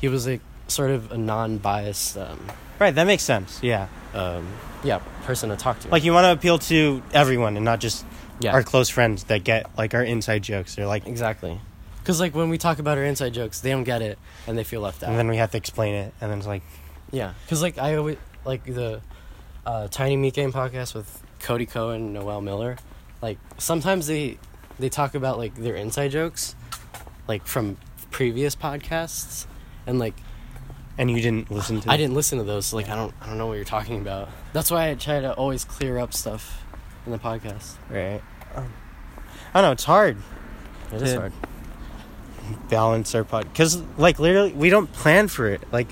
[SPEAKER 1] he was like sort of a non-biased, um,
[SPEAKER 2] Right, that makes sense. Yeah.
[SPEAKER 1] um, yeah, person to talk to.
[SPEAKER 2] Like you want to appeal to everyone and not just
[SPEAKER 1] yeah,
[SPEAKER 2] our close friends that get like our inside jokes. They're like
[SPEAKER 1] exactly. Because like when we talk about our inside jokes, they don't get it and they feel left out.
[SPEAKER 2] and then we have to explain it and then it's like
[SPEAKER 1] yeah, because like I always like the uh, Tiny Meat Game podcast with Cody Cohen and Noel Miller. Like sometimes they they talk about like their inside jokes, like from previous podcasts, and like
[SPEAKER 2] and you didn't listen to
[SPEAKER 1] I didn't listen to those. So, like I don't I don't know what you're talking about. That's why I try to always clear up stuff in the podcast.
[SPEAKER 2] Right.
[SPEAKER 1] Um,
[SPEAKER 2] I don't know. It's hard
[SPEAKER 1] It is
[SPEAKER 2] Yeah.
[SPEAKER 1] hard.
[SPEAKER 2] balance our pod because like literally we don't plan for it. Like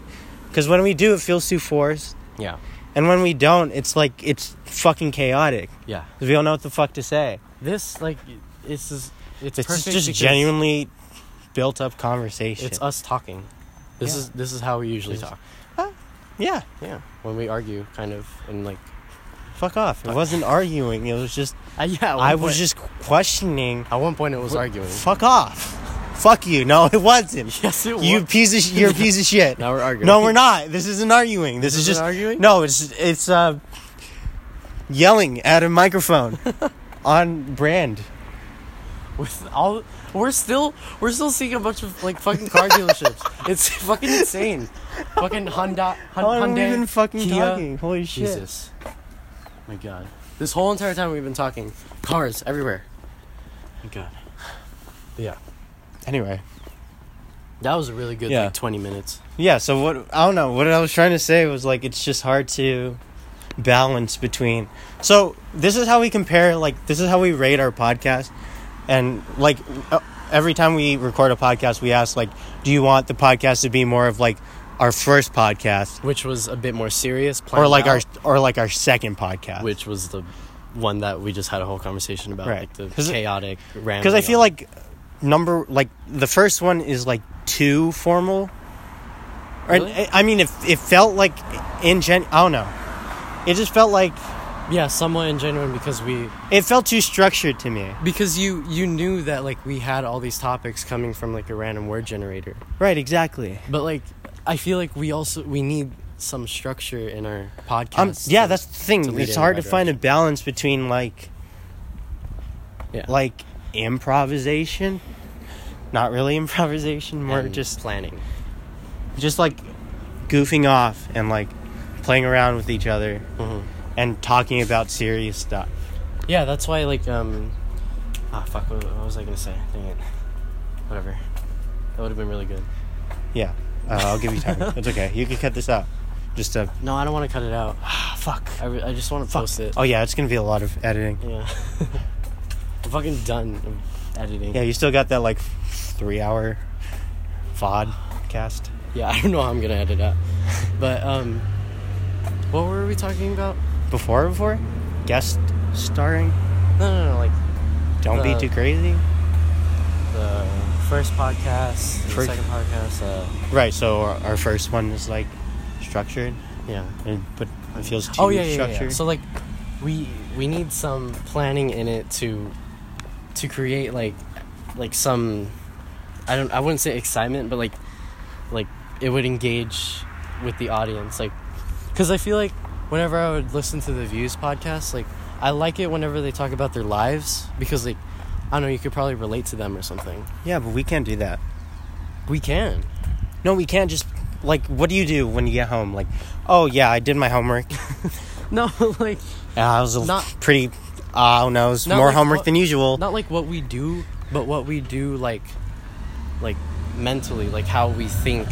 [SPEAKER 2] because when we do, it feels too forced,
[SPEAKER 1] Yeah,
[SPEAKER 2] and when we don't, it's like it's fucking chaotic
[SPEAKER 1] yeah.
[SPEAKER 2] because we don't know what the fuck to say.
[SPEAKER 1] This like it's just it's,
[SPEAKER 2] It's
[SPEAKER 1] perfect
[SPEAKER 2] just, just
[SPEAKER 1] because
[SPEAKER 2] genuinely built up conversation.
[SPEAKER 1] It's us talking. This
[SPEAKER 2] Yeah.
[SPEAKER 1] is this is how we usually
[SPEAKER 2] It is.
[SPEAKER 1] talk.
[SPEAKER 2] yeah.
[SPEAKER 1] Yeah, when we argue, kind of, and like
[SPEAKER 2] Fuck off. It
[SPEAKER 1] Fuck.
[SPEAKER 2] wasn't arguing. It was just
[SPEAKER 1] Uh, yeah, at one
[SPEAKER 2] I was
[SPEAKER 1] point-
[SPEAKER 2] just questioning.
[SPEAKER 1] at one point it was arguing.
[SPEAKER 2] Fuck off. Fuck you. No, it wasn't.
[SPEAKER 1] Yes, it
[SPEAKER 2] You
[SPEAKER 1] was.
[SPEAKER 2] piece of sh- you're a piece of shit.
[SPEAKER 1] Now we're arguing.
[SPEAKER 2] No, we're not. This isn't arguing. This, is
[SPEAKER 1] isn't
[SPEAKER 2] just
[SPEAKER 1] arguing?
[SPEAKER 2] No, it's it's uh, yelling at a microphone on brand.
[SPEAKER 1] With all, we're still we're still seeing a bunch of like fucking car dealerships. It's fucking insane. Fucking Honda, Hun-
[SPEAKER 2] How long have we
[SPEAKER 1] Hyundai,
[SPEAKER 2] been fucking
[SPEAKER 1] Kia.
[SPEAKER 2] talking? Holy shit!
[SPEAKER 1] Jesus, my God! This whole entire time we've been talking cars everywhere. My God. But yeah,
[SPEAKER 2] Anyway,
[SPEAKER 1] That was a really good
[SPEAKER 2] Yeah.
[SPEAKER 1] like twenty minutes.
[SPEAKER 2] yeah. So what I don't know what I was trying to say was like it's just hard to balance between. So this is how we compare. Like this is how we rate our podcast, and like uh, every time we record a podcast, we ask like, do you want the podcast to be more of like our first podcast
[SPEAKER 1] Which was a bit more serious.
[SPEAKER 2] or
[SPEAKER 1] planned
[SPEAKER 2] like
[SPEAKER 1] out,
[SPEAKER 2] our or like our second podcast?
[SPEAKER 1] which was the one that we just had a whole conversation about,
[SPEAKER 2] Right.
[SPEAKER 1] like the
[SPEAKER 2] 'Cause it-
[SPEAKER 1] chaotic random.
[SPEAKER 2] because I feel like number like the first one is like too formal. Or,
[SPEAKER 1] Really?
[SPEAKER 2] I mean, it, it felt like ingen. I don't know. It just felt like
[SPEAKER 1] yeah, somewhat ingenuine because we
[SPEAKER 2] it felt too structured to me.
[SPEAKER 1] because you you knew that like we had all these topics coming from like a random word generator,
[SPEAKER 2] Right. Exactly.
[SPEAKER 1] but like I feel like we also we need some structure in our podcast.
[SPEAKER 2] Um. Yeah.
[SPEAKER 1] to-
[SPEAKER 2] That's the
[SPEAKER 1] to
[SPEAKER 2] thing.
[SPEAKER 1] lead
[SPEAKER 2] It's
[SPEAKER 1] in the
[SPEAKER 2] hard to
[SPEAKER 1] right
[SPEAKER 2] find a balance between like,
[SPEAKER 1] Yeah.
[SPEAKER 2] like improvisation. Not really improvisation. More
[SPEAKER 1] and
[SPEAKER 2] just
[SPEAKER 1] planning.
[SPEAKER 2] just like goofing off and like playing around with each other and talking about serious stuff.
[SPEAKER 1] Yeah, that's why like um ah fuck what, what was I gonna say? Dang it. Whatever. That would have been really good.
[SPEAKER 2] Yeah, uh, I'll give you time. it's okay. You can cut this out. Just uh,
[SPEAKER 1] No, I don't want to cut it out.
[SPEAKER 2] ah, fuck.
[SPEAKER 1] I, re- I just want to post it.
[SPEAKER 2] Oh yeah, it's gonna be a lot of editing.
[SPEAKER 1] Yeah. I'm fucking done of editing.
[SPEAKER 2] Yeah, you still got that like three hour VOD cast.
[SPEAKER 1] Yeah, I don't know how I'm gonna edit out. But um, what were we talking about?
[SPEAKER 2] Before, before, guest starring.
[SPEAKER 1] No, no, no, like
[SPEAKER 2] Don't
[SPEAKER 1] Uh,
[SPEAKER 2] be too crazy.
[SPEAKER 1] the first podcast, the
[SPEAKER 2] First-
[SPEAKER 1] second podcast. Uh,
[SPEAKER 2] Right. So our, our first one is like structured,
[SPEAKER 1] yeah.
[SPEAKER 2] and, but it feels too
[SPEAKER 1] Oh yeah, yeah, yeah,
[SPEAKER 2] structured.
[SPEAKER 1] yeah. So like, we we need some planning in it to to create like like some I don't I wouldn't say excitement, but like like it would engage with the audience, like because I feel like whenever I would listen to the Views podcast, like I like it whenever they talk about their lives because like I don't know you could probably relate to them or something.
[SPEAKER 2] yeah, but we can't do that.
[SPEAKER 1] We can.
[SPEAKER 2] No, we can't just like what do you do when you get home? Like, oh yeah, I did my homework.
[SPEAKER 1] No, like
[SPEAKER 2] Yeah, I Uh, was a
[SPEAKER 1] Not-
[SPEAKER 2] pretty I don't know, it was
[SPEAKER 1] Not
[SPEAKER 2] more
[SPEAKER 1] like
[SPEAKER 2] homework
[SPEAKER 1] what-
[SPEAKER 2] than usual.
[SPEAKER 1] not like what we do, but what we do like like mentally, like how we think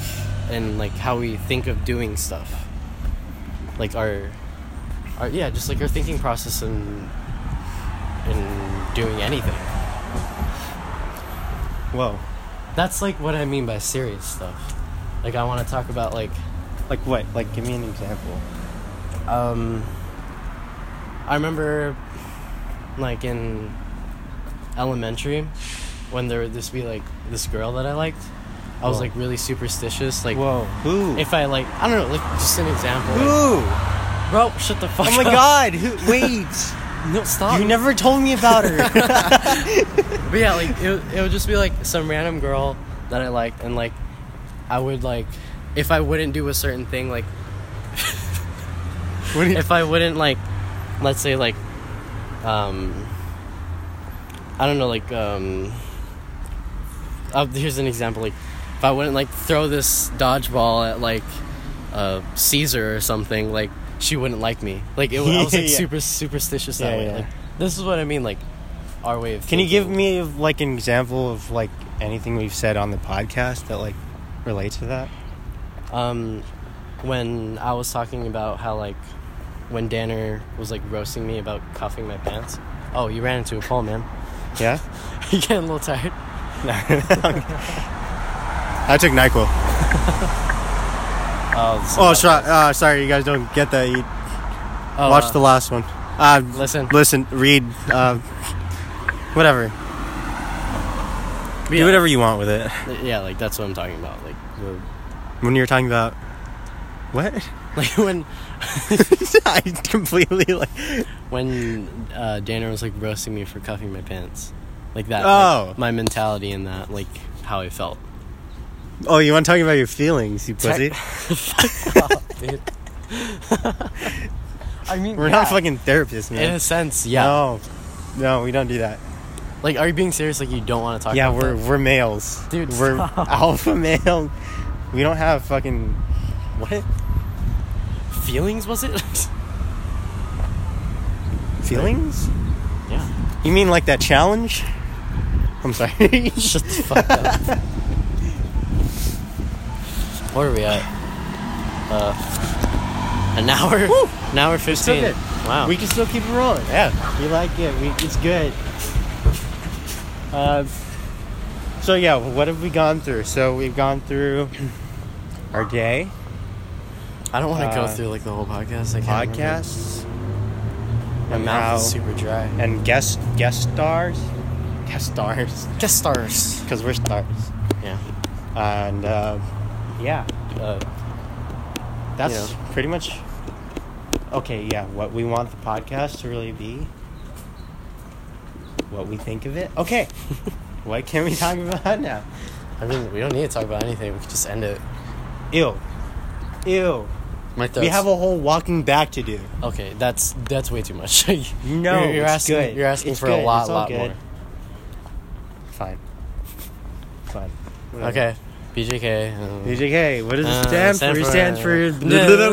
[SPEAKER 1] and like how we think of doing stuff. Like our our yeah, just like our thinking process and and doing anything.
[SPEAKER 2] Whoa.
[SPEAKER 1] That's like what I mean by serious stuff. Like I want to talk about like
[SPEAKER 2] Like what? Like give me an example.
[SPEAKER 1] um I remember like in elementary when there would just be like this girl that I liked. I was
[SPEAKER 2] Whoa.
[SPEAKER 1] like really superstitious. Like
[SPEAKER 2] Whoa. Who?
[SPEAKER 1] if I like I don't know, like just an example.
[SPEAKER 2] Who?
[SPEAKER 1] like-
[SPEAKER 2] Oh
[SPEAKER 1] bro, shut the fuck up.
[SPEAKER 2] my god, who wait.
[SPEAKER 1] No stop.
[SPEAKER 2] you never told me about her.
[SPEAKER 1] But yeah, like it, would- it would just be like some random girl that I liked and like I would like if I wouldn't do a certain thing, like
[SPEAKER 2] what do you
[SPEAKER 1] if I wouldn't like, let's say like, um, I don't know, like, um, uh, here's an example, like, if I wouldn't like throw this dodgeball at like, uh, Caesar or something, like she wouldn't like me. Like it, was- I was like
[SPEAKER 2] Yeah.
[SPEAKER 1] super superstitious that
[SPEAKER 2] Yeah,
[SPEAKER 1] way.
[SPEAKER 2] yeah.
[SPEAKER 1] Like this is what I mean, like, our way of.
[SPEAKER 2] Can you give
[SPEAKER 1] thinking.
[SPEAKER 2] me like an example of like anything we've said on the podcast that like relates to that?
[SPEAKER 1] um, when I was talking about how like when Danner was like roasting me about cuffing my pants? Oh, you ran into a pole, man.
[SPEAKER 2] Yeah?
[SPEAKER 1] you getting a little tired?
[SPEAKER 2] I took NyQuil.
[SPEAKER 1] Oh,
[SPEAKER 2] Oh, sorry, uh, sorry, you guys don't get that. You
[SPEAKER 1] Oh,
[SPEAKER 2] watch
[SPEAKER 1] uh,
[SPEAKER 2] the last one. Uh,
[SPEAKER 1] listen.
[SPEAKER 2] listen, read, uh, whatever.
[SPEAKER 1] Yeah.
[SPEAKER 2] Do whatever you want with it.
[SPEAKER 1] Yeah, like that's what I'm talking about. Like, the,
[SPEAKER 2] When you're talking about what?
[SPEAKER 1] like when
[SPEAKER 2] I completely like.
[SPEAKER 1] when uh, Danner was like roasting me for cuffing my pants, like that.
[SPEAKER 2] Oh.
[SPEAKER 1] like, my mentality in that, like how I felt.
[SPEAKER 2] Oh, you want to talk about your feelings, you pussy?
[SPEAKER 1] Dude. I mean,
[SPEAKER 2] We're not fucking therapists, man.
[SPEAKER 1] In a sense, yeah.
[SPEAKER 2] No, no, we don't do that.
[SPEAKER 1] Like, are you being serious? Like, you don't want to talk?
[SPEAKER 2] Yeah,
[SPEAKER 1] about
[SPEAKER 2] we're
[SPEAKER 1] that?
[SPEAKER 2] we're males,
[SPEAKER 1] Dude,
[SPEAKER 2] We're
[SPEAKER 1] stop.
[SPEAKER 2] alpha male. We don't have fucking what
[SPEAKER 1] feelings. Was it?
[SPEAKER 2] feelings?
[SPEAKER 1] yeah.
[SPEAKER 2] You mean like that challenge? I'm sorry.
[SPEAKER 1] Shut the fuck up. Where are we at? Uh, an hour?
[SPEAKER 2] Woo!
[SPEAKER 1] An hour 15.
[SPEAKER 2] good.
[SPEAKER 1] Wow.
[SPEAKER 2] We can still keep it rolling.
[SPEAKER 1] yeah.
[SPEAKER 2] We like it. We, it's good. Uh, so yeah, what have we gone through? So we've gone through our day,
[SPEAKER 1] I don't want to go
[SPEAKER 2] Uh,
[SPEAKER 1] through like the whole podcast. I can't remember.
[SPEAKER 2] podcasts,
[SPEAKER 1] My
[SPEAKER 2] and
[SPEAKER 1] mouth is
[SPEAKER 2] how-
[SPEAKER 1] super dry.
[SPEAKER 2] and guest guest stars, guest stars,
[SPEAKER 1] Guest stars.
[SPEAKER 2] because we're stars.
[SPEAKER 1] Yeah.
[SPEAKER 2] And uh, yeah, uh, that's
[SPEAKER 1] You
[SPEAKER 2] pretty much okay. Yeah, what we want the podcast to really be, what we think of it. Okay, what can we talk about now?
[SPEAKER 1] I mean, we don't need to talk about anything. We could just end it.
[SPEAKER 2] Ew, ew.
[SPEAKER 1] My
[SPEAKER 2] we
[SPEAKER 1] throat's-
[SPEAKER 2] have a whole walking back to do.
[SPEAKER 1] Okay, that's that's way too much. no,
[SPEAKER 2] No,
[SPEAKER 1] you're, you're
[SPEAKER 2] it's
[SPEAKER 1] asking.
[SPEAKER 2] good.
[SPEAKER 1] You're asking
[SPEAKER 2] It's
[SPEAKER 1] for
[SPEAKER 2] good.
[SPEAKER 1] a lot,
[SPEAKER 2] It's all
[SPEAKER 1] lot
[SPEAKER 2] good.
[SPEAKER 1] more.
[SPEAKER 2] Fine, fine.
[SPEAKER 1] Okay, BJK. um,
[SPEAKER 2] BJK, what does it
[SPEAKER 1] Uh, stand
[SPEAKER 2] stand for? It
[SPEAKER 1] for-
[SPEAKER 2] stands for.
[SPEAKER 1] No.